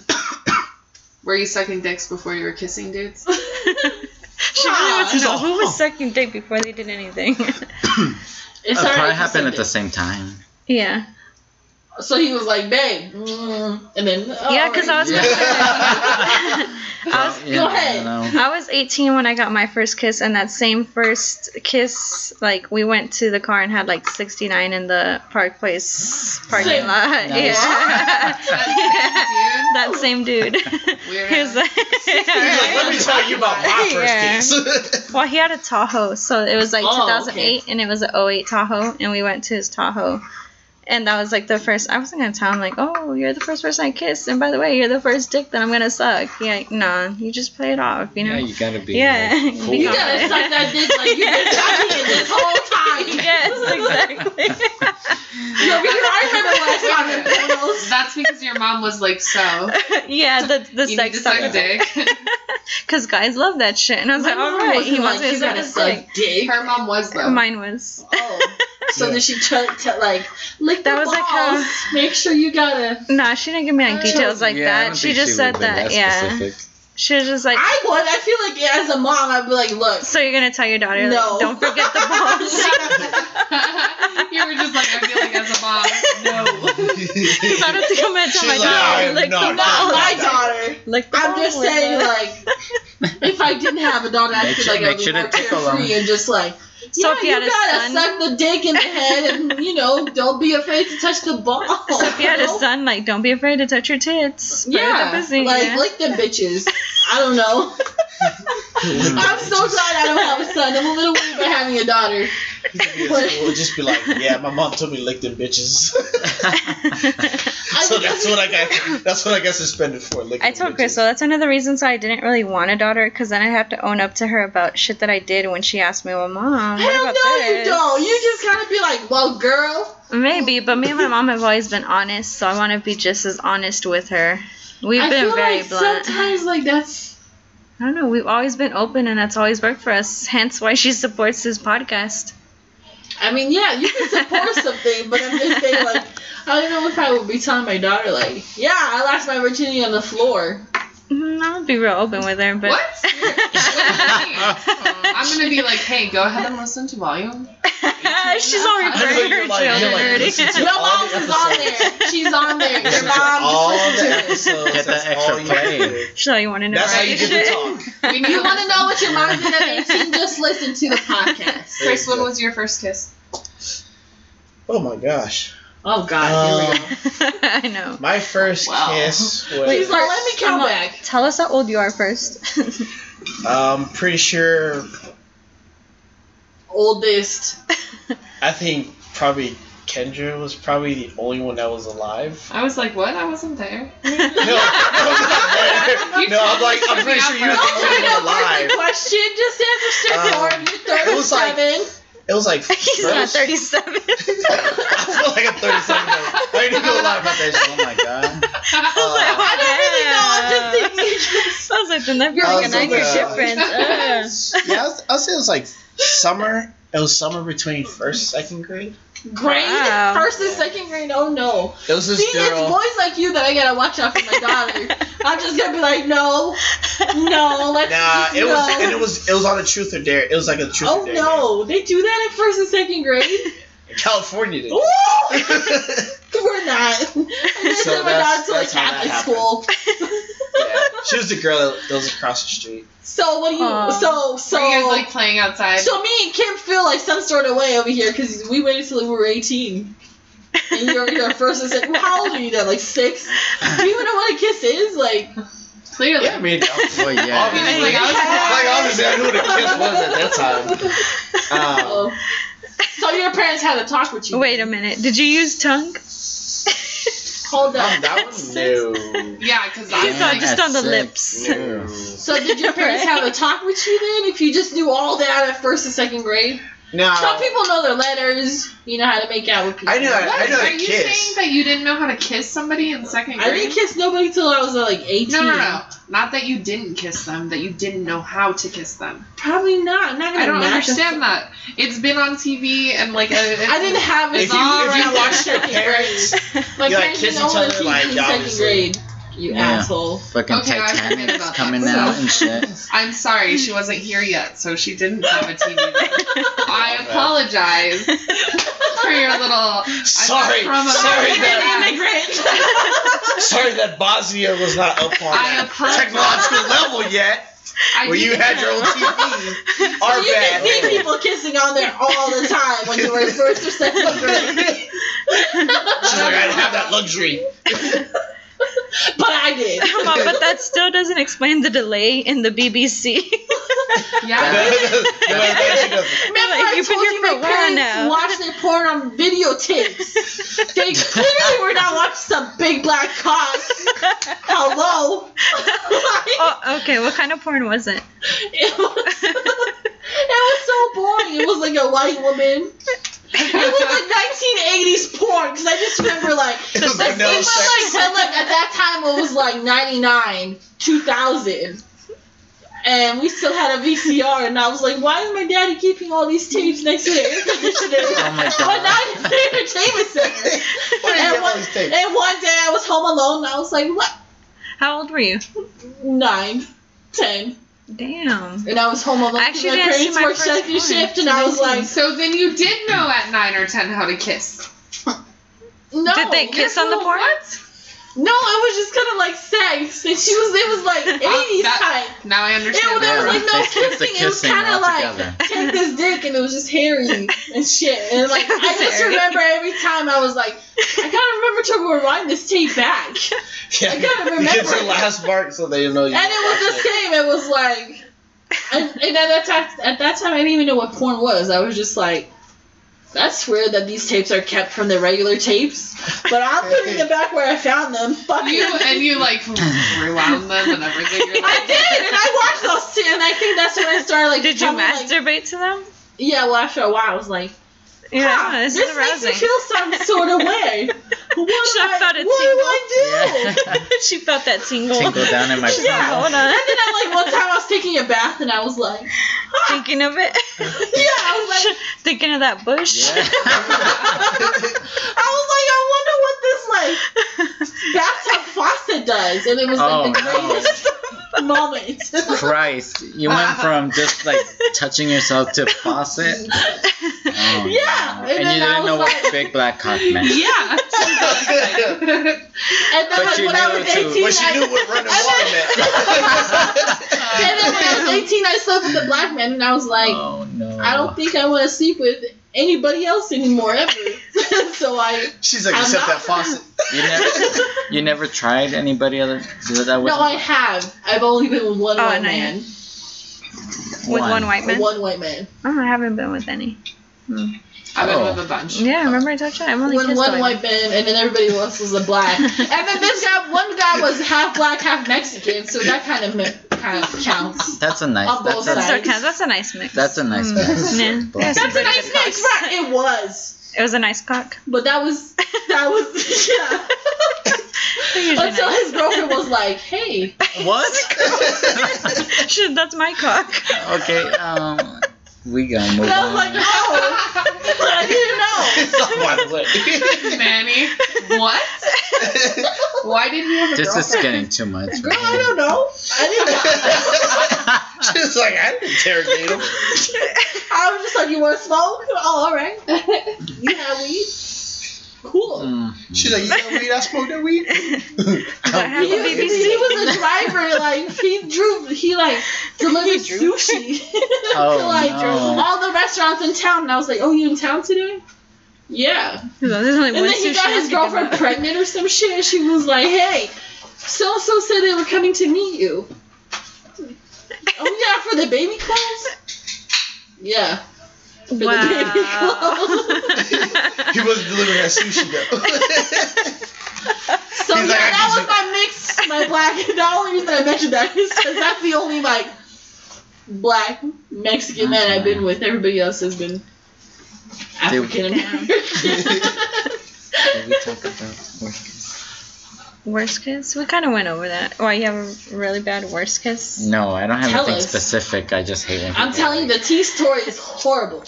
Speaker 6: Were you sucking dicks before you were kissing dudes?
Speaker 4: She really
Speaker 7: Ah,
Speaker 4: wants to
Speaker 5: She's
Speaker 4: know
Speaker 5: all,
Speaker 4: who
Speaker 5: huh.
Speaker 4: was sucking dick before they did anything.
Speaker 7: It
Speaker 8: It's already
Speaker 7: Uh, probably happened at the
Speaker 8: consented.
Speaker 7: same time.
Speaker 4: yeah.
Speaker 8: So he was like, babe, mm, and then oh,
Speaker 4: Yeah, 'cause I was
Speaker 7: Yeah.
Speaker 4: I was
Speaker 7: Yeah, I
Speaker 8: ahead.
Speaker 7: don't know.
Speaker 4: I was 18 when I got my first kiss, and that same first kiss, like we went to the car and had like 69 in the Park Place parking
Speaker 8: Same.
Speaker 4: lot.
Speaker 7: Nice.
Speaker 4: Yeah.
Speaker 6: Dude,
Speaker 4: that same dude.
Speaker 6: Weird
Speaker 4: he was
Speaker 6: ass.
Speaker 4: like,
Speaker 5: He's like, let me tell you about my first
Speaker 4: Yeah.
Speaker 5: kiss.
Speaker 4: well, he had a Tahoe, so it was like
Speaker 8: Oh,
Speaker 4: 2008, and it was an 08 Tahoe, and we went to his Tahoe. And that was like the first. I wasn't gonna tell him like, "Oh, you're the first person I kissed," and by the way, you're the first dick that I'm gonna suck. Yeah, like, no, you just play it off, you know.
Speaker 7: Yeah, you gotta be.
Speaker 4: Yeah.
Speaker 7: like, cool.
Speaker 4: You
Speaker 8: you gotta
Speaker 4: Yeah.
Speaker 8: suck that dick like you've been sucking it this whole time.
Speaker 4: yes, exactly.
Speaker 8: Yo, because I remember last time in portals.
Speaker 6: That's because your mom was like, "So
Speaker 4: yeah, the the
Speaker 6: you need to
Speaker 4: sex
Speaker 6: suck
Speaker 4: stuff.
Speaker 6: dick."
Speaker 4: Because guys love that shit. And I was like, all right, he wants me to suck his dick.
Speaker 8: dick.
Speaker 6: Her mom was though.
Speaker 4: Mine was.
Speaker 8: Oh, so
Speaker 5: Yeah.
Speaker 8: then she tried to like lick
Speaker 4: That
Speaker 8: the
Speaker 4: was
Speaker 8: balls.
Speaker 4: like um, how-
Speaker 8: Make sure you gotta.
Speaker 4: Nah, she didn't give me like
Speaker 8: Oh.
Speaker 4: details like
Speaker 7: Yeah, I
Speaker 4: that.
Speaker 7: don't
Speaker 4: She
Speaker 7: think
Speaker 4: just said
Speaker 7: would be
Speaker 4: that. yeah.
Speaker 7: specific.
Speaker 4: She was just like,
Speaker 8: I would. I feel like yeah, as a mom, I'd be like, look.
Speaker 4: so you're going to tell your daughter,
Speaker 8: No.
Speaker 4: like, don't forget the balls.
Speaker 6: you were just like, I feel like as a mom. No.
Speaker 4: Because I don't think I'm going to tell my
Speaker 5: She's like,
Speaker 4: daughter,
Speaker 5: "I'm
Speaker 4: lick the
Speaker 5: not
Speaker 8: Not
Speaker 4: balls.
Speaker 8: my daughter.
Speaker 4: Lick the
Speaker 8: I'm
Speaker 4: balls,
Speaker 8: just saying,
Speaker 4: Linda."
Speaker 8: like, if I didn't have a daughter, I
Speaker 7: Make
Speaker 8: feel
Speaker 7: sure-
Speaker 8: like
Speaker 7: make
Speaker 8: I would be
Speaker 7: sure to
Speaker 8: more
Speaker 7: tickle 'em.
Speaker 8: carefree and just like,
Speaker 4: So
Speaker 8: yeah,
Speaker 4: if you had
Speaker 8: you
Speaker 4: a
Speaker 8: gotta
Speaker 4: son-
Speaker 8: suck the dick in the head, and you know, don't be afraid to touch the ball.
Speaker 4: So if you had a son, like, don't be afraid to touch your tits. Play with the
Speaker 6: Yeah,
Speaker 4: pussy,
Speaker 8: like
Speaker 4: yeah.
Speaker 8: lick them bitches. I don't know. I'm so glad I don't have a son. I'm a little worried about having a daughter.
Speaker 5: It would just be like, yeah, my mom told me to lick them bitches. so that's what I got. That's what I got suspended for. licking
Speaker 4: I told
Speaker 5: bitches.
Speaker 4: Crystal that's another reason so I didn't really want a daughter because then I have to own up to her about shit that I did when she asked me, "Well, mom, what
Speaker 8: Hell no,
Speaker 4: about this?"
Speaker 8: you don't. You just kind of be like, well, girl.
Speaker 4: Maybe, but me and my mom have always been honest, so I want to be just as honest with her. We've
Speaker 8: I
Speaker 4: been
Speaker 8: feel
Speaker 4: very
Speaker 8: like
Speaker 4: blunt.
Speaker 8: sometimes like that's
Speaker 4: I don't know. We've always been open, and that's always worked for us. Hence, why she supports this podcast.
Speaker 8: I mean, yeah, you can support something, but I'm just saying like I don't know if I would be telling my daughter like, yeah, I lost my virginity on the floor.
Speaker 4: Mm, I would be real open with her, but
Speaker 6: What? I'm gonna be like, hey, go ahead and listen to volume.
Speaker 4: she's already
Speaker 5: I know
Speaker 4: bringing
Speaker 5: you're
Speaker 4: her
Speaker 5: like- you're
Speaker 4: children
Speaker 5: like,
Speaker 4: already.
Speaker 5: listen to
Speaker 8: Your
Speaker 5: all
Speaker 8: mom's
Speaker 5: the
Speaker 8: is on
Speaker 5: episodes.
Speaker 8: there. She's on there. Your
Speaker 5: Listen to
Speaker 8: mom
Speaker 5: all
Speaker 8: just
Speaker 5: the
Speaker 8: listens to it.
Speaker 5: episodes.
Speaker 7: Get that
Speaker 5: That's
Speaker 7: extra
Speaker 5: all you
Speaker 7: play.
Speaker 5: can do.
Speaker 4: She's like, you want to know?
Speaker 5: That's how you
Speaker 4: about
Speaker 5: get the
Speaker 4: this
Speaker 5: talk.
Speaker 6: We need
Speaker 8: You want to know what your mom did at 18? Just listen to the podcast.
Speaker 6: Chris, when was your first kiss?
Speaker 5: Oh my gosh.
Speaker 8: Oh God,
Speaker 5: Uh,
Speaker 8: here we go.
Speaker 4: shit?" I know.
Speaker 5: My first
Speaker 6: Wow.
Speaker 5: kiss was.
Speaker 8: She's like, let me count back.
Speaker 4: Tell us how old you are first.
Speaker 5: Um, pretty sure.
Speaker 8: Oldest.
Speaker 5: I think probably Kendra was probably the only one that was alive.
Speaker 6: I was like, what? I wasn't there.
Speaker 5: No, I was not there. no, I'm like, I'm pretty sure you were
Speaker 8: Don't
Speaker 5: the
Speaker 8: try
Speaker 5: only
Speaker 8: to
Speaker 5: one
Speaker 8: avoid
Speaker 5: alive.
Speaker 8: the question. Just answer straightforward.
Speaker 5: Um,
Speaker 8: You're
Speaker 5: it was like-
Speaker 8: 37.
Speaker 5: It was like
Speaker 4: He's not Oh,
Speaker 5: first-
Speaker 4: 37.
Speaker 5: I feel like I'm 37. Though. I ain't even gonna lie about that. shit.
Speaker 7: Oh my god. Oh.
Speaker 5: Uh,
Speaker 8: I don't really know. I'm just thinking.
Speaker 4: I was like, then that'd be like a
Speaker 5: was
Speaker 4: nine year
Speaker 5: like, uh,
Speaker 4: difference. Ugh.
Speaker 5: yeah, I was- I'll say it was like summer. It was summer between first and second grade.
Speaker 8: Grade?
Speaker 4: Wow.
Speaker 8: First and second grade? Oh no.
Speaker 5: It was this
Speaker 8: See, it's
Speaker 5: girl.
Speaker 8: boys like you that I gotta watch out for my daughter. I'm just gonna be like, Uh. no, no, let's
Speaker 5: Nah,
Speaker 8: just
Speaker 5: it was
Speaker 8: no.
Speaker 5: and it was it was on a truth or dare. It was like a truth
Speaker 8: Oh
Speaker 5: or dare.
Speaker 8: no, they do that at first and second grade.
Speaker 5: game. California did.
Speaker 8: Ooh, we're not. This
Speaker 5: So
Speaker 8: so my daughter
Speaker 5: that's-
Speaker 8: to a
Speaker 5: that's how that
Speaker 8: Catholic
Speaker 5: happened.
Speaker 8: school.
Speaker 5: yeah. She was the girl that lives across the street.
Speaker 8: So what do you?
Speaker 4: Aw.
Speaker 8: So so
Speaker 6: Were you guys like playing outside?
Speaker 8: so me and Kim feel like some sort of way over here because we waited till we were 18. And you're, you're first and second. How old are you then? Like six? Do you even know what a kiss is? Like,
Speaker 6: Clearly.
Speaker 5: Yeah, I mean,
Speaker 7: Well, Oh, yeah.
Speaker 6: Like, I was
Speaker 5: like honestly, I knew what a kiss was at that time. Um,
Speaker 8: oh. So your parents had to talk with you.
Speaker 4: Wait a minute. Did you use tongue?
Speaker 8: Hold
Speaker 5: um,
Speaker 8: on.
Speaker 5: that one, no,
Speaker 6: Yeah, because
Speaker 4: You
Speaker 6: I
Speaker 7: Yeah.
Speaker 4: saw
Speaker 6: like,
Speaker 4: just on the
Speaker 7: Six.
Speaker 4: lips.
Speaker 5: no.
Speaker 8: So did your parents
Speaker 4: Right.
Speaker 8: have a talk with you then? If you just knew all that at first and second grade? Some
Speaker 5: Nah,
Speaker 8: people know their letters. You know how to make out with people.
Speaker 5: Uh, I know. I, I
Speaker 6: What?
Speaker 5: know
Speaker 6: Are
Speaker 5: that
Speaker 6: you
Speaker 5: kiss.
Speaker 6: saying that you didn't know how to kiss somebody in second grade?
Speaker 8: I didn't kiss nobody till I was uh, like 18.
Speaker 6: No, no, no. Not that you didn't kiss them, that you didn't know how to kiss them.
Speaker 8: Probably not. I'm not gonna
Speaker 6: I don't
Speaker 8: match
Speaker 6: understand that. It's been on TV and like a,
Speaker 8: I didn't have it.
Speaker 5: If you,
Speaker 6: all
Speaker 5: if
Speaker 6: right.
Speaker 5: you watched your parents,
Speaker 8: My
Speaker 5: You, like,
Speaker 8: parents
Speaker 5: kiss
Speaker 8: didn't own
Speaker 5: each
Speaker 8: a
Speaker 5: other,
Speaker 8: TV
Speaker 5: like,
Speaker 8: in
Speaker 5: y'all
Speaker 8: second
Speaker 5: just, like-
Speaker 8: grade. You
Speaker 7: Yeah.
Speaker 8: asshole.
Speaker 7: Fucking
Speaker 6: Okay, I forget
Speaker 7: Titanic's
Speaker 6: about
Speaker 7: coming
Speaker 6: that.
Speaker 7: out and shit.
Speaker 6: I'm sorry, she wasn't here yet, so she didn't have a TV. I apologize for your little.
Speaker 5: sorry,
Speaker 6: from a-
Speaker 5: sorry that,
Speaker 6: Yeah.
Speaker 5: sorry that Bosnia was not up on
Speaker 6: I
Speaker 5: that
Speaker 6: apologize.
Speaker 5: technological level yet,
Speaker 6: I
Speaker 5: where
Speaker 6: did-
Speaker 5: you had your own TV. Our
Speaker 8: you can see
Speaker 5: bad.
Speaker 8: people kissing on there all the time when you were in first or second grade.
Speaker 5: She's like, I didn't have that luxury.
Speaker 8: But I did.
Speaker 4: Come on, but that still doesn't explain the delay in the BBC.
Speaker 6: Yeah.
Speaker 5: No, no, no, she doesn't.
Speaker 8: Remember,
Speaker 4: Like,
Speaker 8: I
Speaker 4: you've been
Speaker 8: told
Speaker 4: here
Speaker 8: you
Speaker 4: for a
Speaker 8: my
Speaker 4: while
Speaker 8: parents
Speaker 4: now.
Speaker 8: watch their porn on videotapes. they clearly were not watching some big black cock. Hello. Like,
Speaker 4: oh, okay. What kind of porn was it?
Speaker 8: it, was, it was so boring. It was like a white woman. It was like 1980s porn because I just remember like
Speaker 5: It was
Speaker 8: Like,
Speaker 5: vanilla
Speaker 8: even,
Speaker 5: sex.
Speaker 8: like, but, like, at that time it was like 99, 2000. And we still had a VCR, and I was like, why is my daddy keeping all these tapes next to the air conditioner?
Speaker 7: Oh my
Speaker 8: But
Speaker 7: god.
Speaker 8: not in the entertainment center.
Speaker 5: Where did you
Speaker 8: and,
Speaker 5: get all
Speaker 8: one,
Speaker 5: these tapes?
Speaker 8: and one day I was home alone, and I was like, what?
Speaker 4: How old were you?
Speaker 8: Nine, ten.
Speaker 4: Damn.
Speaker 8: And I was home alone. 'cause
Speaker 4: Actually,
Speaker 8: my
Speaker 4: I see
Speaker 8: parents
Speaker 4: my
Speaker 8: were
Speaker 4: first
Speaker 8: second
Speaker 4: porn.
Speaker 8: shift, and I was like,
Speaker 6: So then you did know at nine or ten how to kiss.
Speaker 8: no.
Speaker 4: Did they kiss on the porn?
Speaker 6: What?
Speaker 8: No, it was just kind of like sex. And she was, it was like
Speaker 4: Uh,
Speaker 8: 80s
Speaker 6: that-
Speaker 8: type.
Speaker 6: Now I
Speaker 8: It,
Speaker 6: understand.
Speaker 8: was- there was like no
Speaker 7: They skipped the
Speaker 8: kissing. It was
Speaker 7: kissing
Speaker 8: kind of
Speaker 7: altogether.
Speaker 8: like take this dick, and it was just hairy and shit. And like I just
Speaker 4: Hairy.
Speaker 8: remember every time I was like, I gotta remember to rewind this tape back.
Speaker 5: Yeah,
Speaker 8: I gotta
Speaker 5: you get
Speaker 8: remember.
Speaker 5: the last mark so they know you.
Speaker 8: And it was the same. It was like, and, and at that time, at that time, I didn't even know what porn was. I was just like, I swear that these tapes are kept from their regular tapes, but I'm putting them back where I found them. Fuck
Speaker 6: You
Speaker 8: it.
Speaker 6: and you like rewound them and everything. You're
Speaker 8: I
Speaker 6: like,
Speaker 8: did, and I watched those two, and I think that's when I started like.
Speaker 4: Did you
Speaker 8: becoming, like-
Speaker 4: masturbate to them?
Speaker 8: yeah, well, after a while, I was like,
Speaker 4: Yeah,
Speaker 8: "Huh,
Speaker 4: this,
Speaker 8: this,
Speaker 4: is
Speaker 8: makes me
Speaker 4: arousing.
Speaker 8: feel some sort of way. What
Speaker 4: She
Speaker 8: do I,
Speaker 4: felt a
Speaker 8: what do I do?
Speaker 4: she felt that tingle.
Speaker 7: Tingle down in my
Speaker 4: She's like,
Speaker 8: Yeah.
Speaker 7: throat.
Speaker 4: hold
Speaker 8: And
Speaker 4: on.
Speaker 8: then I'm like, one time I was taking a bath, and I was like,
Speaker 4: Thinking of it.
Speaker 8: yeah, I was like,
Speaker 4: Thinking of that bush.
Speaker 8: I was like, I wonder what this like bathtub faucet does, and it was like the
Speaker 7: Oh, no.
Speaker 8: greatest moment.
Speaker 7: Christ, you went from just like touching yourself to faucet. Oh,
Speaker 8: Yeah,
Speaker 7: no.
Speaker 8: and
Speaker 7: and,
Speaker 8: then
Speaker 7: you
Speaker 8: I
Speaker 7: didn't know
Speaker 8: was
Speaker 7: what
Speaker 8: like-
Speaker 7: big black cock meant.
Speaker 6: yeah.
Speaker 8: And then
Speaker 7: But
Speaker 8: like,
Speaker 7: you
Speaker 8: when I
Speaker 7: knew
Speaker 8: was
Speaker 7: to-
Speaker 8: 18,
Speaker 9: But she knew
Speaker 8: I,
Speaker 9: what running water meant.
Speaker 8: and then when I was 18, I slept with a black man, and I was like,
Speaker 7: oh no!
Speaker 8: I don't think I want to sleep with anybody else anymore ever. so I,
Speaker 9: She's like,
Speaker 8: I'm
Speaker 9: except
Speaker 8: not-
Speaker 9: that faucet.
Speaker 7: you never, you never tried anybody other that, that
Speaker 8: no, I have. I've only been with one
Speaker 4: Oh,
Speaker 8: white
Speaker 4: and I-
Speaker 8: man,
Speaker 4: With one white man.
Speaker 8: one white man,
Speaker 4: Oh, I haven't been with any.
Speaker 6: I've been
Speaker 7: Oh.
Speaker 6: with a bunch.
Speaker 4: Yeah, remember I told you? I'm only
Speaker 8: with
Speaker 4: kissed
Speaker 8: one
Speaker 4: a
Speaker 8: white man, and then everybody else was a black. and then this guy, one guy was half black, half Mexican, so that kind of ma- kind of counts.
Speaker 7: That's a nice.
Speaker 8: On
Speaker 7: That's
Speaker 8: both
Speaker 4: That's,
Speaker 8: sides.
Speaker 7: a,
Speaker 4: okay. that's a nice mix.
Speaker 7: that's a nice
Speaker 4: Mm.
Speaker 7: mix.
Speaker 4: Yeah. That's
Speaker 7: That's a
Speaker 4: a
Speaker 7: good
Speaker 4: nice mix.
Speaker 8: right? It was,
Speaker 4: It was a nice cock.
Speaker 8: but that was that was yeah.
Speaker 4: Usually
Speaker 8: Until
Speaker 4: nice.
Speaker 8: his girlfriend was like, "Hey,
Speaker 7: What?
Speaker 4: Shit, that's my cock.
Speaker 7: okay. Um, we gonna move
Speaker 8: and I was like, "Oh."
Speaker 7: on.
Speaker 8: no, I didn't
Speaker 9: It's
Speaker 8: know."
Speaker 9: not one way.
Speaker 6: Manny, what? Why did he have a
Speaker 7: This is
Speaker 6: girlfriend?
Speaker 7: getting too much.
Speaker 8: Girl, I don't know. I didn't. Know.
Speaker 9: She's like, I didn't interrogate him.
Speaker 8: I was just like, "You want to smoke?" Oh, all right. You have weed. Cool.
Speaker 7: Mm.
Speaker 9: She's like, you know weed? I smoked that weed.
Speaker 4: I have
Speaker 8: He was,
Speaker 4: BBC.
Speaker 8: he was a driver, like he drew, he like delivered sushi
Speaker 7: Oh,
Speaker 8: to like
Speaker 7: no.
Speaker 8: all the restaurants in town, and I was like, "Oh, you in town today?" Yeah.
Speaker 4: There's only
Speaker 8: And
Speaker 4: one
Speaker 8: then he
Speaker 4: sushi
Speaker 8: got his
Speaker 4: recipe about
Speaker 8: girlfriend
Speaker 4: it.
Speaker 8: pregnant or some shit, and she was like, "Hey, so and so said they were coming to meet you." oh yeah, for the baby clothes. Yeah. For the baby
Speaker 4: Wow.
Speaker 9: He was delivering that sushi though.
Speaker 8: So
Speaker 9: He's
Speaker 8: yeah,
Speaker 9: like,
Speaker 8: that
Speaker 9: "I
Speaker 8: was my mix, my black. The only reason I mentioned that is because that's the only like black Mexican man I've been with. Everybody else has been African American.
Speaker 7: Did we talk about orchids?
Speaker 4: worst kiss? We kind of went over that. Why you have a really bad worst kiss?
Speaker 7: No, I don't have
Speaker 8: Tell
Speaker 7: anything
Speaker 8: us.
Speaker 7: specific. I just hate when
Speaker 8: I'm
Speaker 7: people
Speaker 8: telling you, the tea story is horrible.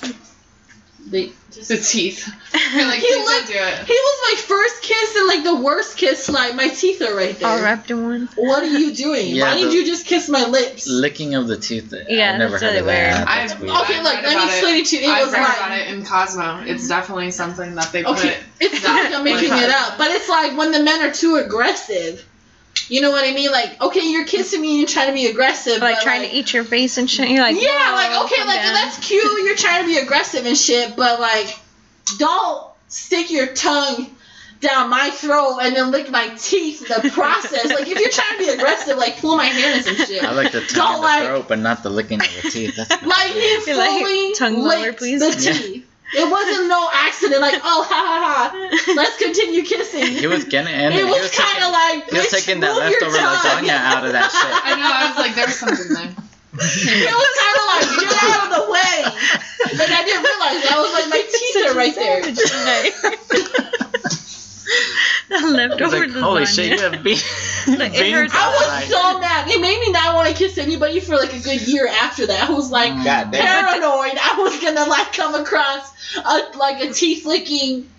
Speaker 8: They just.
Speaker 6: The teeth. You're like,
Speaker 8: He
Speaker 6: please
Speaker 8: looked-
Speaker 6: don't do it.
Speaker 8: He was my first kiss and like the worst kiss. Like my teeth are right there.
Speaker 4: All wrapped in one.
Speaker 8: What are you doing?
Speaker 7: Yeah,
Speaker 8: Why didn't
Speaker 7: the-
Speaker 8: you just kiss my lips?
Speaker 7: licking of the tooth.
Speaker 4: Yeah,
Speaker 7: I never
Speaker 4: that's
Speaker 7: heard
Speaker 4: really
Speaker 7: of
Speaker 4: weird.
Speaker 7: that. That's
Speaker 6: I've-
Speaker 7: weird.
Speaker 8: okay,
Speaker 6: I
Speaker 8: look,
Speaker 6: read
Speaker 8: let me
Speaker 6: about
Speaker 8: explain it to you. It
Speaker 6: I've
Speaker 8: was
Speaker 6: read
Speaker 8: like
Speaker 6: about it in Cosmo. It's definitely something that they put.
Speaker 8: Okay, it's not like I'm making it up, but it's like when the men are too aggressive. You know what I mean? Like, okay, you're kissing me and you're trying to be aggressive.
Speaker 4: Like
Speaker 8: but,
Speaker 4: trying
Speaker 8: like-
Speaker 4: to eat your face and shit. You're like,
Speaker 8: yeah,
Speaker 4: whoa,
Speaker 8: like, okay,
Speaker 4: calm
Speaker 8: like,
Speaker 4: down.
Speaker 8: that's cute. You're trying to be aggressive and shit, but, like, don't stick your tongue down my throat and then lick my teeth in the process. like, if you're trying to be aggressive, like, pull my hair and some shit.
Speaker 7: I like the
Speaker 8: Don't
Speaker 7: tongue in the
Speaker 8: like-
Speaker 7: throat, but not the licking of the teeth. That's
Speaker 8: Like he
Speaker 4: You're like,
Speaker 8: fully
Speaker 4: "Tongue lower,
Speaker 8: licked
Speaker 4: please."
Speaker 8: the
Speaker 7: Yeah.
Speaker 8: teeth. It wasn't no accident. Like oh ha ha ha. Let's continue kissing.
Speaker 7: he was getting in
Speaker 8: it
Speaker 7: there.
Speaker 8: was
Speaker 7: he was,
Speaker 8: kind of like
Speaker 7: he was
Speaker 8: bitch,
Speaker 7: taking that
Speaker 8: move your
Speaker 7: leftover
Speaker 8: tongue.
Speaker 7: lasagna out of that shit.
Speaker 6: I know. I was like, there was something there.
Speaker 8: it was kind of like get out of the way. But I didn't realize that was like my teeth are right there.
Speaker 4: the
Speaker 7: I was
Speaker 4: leftover
Speaker 7: like, holy
Speaker 4: lasagna.
Speaker 7: shit, you have bean.
Speaker 4: Like, it
Speaker 7: bean
Speaker 4: hurts.
Speaker 8: I
Speaker 7: pie.
Speaker 8: was so mad. It made me not want to kiss anybody for like a good year after that. I was like
Speaker 7: Mm.
Speaker 9: God damn.
Speaker 8: paranoid. I was gonna like come across a like a teeth licking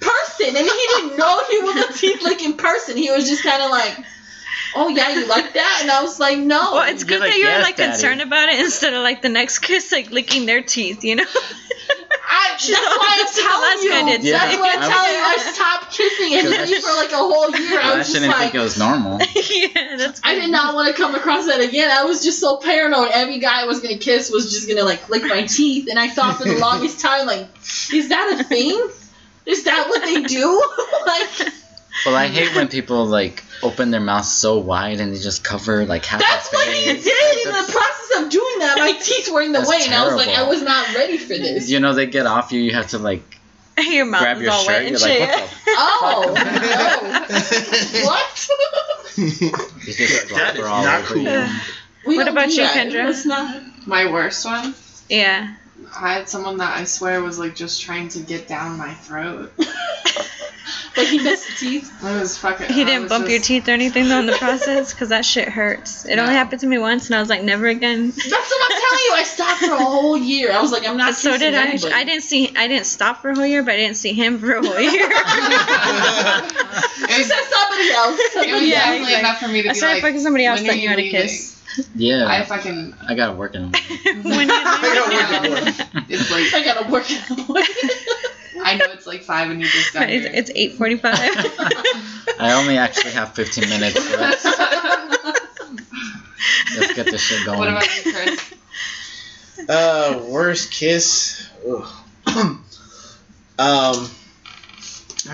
Speaker 8: person, and he didn't know he was a teeth licking person. He was just kind of like, "Oh yeah, you like that?" And I was like, "No."
Speaker 4: Well, it's
Speaker 7: You're
Speaker 4: good
Speaker 7: like,
Speaker 4: that you're
Speaker 7: "Yes,
Speaker 4: like
Speaker 7: Daddy."
Speaker 4: concerned about it instead of like the next kiss, like licking their teeth, you know?
Speaker 8: I, that's why
Speaker 4: That's the last
Speaker 8: I'm
Speaker 4: guy
Speaker 8: telling
Speaker 4: did.
Speaker 8: you.
Speaker 7: Yeah,
Speaker 8: that's why I'm
Speaker 7: I'm-
Speaker 8: telling you. I stopped kissing and
Speaker 7: Cause I
Speaker 8: then for like a whole year. I
Speaker 7: I
Speaker 8: was just
Speaker 7: shouldn't
Speaker 8: like.
Speaker 7: think it was normal.
Speaker 4: yeah, that's
Speaker 8: I did not want to come across that again. I was just so paranoid. Every guy I was gonna kiss was just gonna like lick my teeth, and I thought for the longest time, like, is that a thing? Is that what they do? like,
Speaker 7: Well, I hate when people like open their mouths so wide and they just cover like half
Speaker 8: that's
Speaker 7: their
Speaker 8: what he
Speaker 7: face.
Speaker 8: did. In the process of doing that, my teeth were in the
Speaker 7: That's
Speaker 8: way, and I was like, I
Speaker 7: terrible.
Speaker 8: was not ready for this.
Speaker 7: You know, they get off you. You have to like
Speaker 4: your mouth
Speaker 7: grab
Speaker 4: is
Speaker 7: your
Speaker 4: all wet
Speaker 7: shirt.
Speaker 4: and
Speaker 7: You're
Speaker 4: shit.
Speaker 7: like, what
Speaker 8: Oh, no. What?
Speaker 7: the? You just
Speaker 5: That is
Speaker 7: slobber all
Speaker 5: not
Speaker 7: over
Speaker 5: cool.
Speaker 7: you.
Speaker 8: We
Speaker 4: What
Speaker 8: don't
Speaker 4: about
Speaker 8: do
Speaker 4: you,
Speaker 8: that.
Speaker 4: Kendra?
Speaker 8: Let's not.
Speaker 6: My worst one.
Speaker 4: yeah.
Speaker 6: I had someone that I swear was like just trying to get down my throat.
Speaker 8: But he missed the
Speaker 6: It
Speaker 8: teeth.
Speaker 6: was fucking.
Speaker 4: He
Speaker 6: I
Speaker 4: didn't
Speaker 6: was
Speaker 4: bump your
Speaker 6: just-
Speaker 4: teeth or anything though in the process because that shit hurts. It only
Speaker 6: No.
Speaker 4: happened to me once and I was like, never again.
Speaker 8: That's what I'm telling you. I stopped for a whole year. I was like, I'm not.
Speaker 4: so
Speaker 8: kissing
Speaker 4: did I.
Speaker 8: anybody.
Speaker 4: I didn't see. I didn't stop for a whole year, but I didn't see him for a whole year.
Speaker 8: She said somebody
Speaker 6: It
Speaker 8: else.
Speaker 6: was
Speaker 8: Somebody
Speaker 4: Yeah,
Speaker 8: else.
Speaker 6: definitely
Speaker 4: like-
Speaker 6: enough for me to
Speaker 4: I
Speaker 6: be
Speaker 4: started
Speaker 6: like,
Speaker 4: fucking somebody else
Speaker 6: when are
Speaker 4: that you
Speaker 6: you
Speaker 4: had a
Speaker 6: leaving?
Speaker 4: kiss.
Speaker 7: Yeah,
Speaker 6: I
Speaker 7: I,
Speaker 6: fucking.
Speaker 7: gotta work in them.
Speaker 4: when
Speaker 9: I
Speaker 4: you
Speaker 9: don't
Speaker 4: leaving?
Speaker 9: work
Speaker 6: It's like
Speaker 8: I gotta work out.
Speaker 6: I know it's like five and you just got here.
Speaker 4: It's, it's 8:45.
Speaker 7: I only actually have 15 minutes. So let's, let's get this shit
Speaker 6: what
Speaker 7: going.
Speaker 6: about you, Chris?
Speaker 5: Uh, worst kiss. Ugh. um, I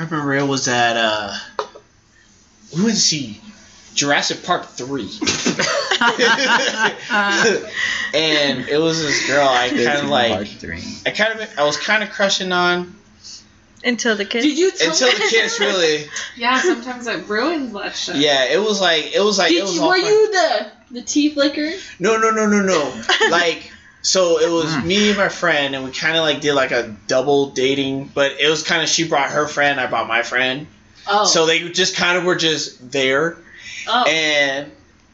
Speaker 5: remember it was at uh, we went to see Jurassic Park three, and it was this girl I
Speaker 7: It's
Speaker 5: kind of like,
Speaker 7: part three.
Speaker 5: I kind of, I was kind of crushing on
Speaker 4: Until the kiss.
Speaker 8: Did you tell
Speaker 5: until the kiss really.
Speaker 6: Yeah, sometimes it ruins that shit.
Speaker 5: Yeah, it was like, it was like, it
Speaker 8: Did
Speaker 5: was
Speaker 8: you,
Speaker 5: all
Speaker 8: were
Speaker 5: fun.
Speaker 8: you the the teeth licker?
Speaker 5: No, no, no, no, no. like, so it was
Speaker 7: Mm.
Speaker 5: me and my friend, and we kind of like did like a double dating, but it was kind of she brought her friend, I brought my friend.
Speaker 8: Oh.
Speaker 5: So they just kind of were just there,
Speaker 8: oh.
Speaker 5: and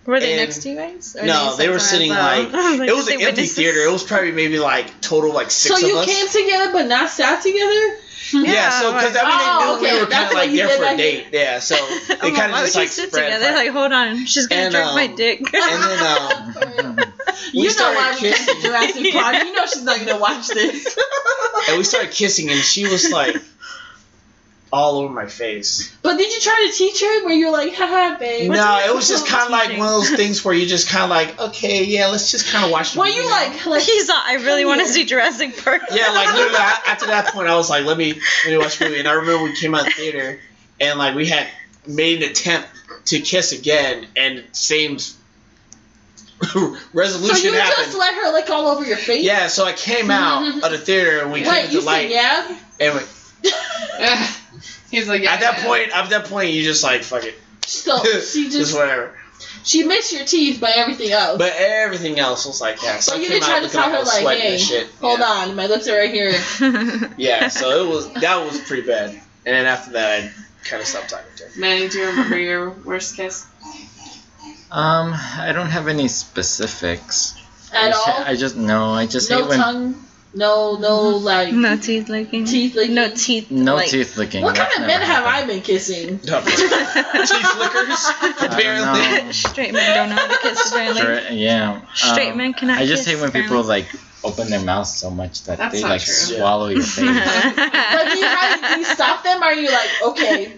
Speaker 4: were they
Speaker 5: and-
Speaker 4: next to you guys? Or
Speaker 5: No,
Speaker 4: they
Speaker 5: they were
Speaker 4: sometimes-
Speaker 5: sitting,
Speaker 4: oh.
Speaker 5: like-
Speaker 4: I
Speaker 5: it was
Speaker 4: did
Speaker 5: an
Speaker 4: they
Speaker 5: empty
Speaker 4: witness this?
Speaker 5: theater. It was probably maybe like total like
Speaker 8: so
Speaker 5: six
Speaker 8: you
Speaker 5: of us.
Speaker 8: came together but not sat together?
Speaker 5: yeah, so because
Speaker 4: like-
Speaker 5: I mean they knew
Speaker 8: Oh, okay,
Speaker 5: we were
Speaker 8: that's
Speaker 5: kind of
Speaker 8: why
Speaker 5: like
Speaker 8: you
Speaker 5: there
Speaker 8: did
Speaker 5: for
Speaker 8: that.
Speaker 5: a date. Yeah, so
Speaker 4: Oh,
Speaker 5: they kind of
Speaker 4: why would
Speaker 5: just
Speaker 4: you
Speaker 5: like
Speaker 4: sit
Speaker 5: spread
Speaker 4: together?
Speaker 5: apart.
Speaker 4: Like, hold on, she's gonna
Speaker 5: And,
Speaker 4: jerk my
Speaker 5: um,
Speaker 4: dick.
Speaker 5: and then um, we
Speaker 8: you know
Speaker 5: started
Speaker 8: why we
Speaker 5: kissing.
Speaker 8: watched Jurassic Park. You know she's not gonna watch this.
Speaker 5: and we started kissing, and she was like all over my face.
Speaker 8: But did you try to teach her where you're like, haha, babe?
Speaker 4: What's
Speaker 5: no,
Speaker 4: the
Speaker 5: it was just
Speaker 4: difference
Speaker 5: kind of like
Speaker 4: between-
Speaker 5: one of those things where you just kind of like, okay, yeah, let's just kind of watch. the
Speaker 8: Were
Speaker 5: movie
Speaker 8: you
Speaker 5: now.
Speaker 8: like, like
Speaker 4: He's not. I really
Speaker 8: Come
Speaker 4: want to
Speaker 8: here.
Speaker 4: see Jurassic Park.
Speaker 5: Yeah, like literally I, after that point, I was like, let me let me watch the movie. And I remember we came out of the theater, and like we had made an attempt to kiss again, and same s-
Speaker 8: so
Speaker 5: resolution
Speaker 8: you
Speaker 5: happened.
Speaker 8: just let her lick all over your face?
Speaker 5: yeah, so I came out of the theater and we came
Speaker 8: Wait,
Speaker 5: to
Speaker 8: you
Speaker 5: the
Speaker 8: said
Speaker 5: light.
Speaker 8: yeah?
Speaker 5: And we-
Speaker 6: Yeah. He's like, yeah,
Speaker 5: at that
Speaker 6: yeah.
Speaker 5: point, at that point, you just like fuck it,
Speaker 8: So she
Speaker 5: just,
Speaker 8: just
Speaker 5: whatever.
Speaker 8: she missed your teeth by everything else.
Speaker 5: But everything else was like that. So
Speaker 8: But
Speaker 5: I
Speaker 8: you
Speaker 5: came
Speaker 8: didn't
Speaker 5: out
Speaker 8: try to
Speaker 5: looking
Speaker 8: tell
Speaker 5: all
Speaker 8: her like,
Speaker 5: sweaty and
Speaker 8: hey,
Speaker 5: shit.
Speaker 8: hold
Speaker 5: Yeah.
Speaker 8: on, my lips are right here.
Speaker 5: Yeah, so it was that was pretty bad. And then after that, I kind of stopped talking to her.
Speaker 6: Manny, do you remember your worst kiss?
Speaker 7: Um, I don't have any specifics. I
Speaker 8: At
Speaker 7: just,
Speaker 8: all?
Speaker 7: I just no. I just
Speaker 8: No
Speaker 7: hate when
Speaker 8: tongue. No, no, like
Speaker 4: Mm-hmm. no teeth licking.
Speaker 8: teeth. Like
Speaker 4: No teeth.
Speaker 7: no
Speaker 4: like-
Speaker 7: teeth licking.
Speaker 8: What kind
Speaker 7: That's
Speaker 8: of
Speaker 7: never
Speaker 8: men have I
Speaker 7: happened.
Speaker 8: been kissing?
Speaker 5: Teeth lickers,
Speaker 7: I
Speaker 5: apparently.
Speaker 7: don't know.
Speaker 4: Straight men don't know how to kiss. Apparently,
Speaker 7: Sure, yeah. um,
Speaker 4: straight men cannot.
Speaker 7: I just
Speaker 4: kiss,
Speaker 7: hate when people like open their mouths so much that
Speaker 6: That's
Speaker 7: they
Speaker 6: not
Speaker 7: like
Speaker 6: true.
Speaker 7: swallow your face.
Speaker 8: Like, do you, try, do you stop them? Are you like, okay,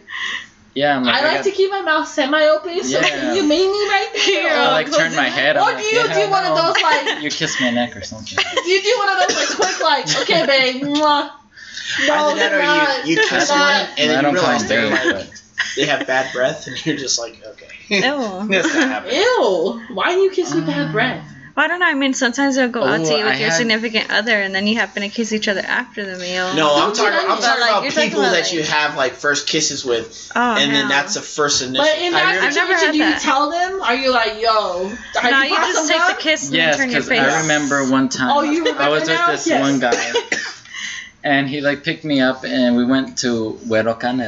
Speaker 7: yeah, I'm like,
Speaker 8: I like to keep my mouth semi open, so
Speaker 7: Yeah.
Speaker 8: can you meet me right here?
Speaker 7: I like turn my head.
Speaker 8: Or
Speaker 7: I'm
Speaker 8: do
Speaker 7: like,
Speaker 8: you
Speaker 7: yeah,
Speaker 8: do one of
Speaker 7: no.
Speaker 8: those like?
Speaker 7: You kiss my neck or something.
Speaker 8: Do you do one of those like quick like? Okay, babe. Mwah. No,
Speaker 5: Either
Speaker 8: they're
Speaker 5: that
Speaker 8: not.
Speaker 5: or you, you kiss
Speaker 8: They're
Speaker 5: one,
Speaker 8: not.
Speaker 7: I
Speaker 5: and then you
Speaker 7: don't call them
Speaker 5: realize they're
Speaker 7: babe,
Speaker 5: like,
Speaker 7: but
Speaker 5: they have bad breath, and you're just like, okay,
Speaker 4: Ew.
Speaker 5: that's not happening.
Speaker 8: Ew. Why do you kiss with
Speaker 4: Mm.
Speaker 8: bad breath?
Speaker 4: Well, I don't know. I mean, sometimes you'll go out
Speaker 7: Oh,
Speaker 4: to eat with
Speaker 7: I
Speaker 4: your
Speaker 7: had-
Speaker 4: significant other, and then you happen to kiss each other after the meal.
Speaker 5: No, I'm
Speaker 8: Don't
Speaker 5: talking.
Speaker 8: do that.
Speaker 5: I'm
Speaker 8: But,
Speaker 5: talking
Speaker 4: like,
Speaker 5: about
Speaker 4: you're
Speaker 5: people
Speaker 4: talking about,
Speaker 5: that
Speaker 4: like-
Speaker 5: you have like first kisses with,
Speaker 4: Oh,
Speaker 5: and then
Speaker 4: hell.
Speaker 5: that's the first initial.
Speaker 8: But in
Speaker 5: I
Speaker 8: that
Speaker 5: remember-
Speaker 4: I've never
Speaker 8: situation,
Speaker 4: had
Speaker 8: do you
Speaker 4: that.
Speaker 8: tell them? Are you like, yo, have
Speaker 4: No,
Speaker 8: you,
Speaker 4: you
Speaker 8: bought
Speaker 4: just
Speaker 8: some
Speaker 4: take the
Speaker 8: gum?
Speaker 4: kiss and
Speaker 7: Yes,
Speaker 4: turn your
Speaker 7: because
Speaker 4: face.
Speaker 7: I remember one time
Speaker 8: Oh, you
Speaker 7: I was
Speaker 8: remember
Speaker 7: with
Speaker 8: now?
Speaker 7: this
Speaker 8: Yes.
Speaker 7: one guy, and he like picked me up, and we went to Huero Canelo, on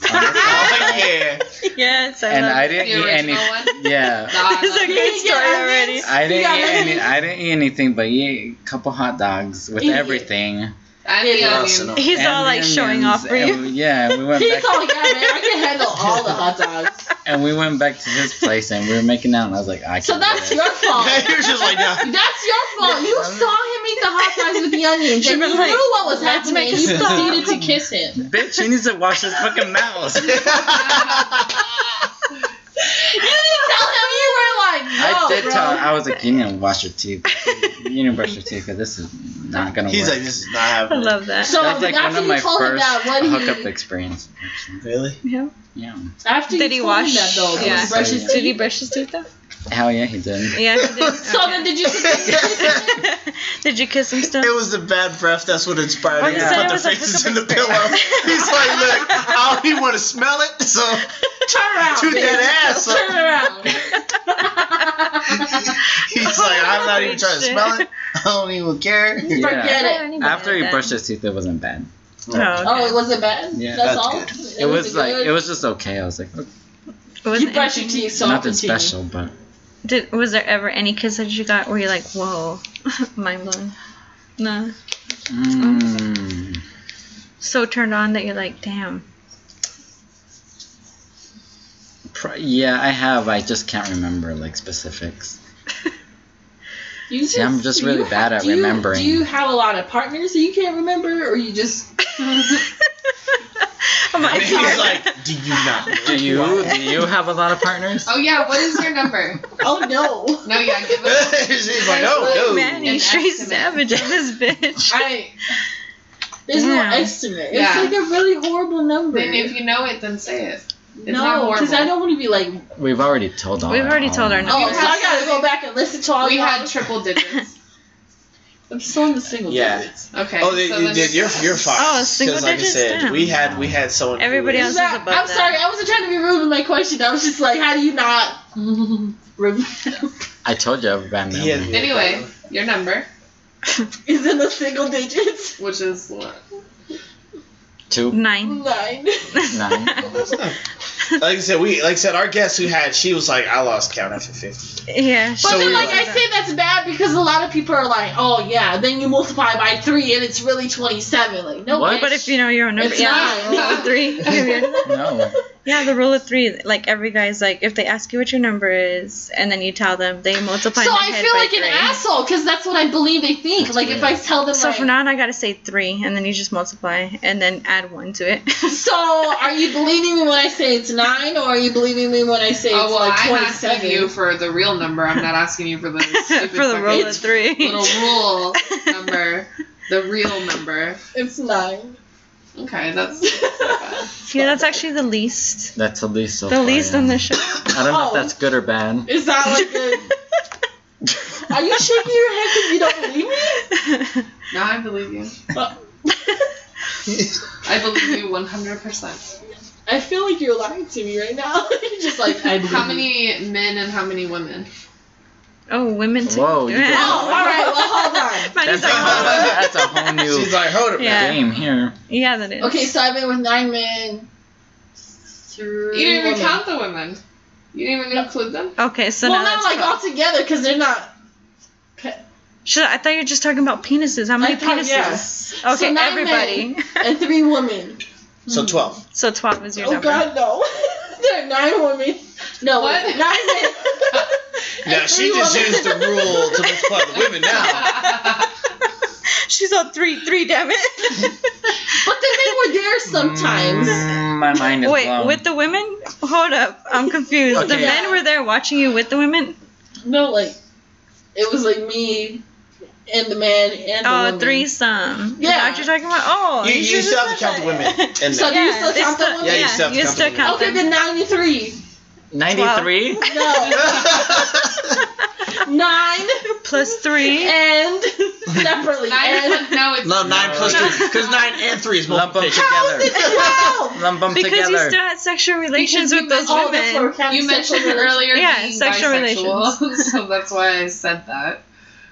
Speaker 7: this outside,
Speaker 5: Oh, yeah.
Speaker 4: Yes, I
Speaker 7: and
Speaker 4: love
Speaker 7: I
Speaker 4: it.
Speaker 7: didn't
Speaker 6: The
Speaker 7: eat any.
Speaker 6: original one?
Speaker 7: Yeah,
Speaker 6: Nah,
Speaker 4: This is a
Speaker 6: nah.
Speaker 4: good
Speaker 8: Yeah,
Speaker 4: story
Speaker 8: yeah,
Speaker 4: already.
Speaker 7: I didn't
Speaker 8: Yeah.
Speaker 7: eat any. I didn't eat anything, but eat a couple hot dogs with
Speaker 8: Idiot.
Speaker 7: everything.
Speaker 6: I think
Speaker 5: Yeah,
Speaker 6: I
Speaker 5: so
Speaker 6: mean,
Speaker 5: no.
Speaker 4: He's
Speaker 7: and
Speaker 4: all like
Speaker 7: the
Speaker 4: showing off
Speaker 7: onions,
Speaker 4: for
Speaker 7: and
Speaker 4: you.
Speaker 7: we- yeah, and we went
Speaker 8: He's
Speaker 7: back.
Speaker 8: all, yeah, man, I can handle all the hot dogs.
Speaker 7: And we went back to his place, and we were making out, and I was like, I can't.
Speaker 8: So
Speaker 7: do
Speaker 8: that's
Speaker 7: this.
Speaker 8: your fault.
Speaker 5: You're just like, no.
Speaker 8: That's your fault. You saw him eat the hot dogs with the onions.
Speaker 4: Should've
Speaker 8: And you
Speaker 4: been like,
Speaker 8: knew what was
Speaker 4: let's
Speaker 8: happening.
Speaker 4: make
Speaker 8: and
Speaker 4: a
Speaker 8: You
Speaker 4: stop.
Speaker 8: proceeded to kiss him.
Speaker 7: Bitch, he needs to wash his fucking mouth.
Speaker 8: You didn't tell him. You were like, no,
Speaker 7: I did
Speaker 8: Oh, bro.
Speaker 7: tell him. I was like, you need to wash your teeth. You need to brush your teeth because this is not gonna
Speaker 5: He's
Speaker 7: work.
Speaker 5: like, this is not
Speaker 4: I
Speaker 5: happening.
Speaker 4: love that.
Speaker 8: so
Speaker 7: That's like
Speaker 8: after
Speaker 7: one of
Speaker 8: you
Speaker 7: my
Speaker 8: told him
Speaker 7: first
Speaker 8: that, what
Speaker 7: hookup
Speaker 8: he,
Speaker 7: experiences. actually.
Speaker 5: Really?
Speaker 4: Yeah.
Speaker 7: Yeah.
Speaker 8: after you
Speaker 4: Did he
Speaker 8: told
Speaker 4: wash?
Speaker 8: him that though, did
Speaker 4: yeah.
Speaker 8: he brush his
Speaker 7: Did
Speaker 4: Did he
Speaker 8: teeth?
Speaker 4: brush his teeth though?
Speaker 7: Hell yeah, he did.
Speaker 4: Yeah, he did.
Speaker 8: So
Speaker 4: Okay.
Speaker 8: then, did you? continue to kiss him?
Speaker 4: Did Did you kiss him still?
Speaker 5: It was the bad breath that's what inspired
Speaker 4: Oh,
Speaker 5: him
Speaker 4: you
Speaker 5: to
Speaker 4: said
Speaker 5: put
Speaker 4: it
Speaker 5: the
Speaker 4: was a
Speaker 5: faces in the
Speaker 4: hookup
Speaker 5: pillow. He's like, look, I don't even want to smell it, so
Speaker 6: Turn around.
Speaker 5: toot that ass
Speaker 8: Turn
Speaker 5: up.
Speaker 8: around.
Speaker 9: He's like, I'm not even trying to
Speaker 4: Shit.
Speaker 9: smell it. I don't even care.
Speaker 7: Yeah.
Speaker 8: Forget
Speaker 4: Yeah,
Speaker 8: it.
Speaker 4: anybody
Speaker 7: After
Speaker 4: like
Speaker 7: he
Speaker 4: that.
Speaker 7: brushed his teeth, it wasn't bad.
Speaker 4: Oh,
Speaker 8: Oh,
Speaker 4: okay.
Speaker 8: it wasn't bad.
Speaker 7: Yeah,
Speaker 8: that's,
Speaker 9: that's
Speaker 8: all.
Speaker 9: good.
Speaker 7: It was like
Speaker 8: good-
Speaker 7: it was just okay. I was like "Okay,
Speaker 4: It wasn't
Speaker 8: You brush your
Speaker 4: anything-
Speaker 8: teeth, so I'll
Speaker 7: nothing
Speaker 8: continue.
Speaker 7: special, but
Speaker 4: Did, was there ever any kiss that you got where you're like, whoa, mind blown? No.
Speaker 7: mm,
Speaker 4: So turned on that you're like, damn.
Speaker 7: pro- yeah, I have. I just can't remember like specifics.
Speaker 8: You
Speaker 7: See, I'm just really
Speaker 8: ha-
Speaker 7: bad at
Speaker 8: do you-
Speaker 7: remembering.
Speaker 8: do you have a lot of partners that you can't remember, or you just
Speaker 4: I'm like,
Speaker 5: He's like, do you not?
Speaker 7: Do you do you have a lot of partners?
Speaker 6: Oh yeah, what is your number?
Speaker 8: oh no?
Speaker 6: No, yeah, give us.
Speaker 9: She's like, oh
Speaker 4: man,
Speaker 6: An
Speaker 4: he's straight
Speaker 6: estimate.
Speaker 4: savage in this bitch.
Speaker 6: I
Speaker 8: There's
Speaker 4: Yeah.
Speaker 8: no estimate.
Speaker 6: Yeah.
Speaker 8: It's like a really horrible number.
Speaker 6: then if you know it, then say it. It's not
Speaker 8: no,
Speaker 6: horrible.
Speaker 8: because I don't want to be like, oh,
Speaker 7: We've already told all.
Speaker 4: We've already told our
Speaker 7: own.
Speaker 4: number.
Speaker 8: so I gotta
Speaker 6: something-
Speaker 8: go back and listen to all
Speaker 6: We
Speaker 8: y'all.
Speaker 6: had triple digits.
Speaker 8: Oh, I'm still in the single
Speaker 5: Yeah.
Speaker 8: digits.
Speaker 6: Okay.
Speaker 5: Oh, they,
Speaker 6: so
Speaker 5: you
Speaker 6: then
Speaker 5: did. You're you're fine.
Speaker 4: Oh, single
Speaker 5: Because like I
Speaker 4: digits
Speaker 5: said,
Speaker 4: down.
Speaker 5: we had we had someone. who
Speaker 4: Everybody
Speaker 5: was-
Speaker 4: else- This is
Speaker 8: Sorry,
Speaker 4: above
Speaker 8: I'm
Speaker 4: that.
Speaker 8: sorry, I wasn't trying to be rude with my question. I was just like, how do you not remember?
Speaker 7: I told you about
Speaker 5: He had-
Speaker 7: memory.
Speaker 6: Anyway, your number,
Speaker 8: Is in the single digits?
Speaker 6: which is what?
Speaker 7: Two,
Speaker 4: Nine.
Speaker 8: Nine.
Speaker 7: nine.
Speaker 5: Like I said, we like I said our guest who had she was like I lost count after fifty.
Speaker 4: yeah.
Speaker 8: But
Speaker 5: So
Speaker 8: then,
Speaker 5: we
Speaker 8: like,
Speaker 5: were-
Speaker 8: I say that's bad because a lot of people are like, oh, yeah, then you multiply by three and it's really 27. Like, no,
Speaker 7: What?
Speaker 8: bitch.
Speaker 4: But if you know your own number,
Speaker 8: It's
Speaker 4: yeah,
Speaker 8: nine.
Speaker 4: the rule of three.
Speaker 7: No.
Speaker 4: yeah, the rule of three. Like every guy's like, if they ask you what your number is, and then you tell them, they multiply.
Speaker 8: So
Speaker 4: in their
Speaker 8: I
Speaker 4: head
Speaker 8: feel
Speaker 4: by
Speaker 8: like an
Speaker 4: three.
Speaker 8: asshole because that's what I believe they think.
Speaker 7: That's
Speaker 8: like, if I
Speaker 7: weird.
Speaker 8: tell them,
Speaker 4: So
Speaker 8: like,
Speaker 4: from now on, I gotta say three, and then you just multiply, and then add one to it.
Speaker 8: so are you believing me when I say it's nine or are you believing me when I say it's
Speaker 6: oh well,
Speaker 8: like
Speaker 6: I'm asking you
Speaker 8: 27?
Speaker 6: for the real number. I'm not asking you for the stupid
Speaker 4: for the
Speaker 6: fucking
Speaker 4: rule of three.
Speaker 6: little rule number. The real number.
Speaker 8: It's nine.
Speaker 6: Okay, that's. that's not bad.
Speaker 4: yeah, that's actually the least.
Speaker 7: That's the least. So
Speaker 4: The
Speaker 7: far,
Speaker 4: least
Speaker 7: yeah.
Speaker 4: on the show.
Speaker 7: I don't know
Speaker 8: Oh.
Speaker 7: if that's good or bad.
Speaker 8: Is that like a. Are you shaking your head because you don't believe me?
Speaker 6: No, I believe you. I believe you 100. percent
Speaker 8: I feel like you're lying to me right now. you're just like, I believe
Speaker 6: How
Speaker 8: you.
Speaker 6: many men and how many women?
Speaker 4: oh, women too.
Speaker 7: Whoa, you did-
Speaker 8: Oh, alright, well, hold on.
Speaker 4: Maddie's
Speaker 7: That's a
Speaker 4: like,
Speaker 7: whole,
Speaker 4: "Hold up."
Speaker 7: that's a whole new
Speaker 5: She's like, hold it.
Speaker 4: Yeah.
Speaker 7: game here.
Speaker 4: yeah, that is.
Speaker 8: Okay, so I've been with nine men. Three
Speaker 6: You didn't even
Speaker 8: women.
Speaker 6: count the women. You didn't even include them.
Speaker 4: Okay, so
Speaker 8: well,
Speaker 4: now
Speaker 8: not
Speaker 4: that's
Speaker 8: like
Speaker 4: twelve.
Speaker 8: all together because they're not.
Speaker 4: Should I, I thought you were just talking about penises. How many
Speaker 8: I thought-
Speaker 4: penises?
Speaker 8: yes.
Speaker 4: Okay,
Speaker 8: So nine
Speaker 4: everybody.
Speaker 8: And three women.
Speaker 5: So twelve.
Speaker 4: so twelve is your
Speaker 8: Oh
Speaker 4: number.
Speaker 8: God, no! there are nine women. No,
Speaker 6: What?
Speaker 8: wait, nine men.
Speaker 5: Now
Speaker 8: And
Speaker 5: she
Speaker 8: three
Speaker 5: just
Speaker 8: women.
Speaker 5: used the rule to multiply the women. Now
Speaker 4: She's on three, three. Damn it.
Speaker 8: But then they were there sometimes.
Speaker 7: Mm, my mind is
Speaker 4: Wait,
Speaker 7: blown.
Speaker 4: with the women? Hold up, I'm confused. The
Speaker 7: Okay.
Speaker 4: men were there watching you with the women.
Speaker 8: No, like it was like me and the man and the
Speaker 4: Oh,
Speaker 8: woman.
Speaker 4: threesome. Yeah. Is
Speaker 8: Yeah.
Speaker 4: that what you're talking about? Oh,
Speaker 5: you, you
Speaker 4: should
Speaker 5: still have
Speaker 4: just
Speaker 5: to count the
Speaker 4: said
Speaker 5: women.
Speaker 4: that.
Speaker 5: And
Speaker 8: So do you still
Speaker 4: they
Speaker 8: count the women?
Speaker 5: Yeah, you
Speaker 4: yeah,
Speaker 5: still have to
Speaker 4: you
Speaker 5: count
Speaker 4: still
Speaker 5: the
Speaker 4: count
Speaker 8: Okay,
Speaker 4: them.
Speaker 8: then ninety-three.
Speaker 7: 93?
Speaker 8: No, nine
Speaker 4: Plus three.
Speaker 8: and separately.
Speaker 6: Nine.
Speaker 8: and
Speaker 6: No, it's
Speaker 5: no, nine plus two, because nine and three is
Speaker 7: Lump them
Speaker 5: multiplication.
Speaker 7: together.
Speaker 8: twelve.
Speaker 7: Lump them
Speaker 4: Because
Speaker 7: together.
Speaker 4: you still had sexual relations
Speaker 6: Because
Speaker 4: with
Speaker 6: you
Speaker 4: those
Speaker 6: mentioned-
Speaker 8: Oh, that's what
Speaker 4: women.
Speaker 8: we're counting.
Speaker 6: You mentioned
Speaker 8: sexual relations.
Speaker 6: earlier
Speaker 4: Yeah,
Speaker 6: being
Speaker 4: sexual
Speaker 6: bisexual, so that's why I said that.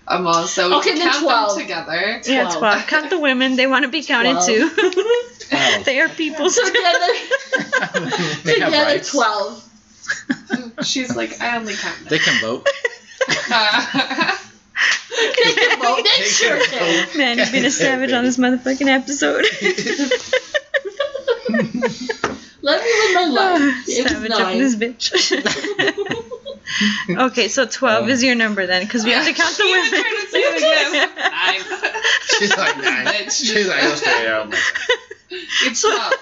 Speaker 6: I'm also
Speaker 8: Okay,
Speaker 6: count
Speaker 8: then 12.
Speaker 6: them together.
Speaker 4: Yeah,
Speaker 8: 12.
Speaker 4: twelve. Count the women. They want to be counted too.
Speaker 7: Twelve.
Speaker 4: they are people.
Speaker 8: So together,
Speaker 7: they have
Speaker 8: together
Speaker 7: rights.
Speaker 8: twelve.
Speaker 6: She's like, I only count.
Speaker 7: They can vote.
Speaker 6: them."
Speaker 8: They can vote. They sure can.
Speaker 4: Man, you've been a savage on this motherfucking episode.
Speaker 8: Let me live my life. It
Speaker 4: Ah,
Speaker 8: was
Speaker 4: savage on this
Speaker 8: nine.
Speaker 4: bitch. okay, so 12 is your number then, because we have to count the
Speaker 6: She was
Speaker 4: women.
Speaker 6: trying to say it again. Nine.
Speaker 5: She's like nine. She's like, let's stay out.
Speaker 6: It's twelve.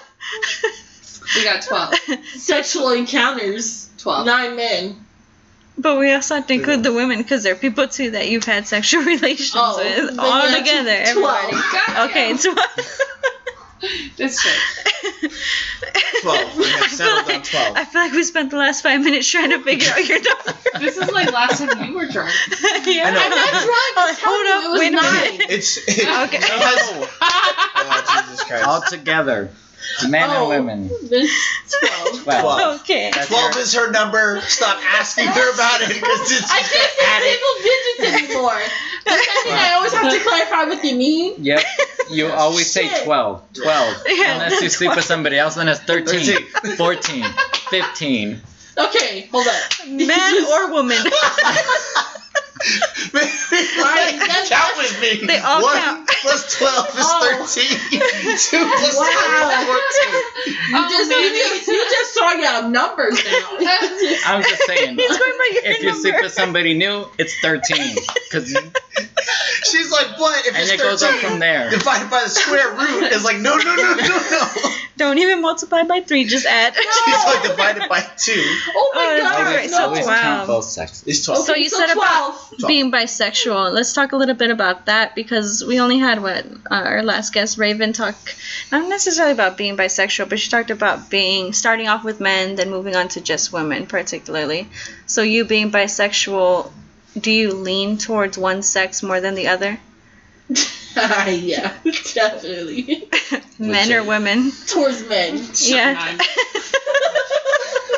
Speaker 6: We got twelve.
Speaker 8: Sexual encounters.
Speaker 6: Twelve.
Speaker 8: Nine men.
Speaker 4: But we also have to include the women, because they're people too that you've had sexual relations
Speaker 8: Oh,
Speaker 4: with.
Speaker 8: then
Speaker 4: All
Speaker 8: yeah,
Speaker 4: together,
Speaker 8: Twelve.
Speaker 4: everybody.
Speaker 6: Got you.
Speaker 4: Okay, 12.
Speaker 6: This chick.
Speaker 5: Twelve. We have
Speaker 4: I feel
Speaker 5: settled on
Speaker 4: like-
Speaker 5: twelve.
Speaker 4: I feel like we spent the last five minutes trying to figure out your number.
Speaker 6: This is like last time you were drunk.
Speaker 4: yeah.
Speaker 5: know. I'm not drunk,
Speaker 4: Like, hold
Speaker 8: telling you,
Speaker 4: up.
Speaker 8: it was
Speaker 4: wait a
Speaker 8: nine.
Speaker 4: minute.
Speaker 5: It's
Speaker 4: Okay.
Speaker 5: It has, oh, Jesus Christ.
Speaker 7: All together, men
Speaker 8: Oh.
Speaker 7: and women.
Speaker 8: This twelve.
Speaker 7: Well,
Speaker 5: Twelve.
Speaker 4: Okay.
Speaker 7: that's
Speaker 9: Twelve
Speaker 7: your-
Speaker 9: is her number. Stop asking her about it because it's
Speaker 8: I
Speaker 9: just add it.
Speaker 8: can't say single digits anymore. That's something I always have to clarify with you mean.
Speaker 7: Yep. You always say
Speaker 8: Shit.
Speaker 7: 12. 12.
Speaker 4: Yeah,
Speaker 7: Unless you
Speaker 4: that's
Speaker 7: sleep with somebody else, then it's 13.
Speaker 9: 13.
Speaker 7: 14. 15.
Speaker 8: Okay, hold up.
Speaker 4: Man or woman.
Speaker 8: Right, that's-
Speaker 9: Count with me.
Speaker 4: They all
Speaker 9: One
Speaker 4: count.
Speaker 9: plus twelve is
Speaker 8: Oh.
Speaker 9: thirteen. Two plus
Speaker 8: Wow.
Speaker 9: seven is fourteen.
Speaker 8: You
Speaker 4: Oh,
Speaker 8: just you just you just throwing out numbers now.
Speaker 7: I'm just saying.
Speaker 4: He's going by your
Speaker 7: If you sleep
Speaker 4: number.
Speaker 7: with somebody new, it's 13. Because
Speaker 9: She's like, what? If
Speaker 7: And
Speaker 9: it's
Speaker 7: it goes up
Speaker 9: 13,
Speaker 7: from there.
Speaker 9: Divided by the square root is like, no, no, no, no, no.
Speaker 4: Don't even multiply by three. Just add.
Speaker 9: She's like, divided by two
Speaker 8: Oh
Speaker 4: Oh,
Speaker 8: my god.
Speaker 4: alright,
Speaker 8: no.
Speaker 4: so
Speaker 7: always
Speaker 4: wow.
Speaker 7: count both sexes.
Speaker 5: It's twelve.
Speaker 4: So you said about
Speaker 8: twelve.
Speaker 4: being bisexual. Let's talk a little bit about that because we only had what uh, our last guest Raven talk not necessarily about being bisexual, but she talked about being starting off with men, then moving on to just women, particularly. So you being bisexual, do you lean towards one sex more than the other,
Speaker 8: Ah, yeah, definitely.
Speaker 4: men or women?
Speaker 8: Towards men.
Speaker 4: yeah.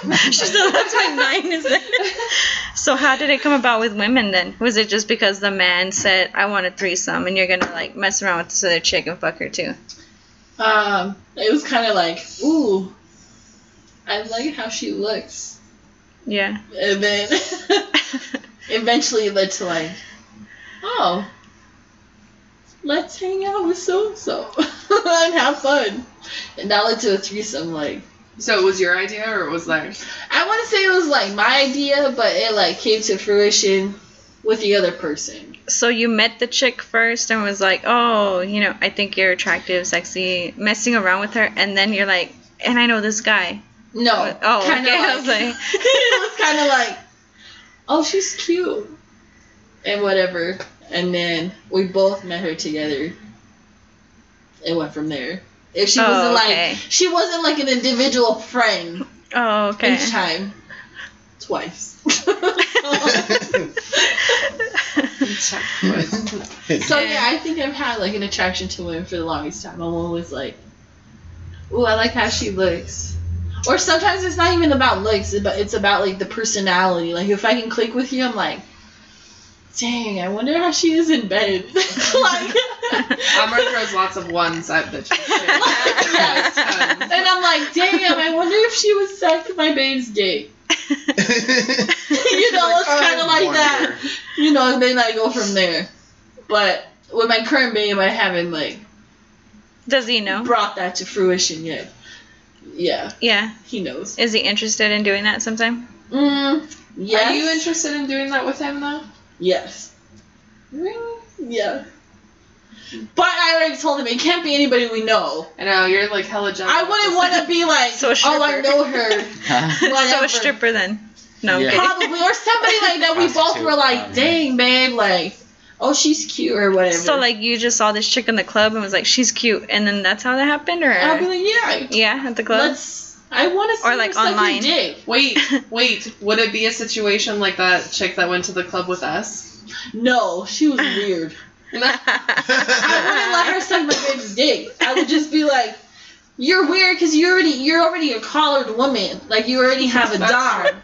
Speaker 4: She said that's why nine is there. So how did it come about with women then? Was it just because the man said, "I want a threesome," and you're gonna like mess around with this other chick and fuck her too?
Speaker 8: Um, it was kind of like, ooh, I like how she looks,
Speaker 4: Yeah.
Speaker 8: and then eventually it led to like, oh, let's hang out with so and so and have fun, and that led to a threesome. Like,
Speaker 6: So it was your idea or was that?
Speaker 8: I want to say it was like my idea, but it like came to fruition with the other person.
Speaker 4: so you met the chick first and was like, "Oh, you know, I think you're attractive, sexy," messing around with her, and then you're like, "And I know this guy."
Speaker 8: No,
Speaker 4: Oh,
Speaker 8: kinda
Speaker 4: okay. I was
Speaker 8: like-
Speaker 4: like,
Speaker 8: it was kind of like, oh, she's cute, and whatever. And then we both met her together. It went from there. If she
Speaker 4: Oh,
Speaker 8: wasn't
Speaker 4: okay.
Speaker 8: like she wasn't like an individual friend
Speaker 4: "Oh, okay."
Speaker 8: each time, twice. so yeah, I think I've had like an attraction to women for the longest time. I'm always like, ooh, I like how she looks. Or sometimes it's not even about looks, but it's about like the personality. Like if I can click with you, I'm like, dang, I wonder how she is in bed. like,
Speaker 6: Amber throws lots of ones at bitches.
Speaker 8: and I'm like, damn, I wonder if she would suck my babe's dick. you know, it's kind of like oh, that. you know, and then I go from there. But with my current babe, I haven't like
Speaker 4: Does he know?
Speaker 8: brought that to fruition yet. Yeah,
Speaker 4: Yeah.
Speaker 8: he knows.
Speaker 4: Is he interested in doing that sometime?
Speaker 8: Mm, yes.
Speaker 6: Are you interested in doing that with him though?
Speaker 8: yes.
Speaker 6: Really?
Speaker 8: Yeah. But I already told him it can't be anybody we know.
Speaker 6: I know you're like hella jealous.
Speaker 8: I wouldn't want to be like,
Speaker 4: So a
Speaker 8: oh, I
Speaker 4: stripper.
Speaker 8: know her.
Speaker 7: Huh?
Speaker 4: so
Speaker 8: Whatever.
Speaker 4: a stripper then? No.
Speaker 7: Yeah.
Speaker 4: okay.
Speaker 8: Probably or somebody like that. We both were
Speaker 7: Prostitute,
Speaker 8: like,
Speaker 7: probably.
Speaker 8: dang, babe, like, oh, she's cute or whatever.
Speaker 4: So like you just saw this chick in the club and was like, "She's cute," and then that's how that happened, or
Speaker 8: I'll be like, yeah,
Speaker 4: yeah, at the club.
Speaker 8: let's. I want to see
Speaker 4: Or,
Speaker 8: her
Speaker 4: like,
Speaker 8: suck your
Speaker 4: online.
Speaker 8: dick.
Speaker 6: Wait, wait. Would it be a situation like that chick that went to the club with us?
Speaker 8: No, she was weird. I wouldn't let her suck my baby's dick. I would just be like, "You're weird because you already you're already a collared woman. Like you already have a
Speaker 6: That's
Speaker 8: dom.
Speaker 6: true.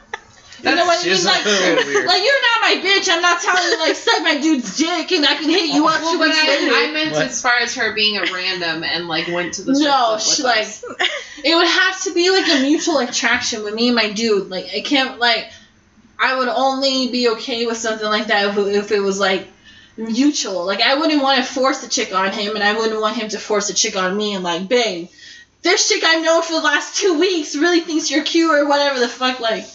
Speaker 8: You know what I mean?
Speaker 5: She's
Speaker 8: Like,
Speaker 5: a little weird.
Speaker 8: like you're not my bitch. I'm not telling you like suck my dude's dick and I can hit you up
Speaker 6: Well,
Speaker 8: two
Speaker 6: but
Speaker 8: weeks
Speaker 6: I, I
Speaker 8: later.
Speaker 6: meant
Speaker 7: What?
Speaker 6: as far as her being a random and like went to the strip
Speaker 8: No,
Speaker 6: club with
Speaker 8: she
Speaker 6: us.
Speaker 8: like it would have to be like a mutual attraction with me and my dude. Like I can't like I would only be okay with something like that if, it- if it was like mutual. Like I wouldn't want to force a chick on him, and I wouldn't want him to force a chick on me. And like, bang, this chick I've known for the last two weeks really thinks you're cute or whatever the fuck. Like,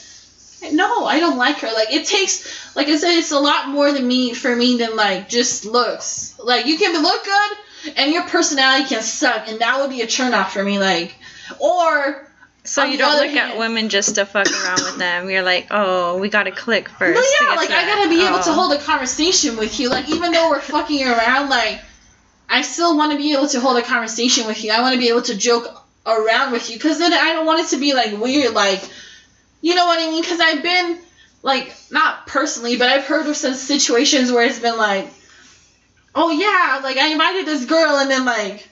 Speaker 8: no, I don't like her. Like it takes, like I said, it's a lot more than me for me than like just looks. Like you can look good, and your personality can suck, and that would be a turnoff for me. Like, or
Speaker 4: So
Speaker 8: On
Speaker 4: you
Speaker 8: the
Speaker 4: don't
Speaker 8: other
Speaker 4: look at
Speaker 8: hand-
Speaker 4: women just to fuck around with them. You're like, oh, we gotta click first.
Speaker 8: No,
Speaker 4: to
Speaker 8: yeah,
Speaker 4: get
Speaker 8: like
Speaker 4: to
Speaker 8: I
Speaker 4: that."
Speaker 8: gotta be able to
Speaker 4: Oh.
Speaker 8: hold a conversation with you. Like even though we're fucking around, like I still want to be able to hold a conversation with you. I want to be able to joke around with you because then I don't want it to be like weird, like you know what I mean? Because I've been like not personally, but I've heard of some situations where it's been like, oh yeah, like I invited this girl and then like.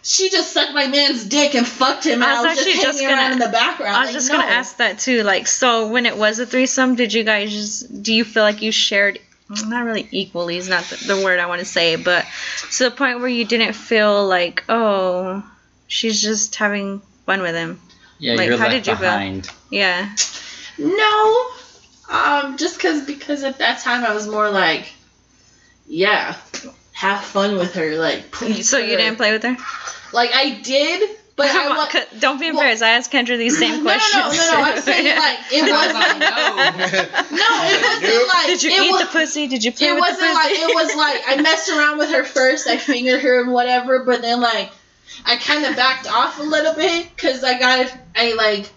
Speaker 8: She just sucked my man's dick and fucked him. And
Speaker 4: I
Speaker 8: I
Speaker 4: was
Speaker 8: was,
Speaker 4: actually
Speaker 8: just
Speaker 4: just
Speaker 8: hanging around
Speaker 4: gonna-
Speaker 8: in the background.
Speaker 4: I was
Speaker 8: Like,
Speaker 4: just
Speaker 8: no.
Speaker 4: gonna ask that too. Like, so when it was a threesome, did you guys just do you feel like you shared? Not really equally is not the, the word I want to say, but to the point where you didn't feel like, oh, she's just having fun with him.
Speaker 7: Yeah,
Speaker 4: Like,
Speaker 7: you're
Speaker 4: how
Speaker 7: left
Speaker 4: did you feel?
Speaker 7: behind.
Speaker 4: Yeah.
Speaker 8: No, um, just because because at that time I was more like, yeah, have fun with her, like please.
Speaker 4: So you
Speaker 8: her.
Speaker 4: didn't play with her?
Speaker 8: Like I did, but I
Speaker 4: Come on,
Speaker 8: want.
Speaker 4: c- don't be embarrassed. I asked Kendra these same
Speaker 8: No, no,
Speaker 4: questions.
Speaker 8: no, no, no. I'm saying like it
Speaker 6: I was
Speaker 8: wasn't.
Speaker 6: like, no.
Speaker 8: No, it wasn't
Speaker 9: Nope.
Speaker 8: like
Speaker 4: Did you
Speaker 8: it
Speaker 4: eat
Speaker 8: was,
Speaker 4: the pussy? Did you play
Speaker 8: It
Speaker 4: with the
Speaker 8: wasn't like
Speaker 4: pussy?
Speaker 8: it was like I messed around with her first. I fingered her and whatever, but then like I kind of backed off a little bit because I got I like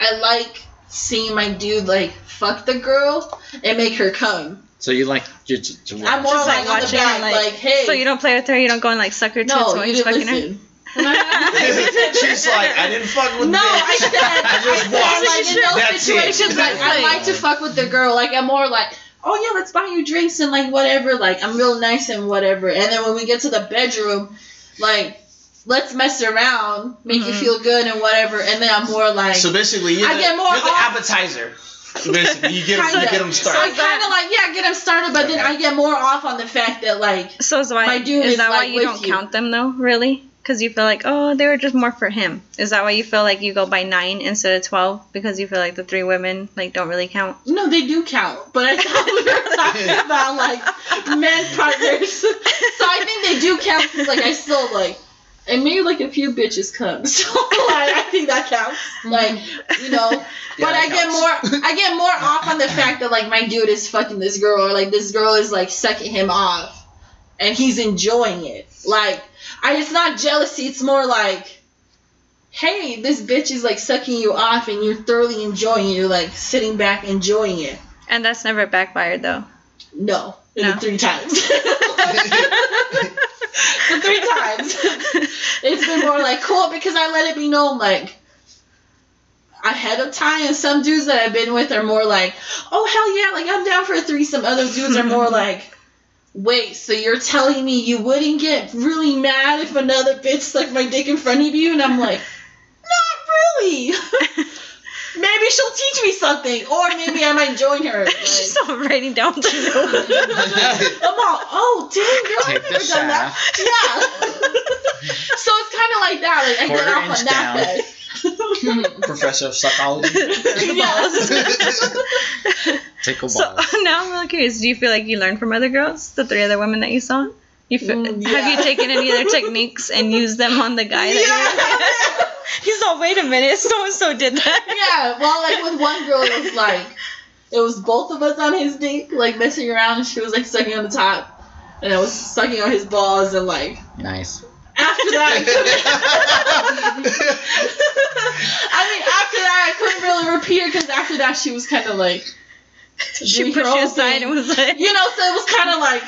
Speaker 8: I like seeing my dude like fuck the girl and make her come.
Speaker 7: So you like you just, to watch.
Speaker 8: I'm more
Speaker 4: Just, like,
Speaker 8: like, on the
Speaker 4: watching her,
Speaker 8: back,
Speaker 4: like-
Speaker 8: like, hey.
Speaker 4: so you don't play with her? You don't go and like suck her tits
Speaker 8: no,
Speaker 4: while
Speaker 8: you
Speaker 4: you're
Speaker 8: didn't
Speaker 4: fucking her?
Speaker 8: listen.
Speaker 9: She's like, I didn't fuck with
Speaker 8: No, I said,
Speaker 9: I just watched.
Speaker 8: I said, like in those
Speaker 9: That's it.
Speaker 8: situations, like I
Speaker 9: That's
Speaker 8: like to fuck with the girl. Like I'm more like, oh yeah, let's buy you drinks and like whatever. Like I'm real nice and whatever. And then when we get to the bedroom, like let's mess around, make you
Speaker 4: Mhm.
Speaker 8: feel good and whatever. And then I'm more like,
Speaker 5: So basically, you're,
Speaker 8: I
Speaker 5: the,
Speaker 8: get more
Speaker 5: you're the
Speaker 8: off-
Speaker 5: appetizer. Basically, you get 'em-
Speaker 8: Kinda.
Speaker 5: you get them
Speaker 8: so I
Speaker 5: started.
Speaker 8: kind of like yeah, get them started. But then I get more off on the fact that like
Speaker 4: So is why
Speaker 8: My dude
Speaker 4: is,
Speaker 8: is,
Speaker 4: that why
Speaker 8: like,
Speaker 4: you
Speaker 8: with
Speaker 4: don't
Speaker 8: you.
Speaker 4: count them though, really? Because you feel like, oh, they were just more for him. Is that why you feel like you go by nine instead of twelve? Because you feel like the three women like don't really count.
Speaker 8: No, they do count, but I thought we were talking about like men partners. So I think they do count 'cause, like I still like, and maybe like a few bitches come. So like I think that counts. Like you know, but
Speaker 7: that
Speaker 8: I get more I get more off on the fact that like my dude is fucking this girl or like this girl is like sucking him off, and he's enjoying it. Like I, it's not jealousy. It's more like. Hey, this bitch is like sucking you off, and you're thoroughly enjoying. it. You're like sitting back enjoying it.
Speaker 4: And that's never backfired though.
Speaker 8: No.
Speaker 4: No.
Speaker 8: The Three times. the three times. It's been more like cool because I let it be known like ahead of time. And some dudes that I've been with are more like, oh hell yeah, like I'm down for a threesome. Other dudes are more like, wait, so you're telling me you wouldn't get really mad if another bitch sucked my dick in front of you? And I'm like, not really. maybe she'll teach me something, or maybe I might join her. Like-
Speaker 4: She's all writing down. what you know.
Speaker 8: I'm all, oh, dang, girl,
Speaker 7: Take
Speaker 8: I've
Speaker 7: the
Speaker 8: never done that.
Speaker 7: shaft.
Speaker 8: Yeah. so it's kind of like that. Like, I
Speaker 7: Quarter
Speaker 8: get
Speaker 7: inch
Speaker 8: off on that.
Speaker 5: Professor of psychology.
Speaker 8: yeah.
Speaker 7: Tickle
Speaker 4: So
Speaker 7: balls.
Speaker 4: now I'm really curious. Do you feel like you learned from other girls, the three other women that you saw? You feel,
Speaker 8: Mm,
Speaker 4: have
Speaker 8: yeah.
Speaker 4: you taken any other techniques and used them on the guy? That you He's all, wait a minute, so and so did that.
Speaker 8: yeah. Well, like with one girl, it was like, it was both of us on his dick, like messing around, and she was like sucking on the top, and I was sucking on his balls, and like,
Speaker 7: nice.
Speaker 8: after that, I couldn't. I mean, after that, I couldn't really repeat her because after that, she was kind of like,
Speaker 4: She
Speaker 8: doing her
Speaker 4: pushed you
Speaker 8: own
Speaker 4: aside
Speaker 8: thing.
Speaker 4: and was like,
Speaker 8: you know, so it was kind of like,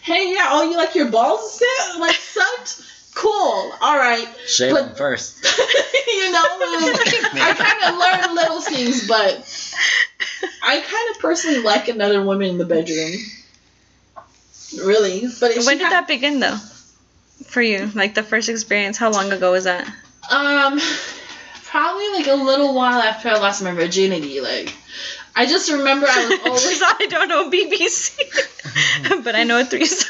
Speaker 8: hey, yeah, oh, you like your balls set, like sucked? Cool, all right.
Speaker 7: Shave
Speaker 8: But-
Speaker 7: them first.
Speaker 8: you know, it was- I kind of learned little things, but I kind of personally like another woman in the bedroom. Really, but it
Speaker 4: When did that begin though? For you, like the first experience, how long ago was that?
Speaker 8: Um, probably like a little while after I lost my virginity. Like, I just remember I was always
Speaker 4: She's like, I don't know BBC, but I know a threesome.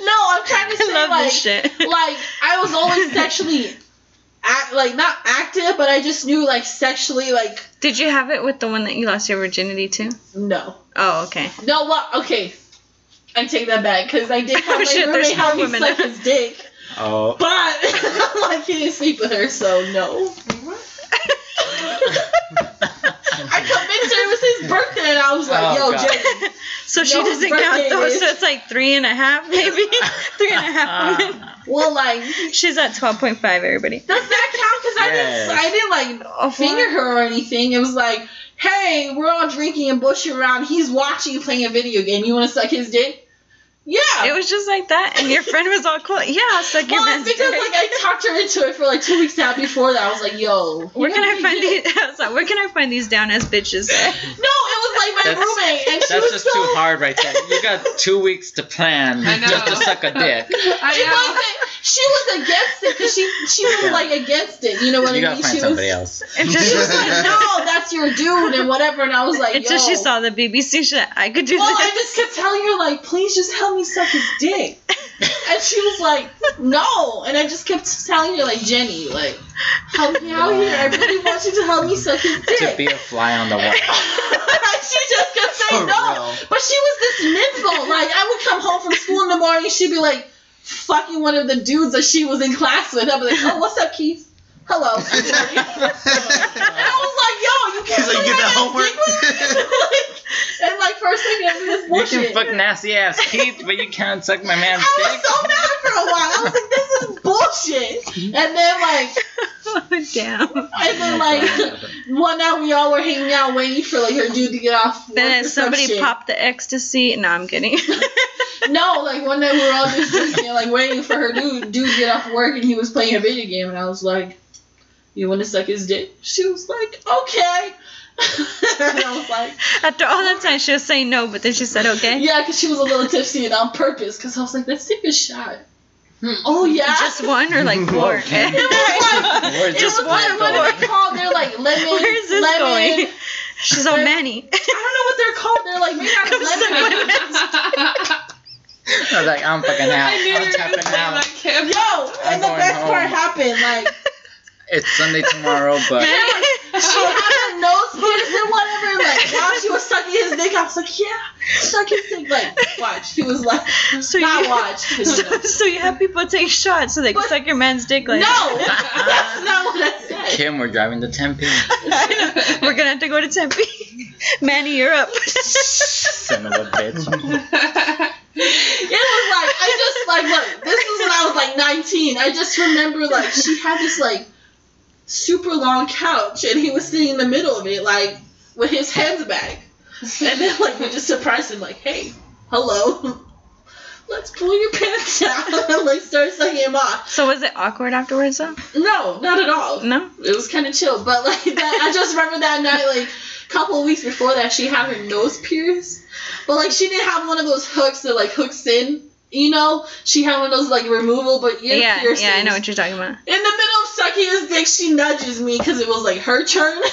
Speaker 8: no. I'm trying to
Speaker 4: I
Speaker 8: say
Speaker 4: love
Speaker 8: like
Speaker 4: this shit.
Speaker 8: like I was always sexually act, like not active, but I just knew like sexually like
Speaker 4: Did you have it with the one that you lost your virginity to?
Speaker 8: no.
Speaker 4: Oh, okay.
Speaker 8: No, what? Okay. I take that back because I did
Speaker 4: Oh,
Speaker 8: have my
Speaker 4: shit, there's
Speaker 8: roommate
Speaker 4: more
Speaker 8: help me
Speaker 4: women.
Speaker 8: suck his dick,
Speaker 7: Oh,
Speaker 8: but like he didn't sleep with her, so no. I convinced her it was his birthday, and I was like,
Speaker 7: Oh,
Speaker 8: "Yo,
Speaker 7: God.
Speaker 8: Jay,
Speaker 4: So she
Speaker 8: No,
Speaker 4: doesn't count
Speaker 8: birthday
Speaker 4: those,
Speaker 8: is-
Speaker 4: so it's like three and a half, maybe? three and a half
Speaker 8: Uh-huh.
Speaker 4: women.
Speaker 8: well, like,
Speaker 4: She's at 12.5, everybody.
Speaker 8: does that count? Because I didn't, I didn't like
Speaker 4: Oh,
Speaker 8: finger her or anything. It was like, hey, we're all drinking and bushing around. He's watching you playing a video game. You want to suck his dick? Yeah.
Speaker 4: It was just like that, and your friend was all cool. Yeah, I'll suck your
Speaker 8: well,
Speaker 4: man's
Speaker 8: it's because
Speaker 4: dick.
Speaker 8: like I talked her into it for like two weeks out before that. I was like, "Yo,
Speaker 4: where can I find
Speaker 8: it?"
Speaker 4: these? I was like, where can I find these down ass bitches?
Speaker 8: No, it was like my
Speaker 7: That's-
Speaker 8: roommate, and she
Speaker 7: That's
Speaker 8: was
Speaker 7: just
Speaker 8: so,
Speaker 7: too hard right there. You got two weeks to plan
Speaker 6: I know.
Speaker 7: just to suck a dick.
Speaker 8: She
Speaker 6: I
Speaker 8: wasn't. She was against it because she she was
Speaker 7: Yeah.
Speaker 8: like against it. You know what
Speaker 7: You
Speaker 8: I
Speaker 7: gotta
Speaker 8: mean?
Speaker 7: find
Speaker 8: she
Speaker 7: somebody else.
Speaker 8: was,
Speaker 4: It's
Speaker 8: She
Speaker 4: just
Speaker 8: was like, "No, that's your dude," and whatever. And I was like,
Speaker 4: until she
Speaker 8: "Yo."
Speaker 4: saw the BBC shit. I could do
Speaker 8: Well, I
Speaker 4: this.
Speaker 8: just kept telling her like, please just help me suck his dick. And she was like, no. And I just kept telling her like, Jenny, like, help me out here. I really want you to help me suck his dick.
Speaker 7: To be a fly on the wall.
Speaker 8: Like, she just kept saying
Speaker 9: For
Speaker 8: no.
Speaker 9: real.
Speaker 8: But she was this nympho. Like I would come home from school in the morning, she'd be like fucking one of the dudes that she was in class with. I'd be like, oh, what's up, Keith? Hello. and I was like, yo, you can't
Speaker 9: He's like,
Speaker 8: suck
Speaker 9: "You
Speaker 8: my
Speaker 9: did
Speaker 8: man's
Speaker 9: homework?"
Speaker 8: dick with me?" like, and like first thing I did was
Speaker 7: You
Speaker 8: bullshit.
Speaker 7: can fuck nasty ass Keith, but you can't suck my man's
Speaker 8: I was
Speaker 7: dick.
Speaker 8: so mad for a while. I was like, this is bullshit. And then like,
Speaker 4: Damn.
Speaker 8: and then like, one night we all were hanging out waiting for like her dude to get off. work
Speaker 4: Then
Speaker 8: or some
Speaker 4: somebody
Speaker 8: shit.
Speaker 4: popped the ecstasy. No, I'm kidding.
Speaker 8: No, like one night we were all just drinking, like waiting for her dude dude to get off work, and he was playing a video game, and I was like, "You want to suck his dick?" She was like, "Okay." and I was like,
Speaker 4: After all that time, she was saying no, but then she said okay.
Speaker 8: "Yeah," because she was a little tipsy and on purpose, because I was like, "Let's take a shot." Oh yeah.
Speaker 4: Just one or like four?
Speaker 8: it was like,
Speaker 7: Or
Speaker 8: it
Speaker 7: just
Speaker 8: was like what are they called? They're like lemon.
Speaker 4: Where is this
Speaker 8: lemon.
Speaker 4: going? She's all
Speaker 8: They're-
Speaker 4: many.
Speaker 8: I don't know what they're called. They're like made out of
Speaker 4: Come suck
Speaker 8: lemon.
Speaker 4: my man.
Speaker 7: I was like, I'm fucking out.
Speaker 6: I knew you
Speaker 7: I'm
Speaker 6: were gonna
Speaker 7: tapping
Speaker 6: say
Speaker 7: out.
Speaker 6: that, Kim.
Speaker 8: Yo,
Speaker 7: I'm
Speaker 8: and the
Speaker 7: going
Speaker 8: best part
Speaker 7: home.
Speaker 8: happened, like.
Speaker 7: It's Sunday tomorrow, but
Speaker 8: she had a nose piercing, whatever. Like while she was sucking his dick, I was like, yeah, suck his dick. Like watch, he was like,
Speaker 4: So
Speaker 8: not
Speaker 4: you-
Speaker 8: watch. 'cause, you
Speaker 4: So,
Speaker 8: know.
Speaker 4: so you have people take shots so they can
Speaker 8: But-
Speaker 4: suck your man's dick. Like,
Speaker 8: No, that's not what I said.
Speaker 7: Kim, we're driving to Tempe.
Speaker 4: I know. We're gonna have to go to Tempe. Manny, you're up.
Speaker 7: Son of a bitch.
Speaker 8: It was like I just like look. This was when I was like 19. I just remember like she had this like super long couch, and he was sitting in the middle of it, like with his hands back. And then like we just surprised him, like, hey, hello. Let's pull your pants down and like start sucking him off.
Speaker 4: so was it awkward afterwards though?
Speaker 8: No, not at all.
Speaker 4: No.
Speaker 8: It was kind of chill, but like that, I just remember that night, like a couple of weeks before that, she had her nose pierced, but like she didn't have one of those hooks that like hooks in. You know, she had one of those like removal, but ear
Speaker 4: yeah,
Speaker 8: piercings.
Speaker 4: yeah, I know what you're talking about.
Speaker 8: In the middle of sucking his dick, she nudges me because it was like her turn.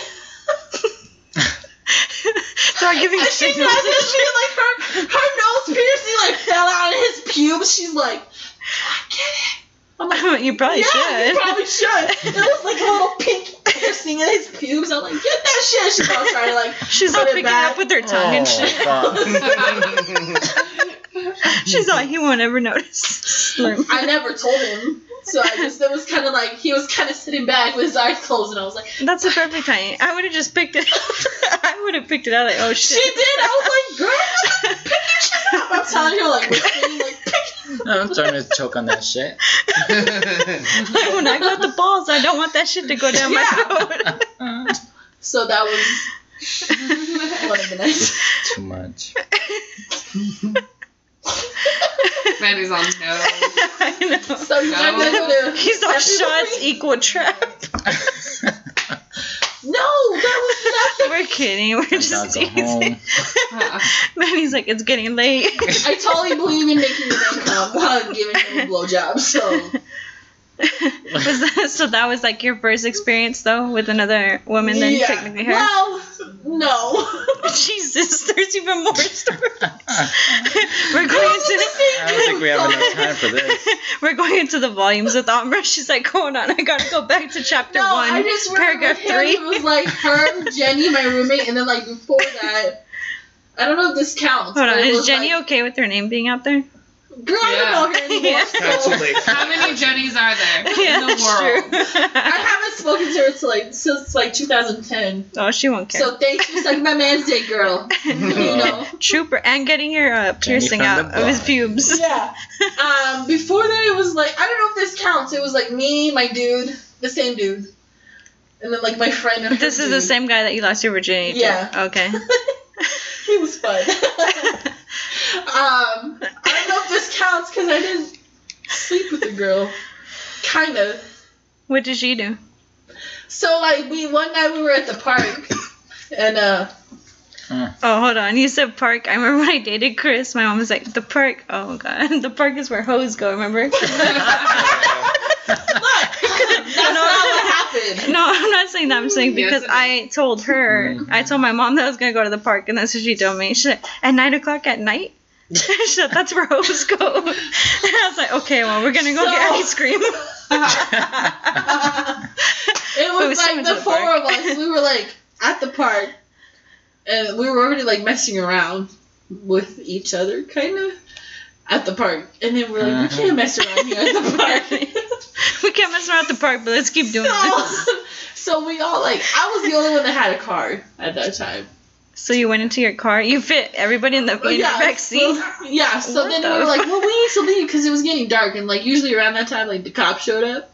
Speaker 4: Start giving
Speaker 8: And she
Speaker 4: signals.
Speaker 8: nudges me like her her nose piercing like fell out of his pubes. She's like, I get it. I'm like,
Speaker 4: you probably
Speaker 8: yeah,
Speaker 4: should.
Speaker 8: you probably should. It was like a little pink piercing in his pubes. I'm like, get that shit. She's all trying to like
Speaker 4: She's
Speaker 8: put
Speaker 4: all
Speaker 8: it
Speaker 4: picking
Speaker 8: back.
Speaker 4: up with her tongue and shit.
Speaker 7: Oh, fuck.
Speaker 4: She's all, he won't ever notice. Slurm.
Speaker 8: I never told him. So I just it was kind of like he was kind of sitting back with his eyes closed, and I was like,
Speaker 4: That's a perfect time. I would have just picked it. I would have picked it out like, oh
Speaker 8: she
Speaker 4: shit.
Speaker 8: did. I was like, girl, pick your shit up. I'm telling her like, whispering, like
Speaker 7: I'm trying to choke on that shit.
Speaker 4: Like when I got the balls, I don't want that shit to go down my
Speaker 8: Yeah.
Speaker 4: throat.
Speaker 8: so that was one of the nights.
Speaker 7: It's too much.
Speaker 6: Manny's on no.
Speaker 4: I know.
Speaker 8: So you
Speaker 6: No.
Speaker 8: guys gonna
Speaker 4: He's all
Speaker 8: That's
Speaker 4: shots
Speaker 8: really-
Speaker 4: equal trap.
Speaker 8: no, that was nothing.
Speaker 4: We're kidding. We're
Speaker 7: Gotta
Speaker 4: just
Speaker 7: go home.
Speaker 4: teasing.
Speaker 8: Uh-uh.
Speaker 4: Manny's like, it's getting late.
Speaker 8: I totally believe in making your man come while giving him a blowjob. So
Speaker 4: Was that, so that was like your first experience though with another woman than
Speaker 8: yeah.
Speaker 4: technically her.
Speaker 8: Well, no.
Speaker 4: Jesus, there's even more stories. We're
Speaker 8: I
Speaker 4: going
Speaker 8: was in
Speaker 4: into
Speaker 8: the same
Speaker 7: I don't think we have enough time for this.
Speaker 4: We're going into the volumes with Amber. She's like, hold on, I gotta go back to chapter
Speaker 8: No,
Speaker 4: one,
Speaker 8: I just remember
Speaker 4: paragraph
Speaker 8: him.
Speaker 4: three.
Speaker 8: It was like her, Jenny, my roommate, and then like before that, I don't know if this counts.
Speaker 4: Hold
Speaker 8: but
Speaker 4: on,
Speaker 8: it
Speaker 4: is
Speaker 8: was,
Speaker 4: Jenny
Speaker 8: like-
Speaker 4: okay with her name being out there?
Speaker 8: Girl, I don't know her anymore.
Speaker 4: Yeah.
Speaker 8: so-
Speaker 6: How many Jennies are there
Speaker 4: yeah,
Speaker 6: in the world?
Speaker 8: I
Speaker 4: true.
Speaker 8: haven't spoken to her till like since like 2010.
Speaker 4: oh, she won't care.
Speaker 8: So thanks for sucking my man's dick, girl. You know.
Speaker 4: Trooper and getting her uh, piercing
Speaker 7: from
Speaker 4: out
Speaker 7: the
Speaker 4: of his
Speaker 7: block.
Speaker 4: pubes.
Speaker 8: Yeah. Um. Before that, it was like I don't know if this counts. It was like me, my dude, the same dude, and then like my friend. And her
Speaker 4: This is the
Speaker 8: dude.
Speaker 4: same guy that you lost your virginity
Speaker 8: Yeah.
Speaker 4: to. Okay.
Speaker 8: He was fun. um, I don't know if this counts because I didn't sleep with the girl. Kind of.
Speaker 4: What did you do?
Speaker 8: So like we one night we were at the park and uh
Speaker 4: Oh, hold on. You said park. I remember when I dated Chris. My mom was like, the park. Oh, God. The park is where hoes go, remember?
Speaker 8: that's not what happened.
Speaker 4: No, I'm not saying that. I'm saying
Speaker 6: Yes,
Speaker 4: because
Speaker 6: it
Speaker 4: I told her, I told my mom that I was gonna go to the park, and that's what she told me. She said, at nine o'clock at night. she said, that's where hoes go. And I was like, okay, well, we're gonna go get
Speaker 8: So-
Speaker 4: ice cream.
Speaker 8: It was,
Speaker 4: It was
Speaker 8: like
Speaker 4: someone's
Speaker 8: the
Speaker 4: at the
Speaker 8: four
Speaker 4: park.
Speaker 8: of us. We were like at the park and we were already like messing around with each other kind of at the park. And then we we're like, we can't mess around here at the park.
Speaker 4: we can't mess around at the park, but let's keep doing this.
Speaker 8: so, so we all like I was the only one that had a car at that time.
Speaker 4: So you went into your car. You fit everybody in the, in the back seat.
Speaker 8: So, yeah, so
Speaker 4: What
Speaker 8: then
Speaker 4: the
Speaker 8: we were like,
Speaker 4: fuck?
Speaker 8: well, we need to leave because it was getting dark, and like usually around that time, like the cop showed up.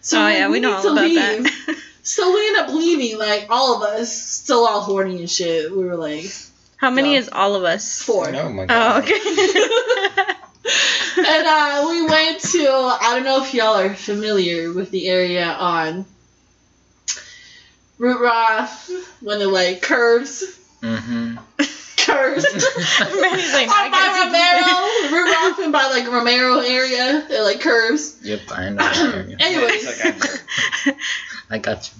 Speaker 8: So
Speaker 4: oh
Speaker 8: we're like,
Speaker 4: yeah, we know
Speaker 8: need
Speaker 4: all
Speaker 8: to
Speaker 4: about
Speaker 8: leave.
Speaker 4: that.
Speaker 8: So we end up leaving, like all of us, still all horny and shit. We were like
Speaker 4: How many
Speaker 8: Yeah.
Speaker 4: is all of us?
Speaker 8: four,
Speaker 7: Oh my
Speaker 4: Oh,
Speaker 7: god.
Speaker 4: okay.
Speaker 8: and uh, we went to I don't know if y'all are familiar with the area on Root Roth when it like curves,
Speaker 7: Mm-hmm.
Speaker 8: curves.
Speaker 4: Manny's like,
Speaker 8: Or
Speaker 4: "I
Speaker 8: by
Speaker 4: guess
Speaker 8: Romero, Root Roth and by like Romero area, it like curves.
Speaker 7: Yep, I know. that area.
Speaker 8: Anyways,
Speaker 7: I got you.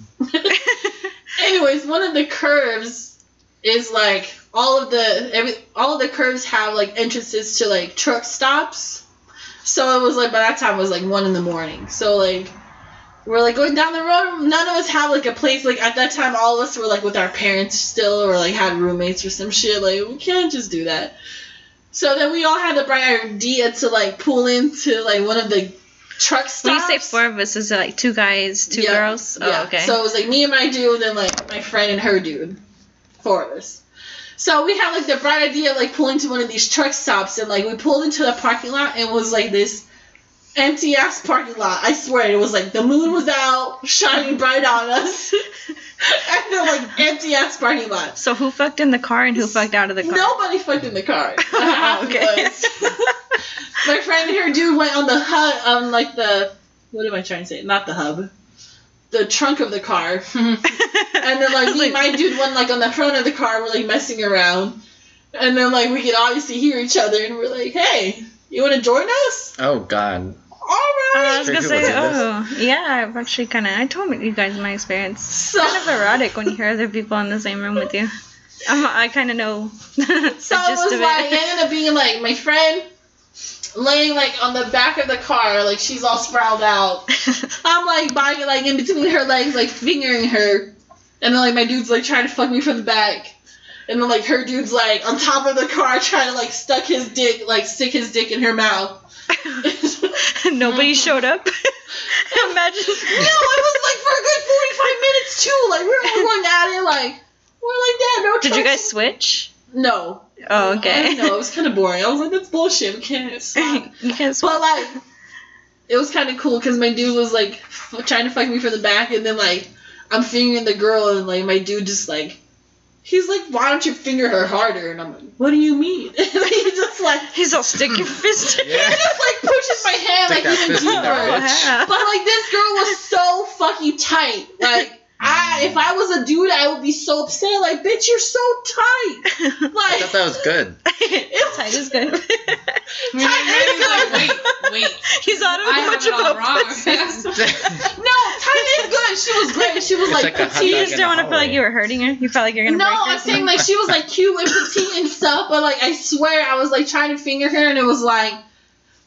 Speaker 8: Anyways, one of the curves is like all of the every all of the curves have like entrances to like truck stops. So it was like by that time it was like one in the morning. So like we're like going down the road. None of us have like a place. Like at that time, all of us were like with our parents still, or like had roommates or some shit. Like we can't just do that. So then we all had the bright idea to like pull into like one of the truck
Speaker 4: When you
Speaker 8: stops.
Speaker 4: say four of us, is it like two guys, two
Speaker 8: Yeah,
Speaker 4: girls? Oh,
Speaker 8: yeah.
Speaker 4: okay.
Speaker 8: So it was like me and my dude, and then like my friend and her dude, four of us. So we had like the bright idea of like pulling to one of these truck stops, and like we pulled into the parking lot, and it was like this empty ass parking lot. I swear it was like the moon was out, shining bright on us, and then like empty ass parking lot.
Speaker 4: So who fucked in the car and who fucked out of the car?
Speaker 8: Nobody fucked in the car.
Speaker 4: Oh, okay.
Speaker 8: my friend and her dude went on the hub, on like the what am I trying to say? Not the hub, the trunk of the car. And then
Speaker 4: I
Speaker 8: like
Speaker 4: was
Speaker 8: me and my dude went like on the front of the car, we're like messing around. And then like we could obviously hear each other and we're like, Hey, you wanna join us?
Speaker 7: Oh god.
Speaker 4: Oh, I
Speaker 8: Alright.
Speaker 4: was gonna
Speaker 7: People do
Speaker 4: say,
Speaker 7: this.
Speaker 4: oh, yeah, I've actually kind of. I told you guys my experience.
Speaker 8: So,
Speaker 4: It's kind of erotic when you hear other people in the same room with you. I'm, I kind of know the
Speaker 8: so it
Speaker 4: gist
Speaker 8: was
Speaker 4: of
Speaker 8: like it
Speaker 4: it.
Speaker 8: ended up being like my friend laying like on the back of the car, like she's all sprawled out. I'm like buying it like in between her legs, like fingering her, and then like my dude's like trying to fuck me from the back, and then like her dude's like on top of the car trying to like stuck his dick, like stick his dick in her mouth. no, it was like
Speaker 4: Nobody
Speaker 8: Mm-hmm.
Speaker 4: showed up. Imagine.
Speaker 8: for a good forty five minutes too. Like we were going at it, like we're like that. No,
Speaker 4: Did you guys
Speaker 8: trust-
Speaker 4: switch?
Speaker 8: No.
Speaker 4: Oh, okay.
Speaker 8: No, it was kind of boring. I was like, that's bullshit. We can't. stop."
Speaker 4: you can't switch.
Speaker 8: But like, it was kind of cool because my dude was like f- trying to fuck me from the back, and then like I'm fingering the girl, and like my dude just like he's like, "Why don't you finger her harder?" And I'm like, "What do you mean?" And he just like
Speaker 4: He's all stick your fist.
Speaker 8: he just like pushes my hand
Speaker 7: Stick
Speaker 8: like
Speaker 7: that
Speaker 8: even
Speaker 7: fist in
Speaker 8: deeper.
Speaker 7: there, bitch.
Speaker 4: Wow.
Speaker 8: But like this girl was so fucking tight, like. I, if I was a dude, I would be so upset. Like, bitch, you're so tight.
Speaker 7: I
Speaker 8: Like,
Speaker 7: thought that was good.
Speaker 4: Tight is good.
Speaker 6: My man is like, wait, wait.
Speaker 4: He's out of
Speaker 6: I have
Speaker 4: much
Speaker 6: it all
Speaker 4: about
Speaker 6: wrong.
Speaker 4: pussy.
Speaker 8: no, tight is good. She was great. She was
Speaker 7: It's
Speaker 8: like,
Speaker 7: like a hot
Speaker 8: petite.
Speaker 7: dog
Speaker 4: You just don't
Speaker 7: in the
Speaker 4: want to feel like
Speaker 7: hallway.
Speaker 4: you were hurting her. You felt like you're gonna
Speaker 8: No,
Speaker 4: break her.
Speaker 8: I'm saying like she was like cute and petite and stuff, but like I swear I was like trying to finger her and it was like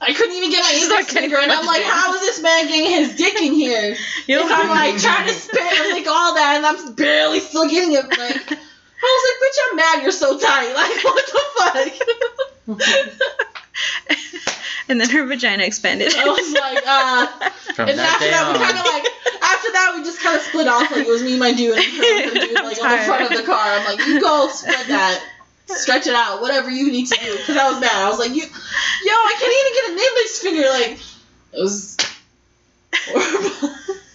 Speaker 8: I couldn't even get my
Speaker 4: She's
Speaker 8: index
Speaker 4: okay,
Speaker 8: finger and I'm
Speaker 4: fuck
Speaker 8: like,
Speaker 4: it.
Speaker 8: how is this man getting his dick in here?
Speaker 4: You're
Speaker 8: If I'm like trying to spit and like all that and I'm barely still getting it. Like I was like, bitch, I'm mad. You're so tight. Like what the fuck?
Speaker 4: and then her vagina expanded.
Speaker 8: I was like, uh,
Speaker 7: From
Speaker 8: and then
Speaker 7: that
Speaker 8: after
Speaker 7: day
Speaker 8: that we kind
Speaker 7: on.
Speaker 8: of like. After that, we just kind of split off. Like it was me, my dude, and her, and her dude,
Speaker 4: I'm
Speaker 8: like on the front
Speaker 4: tired.
Speaker 8: of the car. I'm like, you go spread that, stretch it out, whatever you need to do. Because I was mad. I was like, you, yo, I can't even get an index finger. Like it was horrible.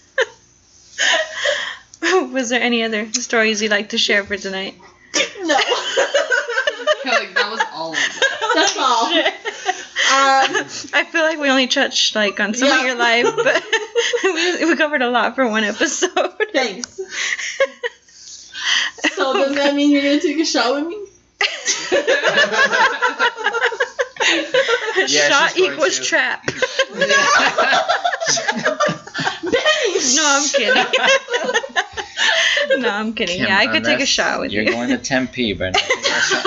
Speaker 4: Was there any other stories you'd like to share for tonight?
Speaker 8: no.
Speaker 6: feel like that was all of it.
Speaker 8: That's all. Um,
Speaker 4: I feel like we only touched like on some of
Speaker 8: Yeah.
Speaker 4: your life, but we, we covered a lot for one episode.
Speaker 8: thanks. So does that mean you're gonna take a shot with me?
Speaker 9: she's
Speaker 4: Shot
Speaker 9: going
Speaker 4: equals
Speaker 9: to.
Speaker 4: trap.
Speaker 8: Thanks.
Speaker 4: No, I'm kidding. no, I'm kidding. Yeah, I could take a
Speaker 7: unless
Speaker 4: shot with
Speaker 7: You're
Speaker 4: you.
Speaker 7: going to Tempe, but not taking a shot.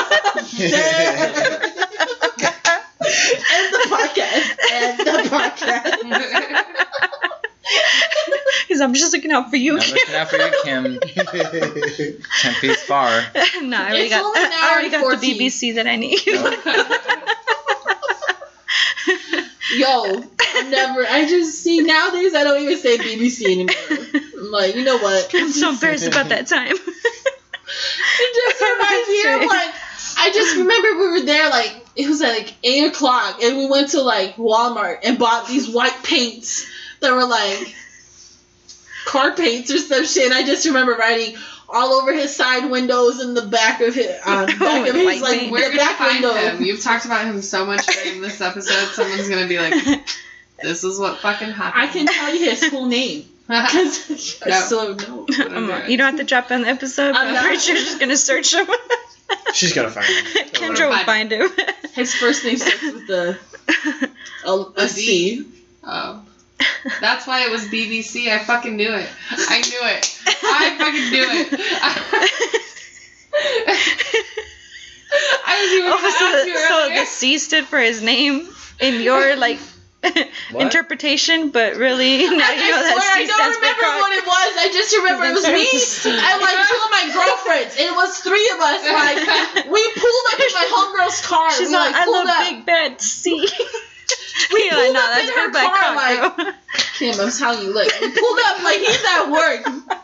Speaker 8: End the podcast. End the podcast.
Speaker 4: Because I'm just looking out for you.
Speaker 7: I'm looking out for you, Kim. Tempe's far.
Speaker 4: no, I already
Speaker 8: It's
Speaker 4: got,
Speaker 8: only an
Speaker 4: I
Speaker 8: hour
Speaker 4: already
Speaker 8: and
Speaker 4: got the
Speaker 8: 14.
Speaker 4: BBC that I need.
Speaker 8: Yo, I never. I just see nowadays. I don't even say BBC anymore. I'm like, you know what?
Speaker 4: I'm so embarrassed about that time.
Speaker 8: It just reminds me. I'm like, I just remember we were there. Like it was like eight o'clock, and we went to like Walmart and bought these white paints that were like car paints or some shit. And I just remember writing all over his side windows and the back of his um, back
Speaker 4: White
Speaker 8: of his like
Speaker 4: paint.
Speaker 6: We're
Speaker 8: the
Speaker 6: gonna
Speaker 8: back
Speaker 6: find
Speaker 8: window.
Speaker 6: him. You've talked about him so much during this episode. Someone's gonna be like, "This is what fucking
Speaker 8: I
Speaker 6: happened."
Speaker 8: can tell you his school name because I
Speaker 6: No.
Speaker 8: still don't know.
Speaker 4: I'm like, you don't have to drop down the episode, but
Speaker 8: I'm
Speaker 4: I'm,
Speaker 8: not-
Speaker 4: pretty sure she's going to search him.
Speaker 5: She's gonna find him.
Speaker 4: Kendra will find him.
Speaker 8: His first name starts with the a, a C.
Speaker 6: Oh. That's why it was BBC. I fucking knew it. I knew it. I fucking knew it. I was even gonna
Speaker 4: oh,
Speaker 6: ask you
Speaker 4: so, so
Speaker 6: earlier.
Speaker 4: the C stood for his name in your, like, interpretation, but really, now
Speaker 8: I,
Speaker 4: you know
Speaker 8: swear
Speaker 4: that
Speaker 8: I
Speaker 4: C
Speaker 8: don't
Speaker 4: stands for
Speaker 8: remember
Speaker 4: Croc.
Speaker 8: what it was. I just remember it was me and like two of my girlfriends. It was three of us. Like we pulled up in my homegirl's car.
Speaker 4: She's
Speaker 8: we,
Speaker 4: like,
Speaker 8: like
Speaker 4: I
Speaker 8: pulled
Speaker 4: love
Speaker 8: up.
Speaker 4: Big Bad C. we like,
Speaker 8: pulled
Speaker 4: no,
Speaker 8: up
Speaker 4: that's
Speaker 8: in her
Speaker 4: Big Bad
Speaker 8: car,
Speaker 4: Croc, bro."
Speaker 8: Kim, I'm telling you, look, we pulled up like he's at work.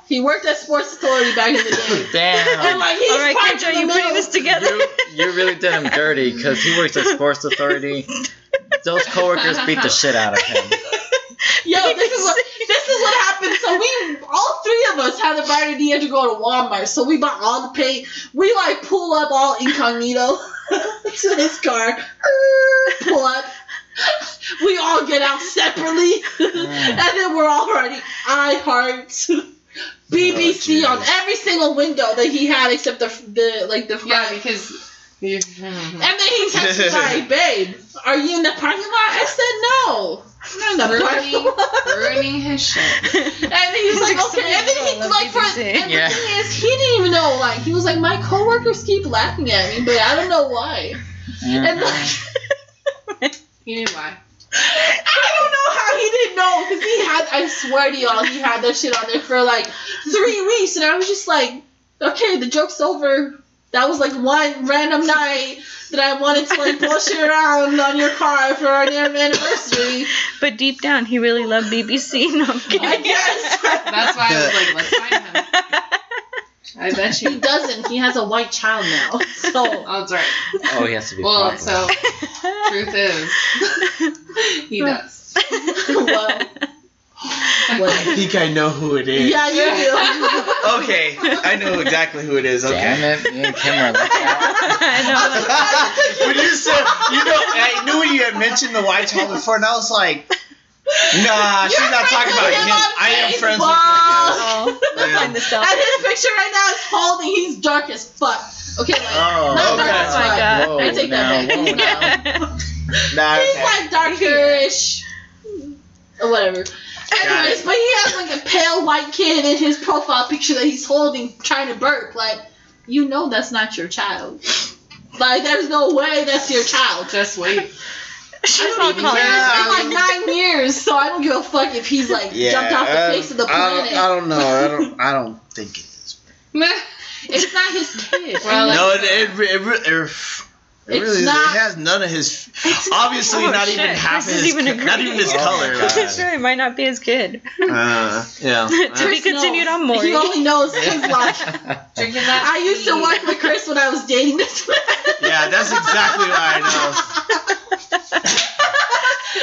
Speaker 8: He worked at Sports Authority back in the day. And
Speaker 7: Damn.
Speaker 8: like he's
Speaker 4: All right,
Speaker 8: parked
Speaker 4: Kendra,
Speaker 8: in
Speaker 4: you
Speaker 8: the
Speaker 4: putting
Speaker 8: middle.
Speaker 4: this together?
Speaker 7: You, you really did him dirty because he works at Sports Authority. Those coworkers beat the shit out of him.
Speaker 8: Yo, this is what this is what happened. So we all three of us had a bright idea to go to Walmart. So we bought all the paint. We like pull up all incognito to his car. Pull up. We all get out separately, and then we're all writing I heart BBC on every single window that he had except the the like the
Speaker 6: yeah,
Speaker 8: front.
Speaker 6: because. You,
Speaker 8: And then he texts me like, "Babe, are you in the parking lot?" I said, "No, I'm not in the parking
Speaker 6: ruining,
Speaker 8: lot."
Speaker 6: ruining his shit.
Speaker 8: And he's like,
Speaker 4: Like,
Speaker 8: okay. And then he
Speaker 4: someone's
Speaker 8: like for
Speaker 4: gonna love
Speaker 8: and
Speaker 7: Yeah.
Speaker 8: the thing is, he didn't even know. Like he was like, my coworkers keep laughing at me, but I don't know why.
Speaker 7: Mm-hmm.
Speaker 8: And like,
Speaker 6: He knew why.
Speaker 8: I don't know how he didn't know because he had. I swear to y'all, he had that shit on there for like three weeks, and I was just like, okay, the joke's over. That was like one random night that I wanted to like bullshit around on your car for our damn anniversary.
Speaker 4: But deep down, he really loved BBC. No, I'm kidding.
Speaker 8: I guess
Speaker 6: That's why I was like, let's find him. I bet
Speaker 8: he
Speaker 6: you.
Speaker 8: doesn't. He has a white child now, so.
Speaker 6: Oh, that's right.
Speaker 7: Oh, he has to be
Speaker 6: Well,
Speaker 7: popular.
Speaker 6: so truth is, he does.
Speaker 8: well,
Speaker 5: I think I know who it is.
Speaker 8: yeah, you do.
Speaker 5: Okay, I know exactly who it is. Okay.
Speaker 7: Damn it, me and Kim are like that.
Speaker 4: I know.
Speaker 5: when you said, you know, I knew you had mentioned the white child before, and I was like, nah, Uh, she's not talking about him. I am friends with him.
Speaker 4: Oh, we'll
Speaker 5: Yeah.
Speaker 4: find this out.
Speaker 8: And his picture right now is holding. He's dark as fuck. Okay, like
Speaker 7: Oh,
Speaker 8: not dark
Speaker 5: okay.
Speaker 8: as
Speaker 5: Oh
Speaker 8: fuck.
Speaker 5: my
Speaker 4: God.
Speaker 7: Whoa,
Speaker 8: I take that
Speaker 7: now,
Speaker 8: back.
Speaker 7: whoa, now.
Speaker 5: Nah,
Speaker 8: He's
Speaker 5: okay.
Speaker 8: like darkerish, or whatever. Anyways, but he has like a pale white kid in his profile picture that he's holding, trying to burp. Like, you know, that's not your child. Like, there's no way that's your child.
Speaker 6: Just wait.
Speaker 4: She's
Speaker 8: I
Speaker 4: all
Speaker 8: don't even
Speaker 4: calling
Speaker 8: care.
Speaker 5: Yeah.
Speaker 8: It's been "Oh, like nine years, so I don't give a fuck if he's like
Speaker 5: Yeah,
Speaker 8: jumped off the
Speaker 5: I-
Speaker 8: face of the
Speaker 5: I don't-
Speaker 8: planet.
Speaker 5: I don't know. I don't. I don't think it is.
Speaker 8: It's not his kid.
Speaker 6: Well,
Speaker 5: No, it it, re- it, re- it, re- it really
Speaker 8: uh, It's
Speaker 5: is-
Speaker 8: not-
Speaker 5: it has none of his. Obviously,
Speaker 4: Oh,
Speaker 5: not even
Speaker 4: shit.
Speaker 5: half
Speaker 4: This
Speaker 5: of
Speaker 4: is
Speaker 5: his.
Speaker 4: even
Speaker 5: co-
Speaker 4: agreed.
Speaker 5: not even his
Speaker 7: Oh my
Speaker 5: color.
Speaker 7: God.
Speaker 4: That's right. It might not be his kid.
Speaker 5: Uh, yeah.
Speaker 4: to be
Speaker 8: Chris
Speaker 4: continued
Speaker 8: knows.
Speaker 4: on Maury.
Speaker 8: He only knows because like
Speaker 6: Drinking that.
Speaker 8: I used to
Speaker 6: tea.
Speaker 8: work with Chris when I was dating this man.
Speaker 5: Yeah, that's exactly what I know.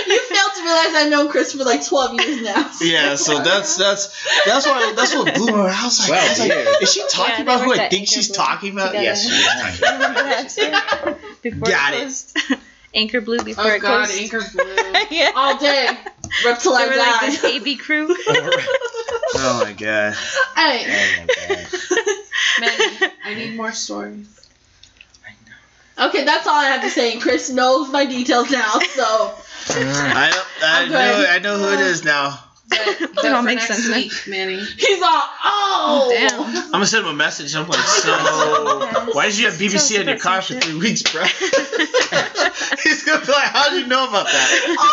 Speaker 8: you failed to realize I've known Chris for like 12 years now.
Speaker 5: Yeah, so that's that's that's why that's what blew her. I was like, I was like,
Speaker 9: yeah.
Speaker 5: is she talking
Speaker 4: Yeah,
Speaker 5: about
Speaker 4: they
Speaker 5: who
Speaker 4: worked
Speaker 5: I
Speaker 4: at
Speaker 5: think she's
Speaker 4: Anchor Blue
Speaker 5: talking about?
Speaker 4: together.
Speaker 5: Yes, she is talking about.
Speaker 4: before
Speaker 5: Got
Speaker 4: it
Speaker 5: it.
Speaker 4: closed. Anchor Blue before
Speaker 6: Oh
Speaker 4: it
Speaker 6: god,
Speaker 4: closed.
Speaker 6: anchor blue.
Speaker 4: yeah.
Speaker 8: All day. Rep till
Speaker 4: They
Speaker 8: I
Speaker 4: were like
Speaker 8: die.
Speaker 4: this AB crew.
Speaker 5: Oh my god.
Speaker 6: hey,
Speaker 7: Oh my god.
Speaker 6: Manny, I need more stories.
Speaker 8: okay, that's all I have to say. Chris knows my details now, so.
Speaker 5: I I
Speaker 8: I'm
Speaker 5: know
Speaker 8: good.
Speaker 5: I know who it is now.
Speaker 6: That,
Speaker 4: That all
Speaker 6: for
Speaker 4: makes
Speaker 6: next
Speaker 4: sense now.
Speaker 6: week, Manny.
Speaker 8: He's all, oh!
Speaker 4: Damn.
Speaker 5: I'm gonna send him a message. I'm like, so why did you have BBC on your car for three weeks, bro? He's gonna be like, how do you know about that?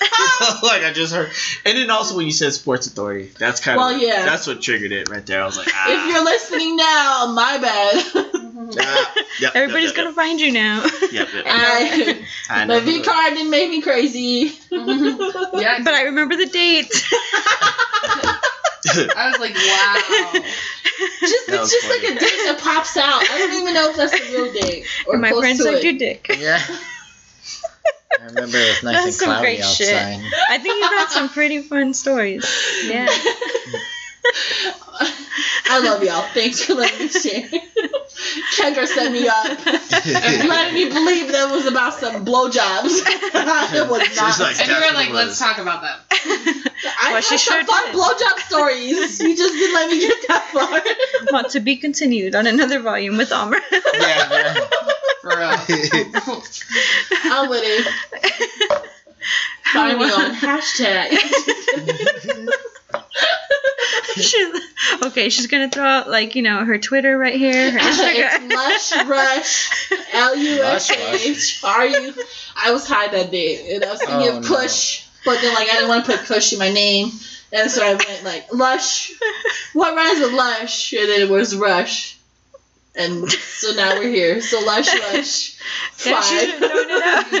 Speaker 8: Oh my god!
Speaker 5: like I just heard. And then also when you said Sports Authority, that's kind
Speaker 8: Well,
Speaker 5: of
Speaker 8: yeah.
Speaker 5: that's what triggered it right there. I was like, ah,
Speaker 8: If you're listening now, my bad.
Speaker 5: ah, yep, yep,
Speaker 4: Everybody's
Speaker 5: yep,
Speaker 4: gonna find you now.
Speaker 5: Yep, yep.
Speaker 8: I,
Speaker 5: I know.
Speaker 8: my V card didn't make me crazy.
Speaker 6: Yeah,
Speaker 4: but I remember the date.
Speaker 6: I was like, wow.
Speaker 8: Just,
Speaker 5: That
Speaker 8: it's
Speaker 5: was
Speaker 8: just
Speaker 5: funny.
Speaker 8: like a date that pops out. I don't even know if that's the real date. Or
Speaker 4: my
Speaker 8: close
Speaker 4: friend
Speaker 8: to
Speaker 4: sucked
Speaker 8: it.
Speaker 4: your dick.
Speaker 7: Yeah. I remember it was nice
Speaker 4: That's
Speaker 7: and
Speaker 4: some
Speaker 7: cloudy
Speaker 4: great shit.
Speaker 7: outside.
Speaker 4: I think you've had some pretty fun stories. Yeah.
Speaker 8: I love y'all. Thanks for letting me share. Kendra set me up. Letting me believe that was about some blowjobs. it was
Speaker 5: She's
Speaker 8: not.
Speaker 5: like-
Speaker 6: And you were like,
Speaker 5: Definitely was.
Speaker 6: let's talk about that.
Speaker 8: I
Speaker 4: Well,
Speaker 8: have
Speaker 4: she sure
Speaker 8: some fun
Speaker 4: did.
Speaker 8: blowjob stories. You just didn't let me get that far.
Speaker 4: Want to be continued on another volume with Amr.
Speaker 5: yeah,
Speaker 6: For real.
Speaker 5: yeah.
Speaker 8: I'm with it. Find me on hashtag.
Speaker 4: she's, okay, she's gonna throw out like you know her Twitter right here, her Instagram.
Speaker 8: it's Lush Rush. L U S H. Are you? I was high that day, and I was thinking
Speaker 7: Oh,
Speaker 8: of
Speaker 7: no.
Speaker 8: Kush, but then like I didn't want to put Kush in my name, and so I went like Lush. What rhymes with Lush? And then it was Rush, and so now we're here. So Lush Rush.
Speaker 4: Yeah, she
Speaker 8: Five.
Speaker 4: didn't know it at all.
Speaker 8: For my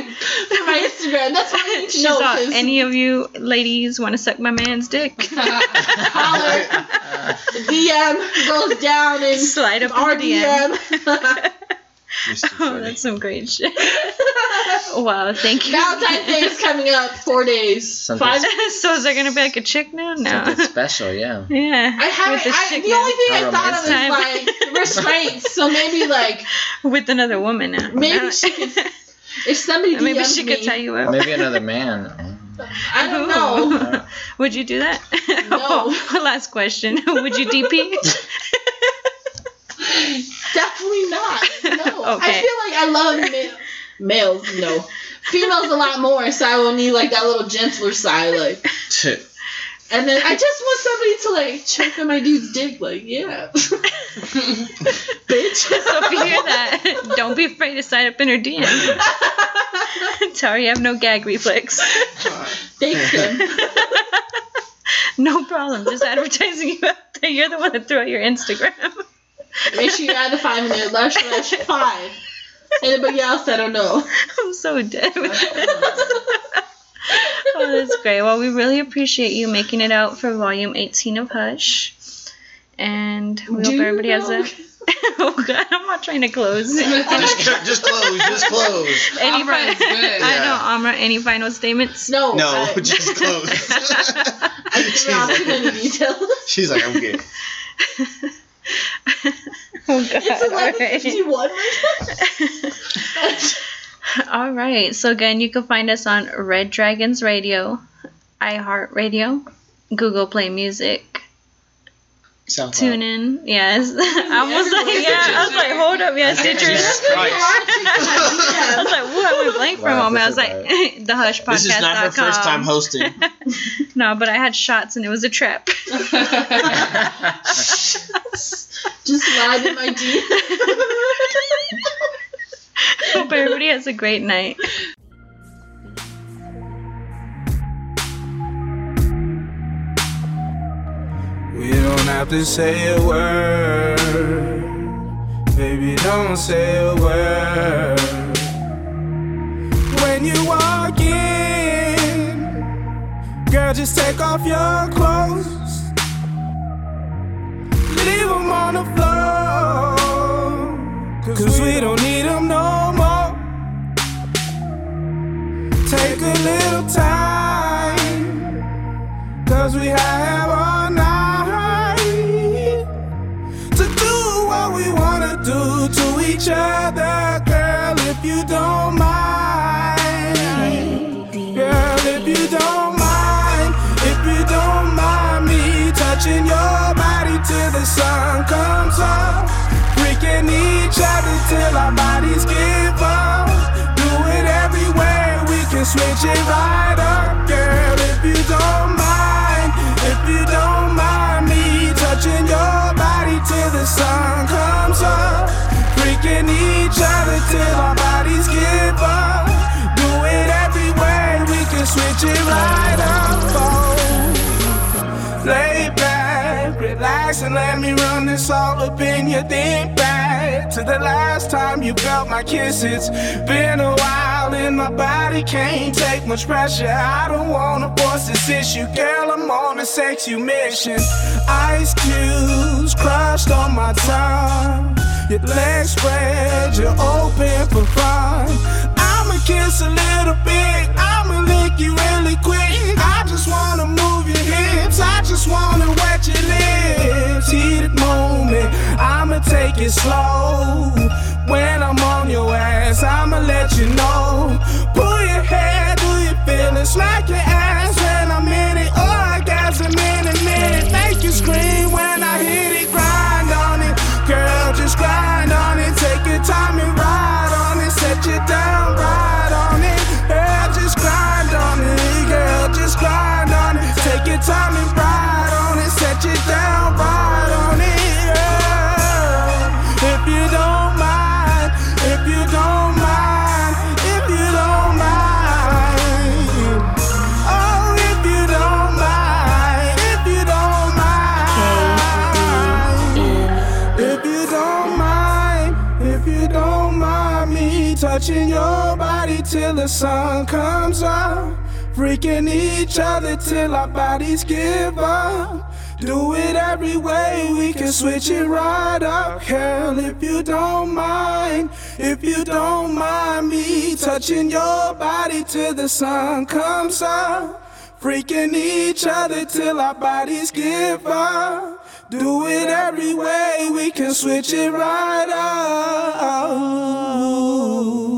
Speaker 8: Instagram. That's what I need to
Speaker 4: She's
Speaker 8: know.
Speaker 4: all,
Speaker 8: 'cause
Speaker 4: any of you ladies want to suck my man's dick?
Speaker 8: holler, DM goes down and
Speaker 4: Slide up
Speaker 8: our
Speaker 4: in the DM.
Speaker 8: DM.
Speaker 5: Mr.
Speaker 4: Oh,
Speaker 5: Funny.
Speaker 4: that's some great shit. wow, thank you.
Speaker 8: Valentine's Day is coming up. Four days.
Speaker 7: Something
Speaker 8: Five.
Speaker 4: so is there gonna be like a chick now? No.
Speaker 7: Something special, yeah.
Speaker 4: Yeah.
Speaker 8: I haven't.
Speaker 4: With this
Speaker 8: I,
Speaker 4: chick
Speaker 8: the
Speaker 4: now.
Speaker 8: only thing I
Speaker 7: How
Speaker 8: thought of
Speaker 4: romantic.
Speaker 8: is like restraints. So maybe like
Speaker 4: with another woman now.
Speaker 8: Maybe she could- if somebody DMs
Speaker 4: Maybe she
Speaker 8: me,
Speaker 4: could tie you up.
Speaker 7: Maybe another man.
Speaker 8: I don't know.
Speaker 7: Uh,
Speaker 4: Would you do that?
Speaker 8: No.
Speaker 4: Oh, last question. Would you DP?
Speaker 8: Definitely not. No.
Speaker 4: Okay.
Speaker 8: I feel like I love ma- males. No. Females a lot more, so I will need like that little gentler side, like. And then I just want somebody to like check on my dude's dick, like yeah. Bitch.
Speaker 4: so if you hear that, don't be afraid to sign up in her DM. Tell her you have no gag reflex.
Speaker 8: Thanks, Kim.
Speaker 4: no problem. Just advertising you out there. You're the one that threw out your Instagram.
Speaker 8: Make sure you add the five in there. Lush, lush, five. Anybody else? I don't know.
Speaker 4: I'm so dead with this. oh, that's great. Well, we really appreciate you making it out for volume 18 of Hush. And we
Speaker 8: Do
Speaker 4: hope
Speaker 8: you
Speaker 4: everybody has
Speaker 8: know?
Speaker 4: a. oh, God, I'm not trying to close. Any
Speaker 5: just, just close, just close.
Speaker 6: Amra
Speaker 4: fi-
Speaker 6: is good.
Speaker 4: I know,
Speaker 5: Yeah.
Speaker 4: Amra. Any final statements?
Speaker 8: No.
Speaker 5: No,
Speaker 8: I,
Speaker 5: just close.
Speaker 8: I threw out too many details.
Speaker 5: She's like, I'm good.
Speaker 4: Oh, God.
Speaker 8: It's
Speaker 4: all right.
Speaker 8: eleven fifty one right now.
Speaker 4: All right. So again, you can find us on Red Dragons Radio, iHeartRadio, Google Play Music,
Speaker 5: Sound
Speaker 4: Tune in. Yes. I was like, yeah. I was like, hold up. Yeah, Stitcher.
Speaker 5: Jesus
Speaker 4: I was like, whoa, I went blank for a
Speaker 7: Wow,
Speaker 4: moment. I was
Speaker 7: this
Speaker 4: like, the hush podcast.
Speaker 5: This is not her first time hosting.
Speaker 4: No, but I had shots and it was a trap.
Speaker 8: Just lied in my DM.
Speaker 4: Hope everybody has a great night.
Speaker 1: We don't have to say a word. Baby, don't say a word. When you walk in, girl, just take off your clothes. Leave 'em on the floor. Cause we don't need 'em no more. Take a little time. Cause we have all night to do what we wanna do to each other, girl, if you don't mind. Girl, if you don't mind, if you don't mind me touching your body till the sun comes up. Freaking each other till our bodies give up. Do it everywhere, we can switch it right up, girl, if you don't mind. If you don't mind me touching your body till the sun comes up. Freaking each other till our bodies give up. Do it every way, we can switch it right up. Oh. Lay back, relax, and let me run this all up in your thin back. To the last time you felt my kiss, it's been a while, and my body can't take much pressure. I don't wanna force this issue, girl. I'm on a sex you mission. Ice cubes crushed on my tongue. Your legs spread, you're open for fun. I'ma kiss a little bit, I'ma lick you really quick. I just wanna move your hips, I just wanna wet your lips. Heated moment, I'ma take it slow. When I'm on your ass, I'ma let you know. Pull your hair, do your feelings, smack your ass when I'm in it. Orgasm in a minute, make you scream when I hit it. Grind on it, girl, just grind on it. Take your time and ride on it, set you down, ride on it. Girl, just grind on it, girl, just grind on it. Take your time and ride on it, set you down, ride on it. Girl. If you don't mind, if you don't mind, if you don't mind. Oh, if you don't mind, if you don't mind, if you don't mind, if you don't mind me touching your body till the sun comes up, freaking each other till our bodies give up. Do it every way, we can switch it right up, girl. If you don't mind, if you don't mind me touching your body till the sun comes up, freaking each other till our bodies give up. Do it every way, we can switch it right up.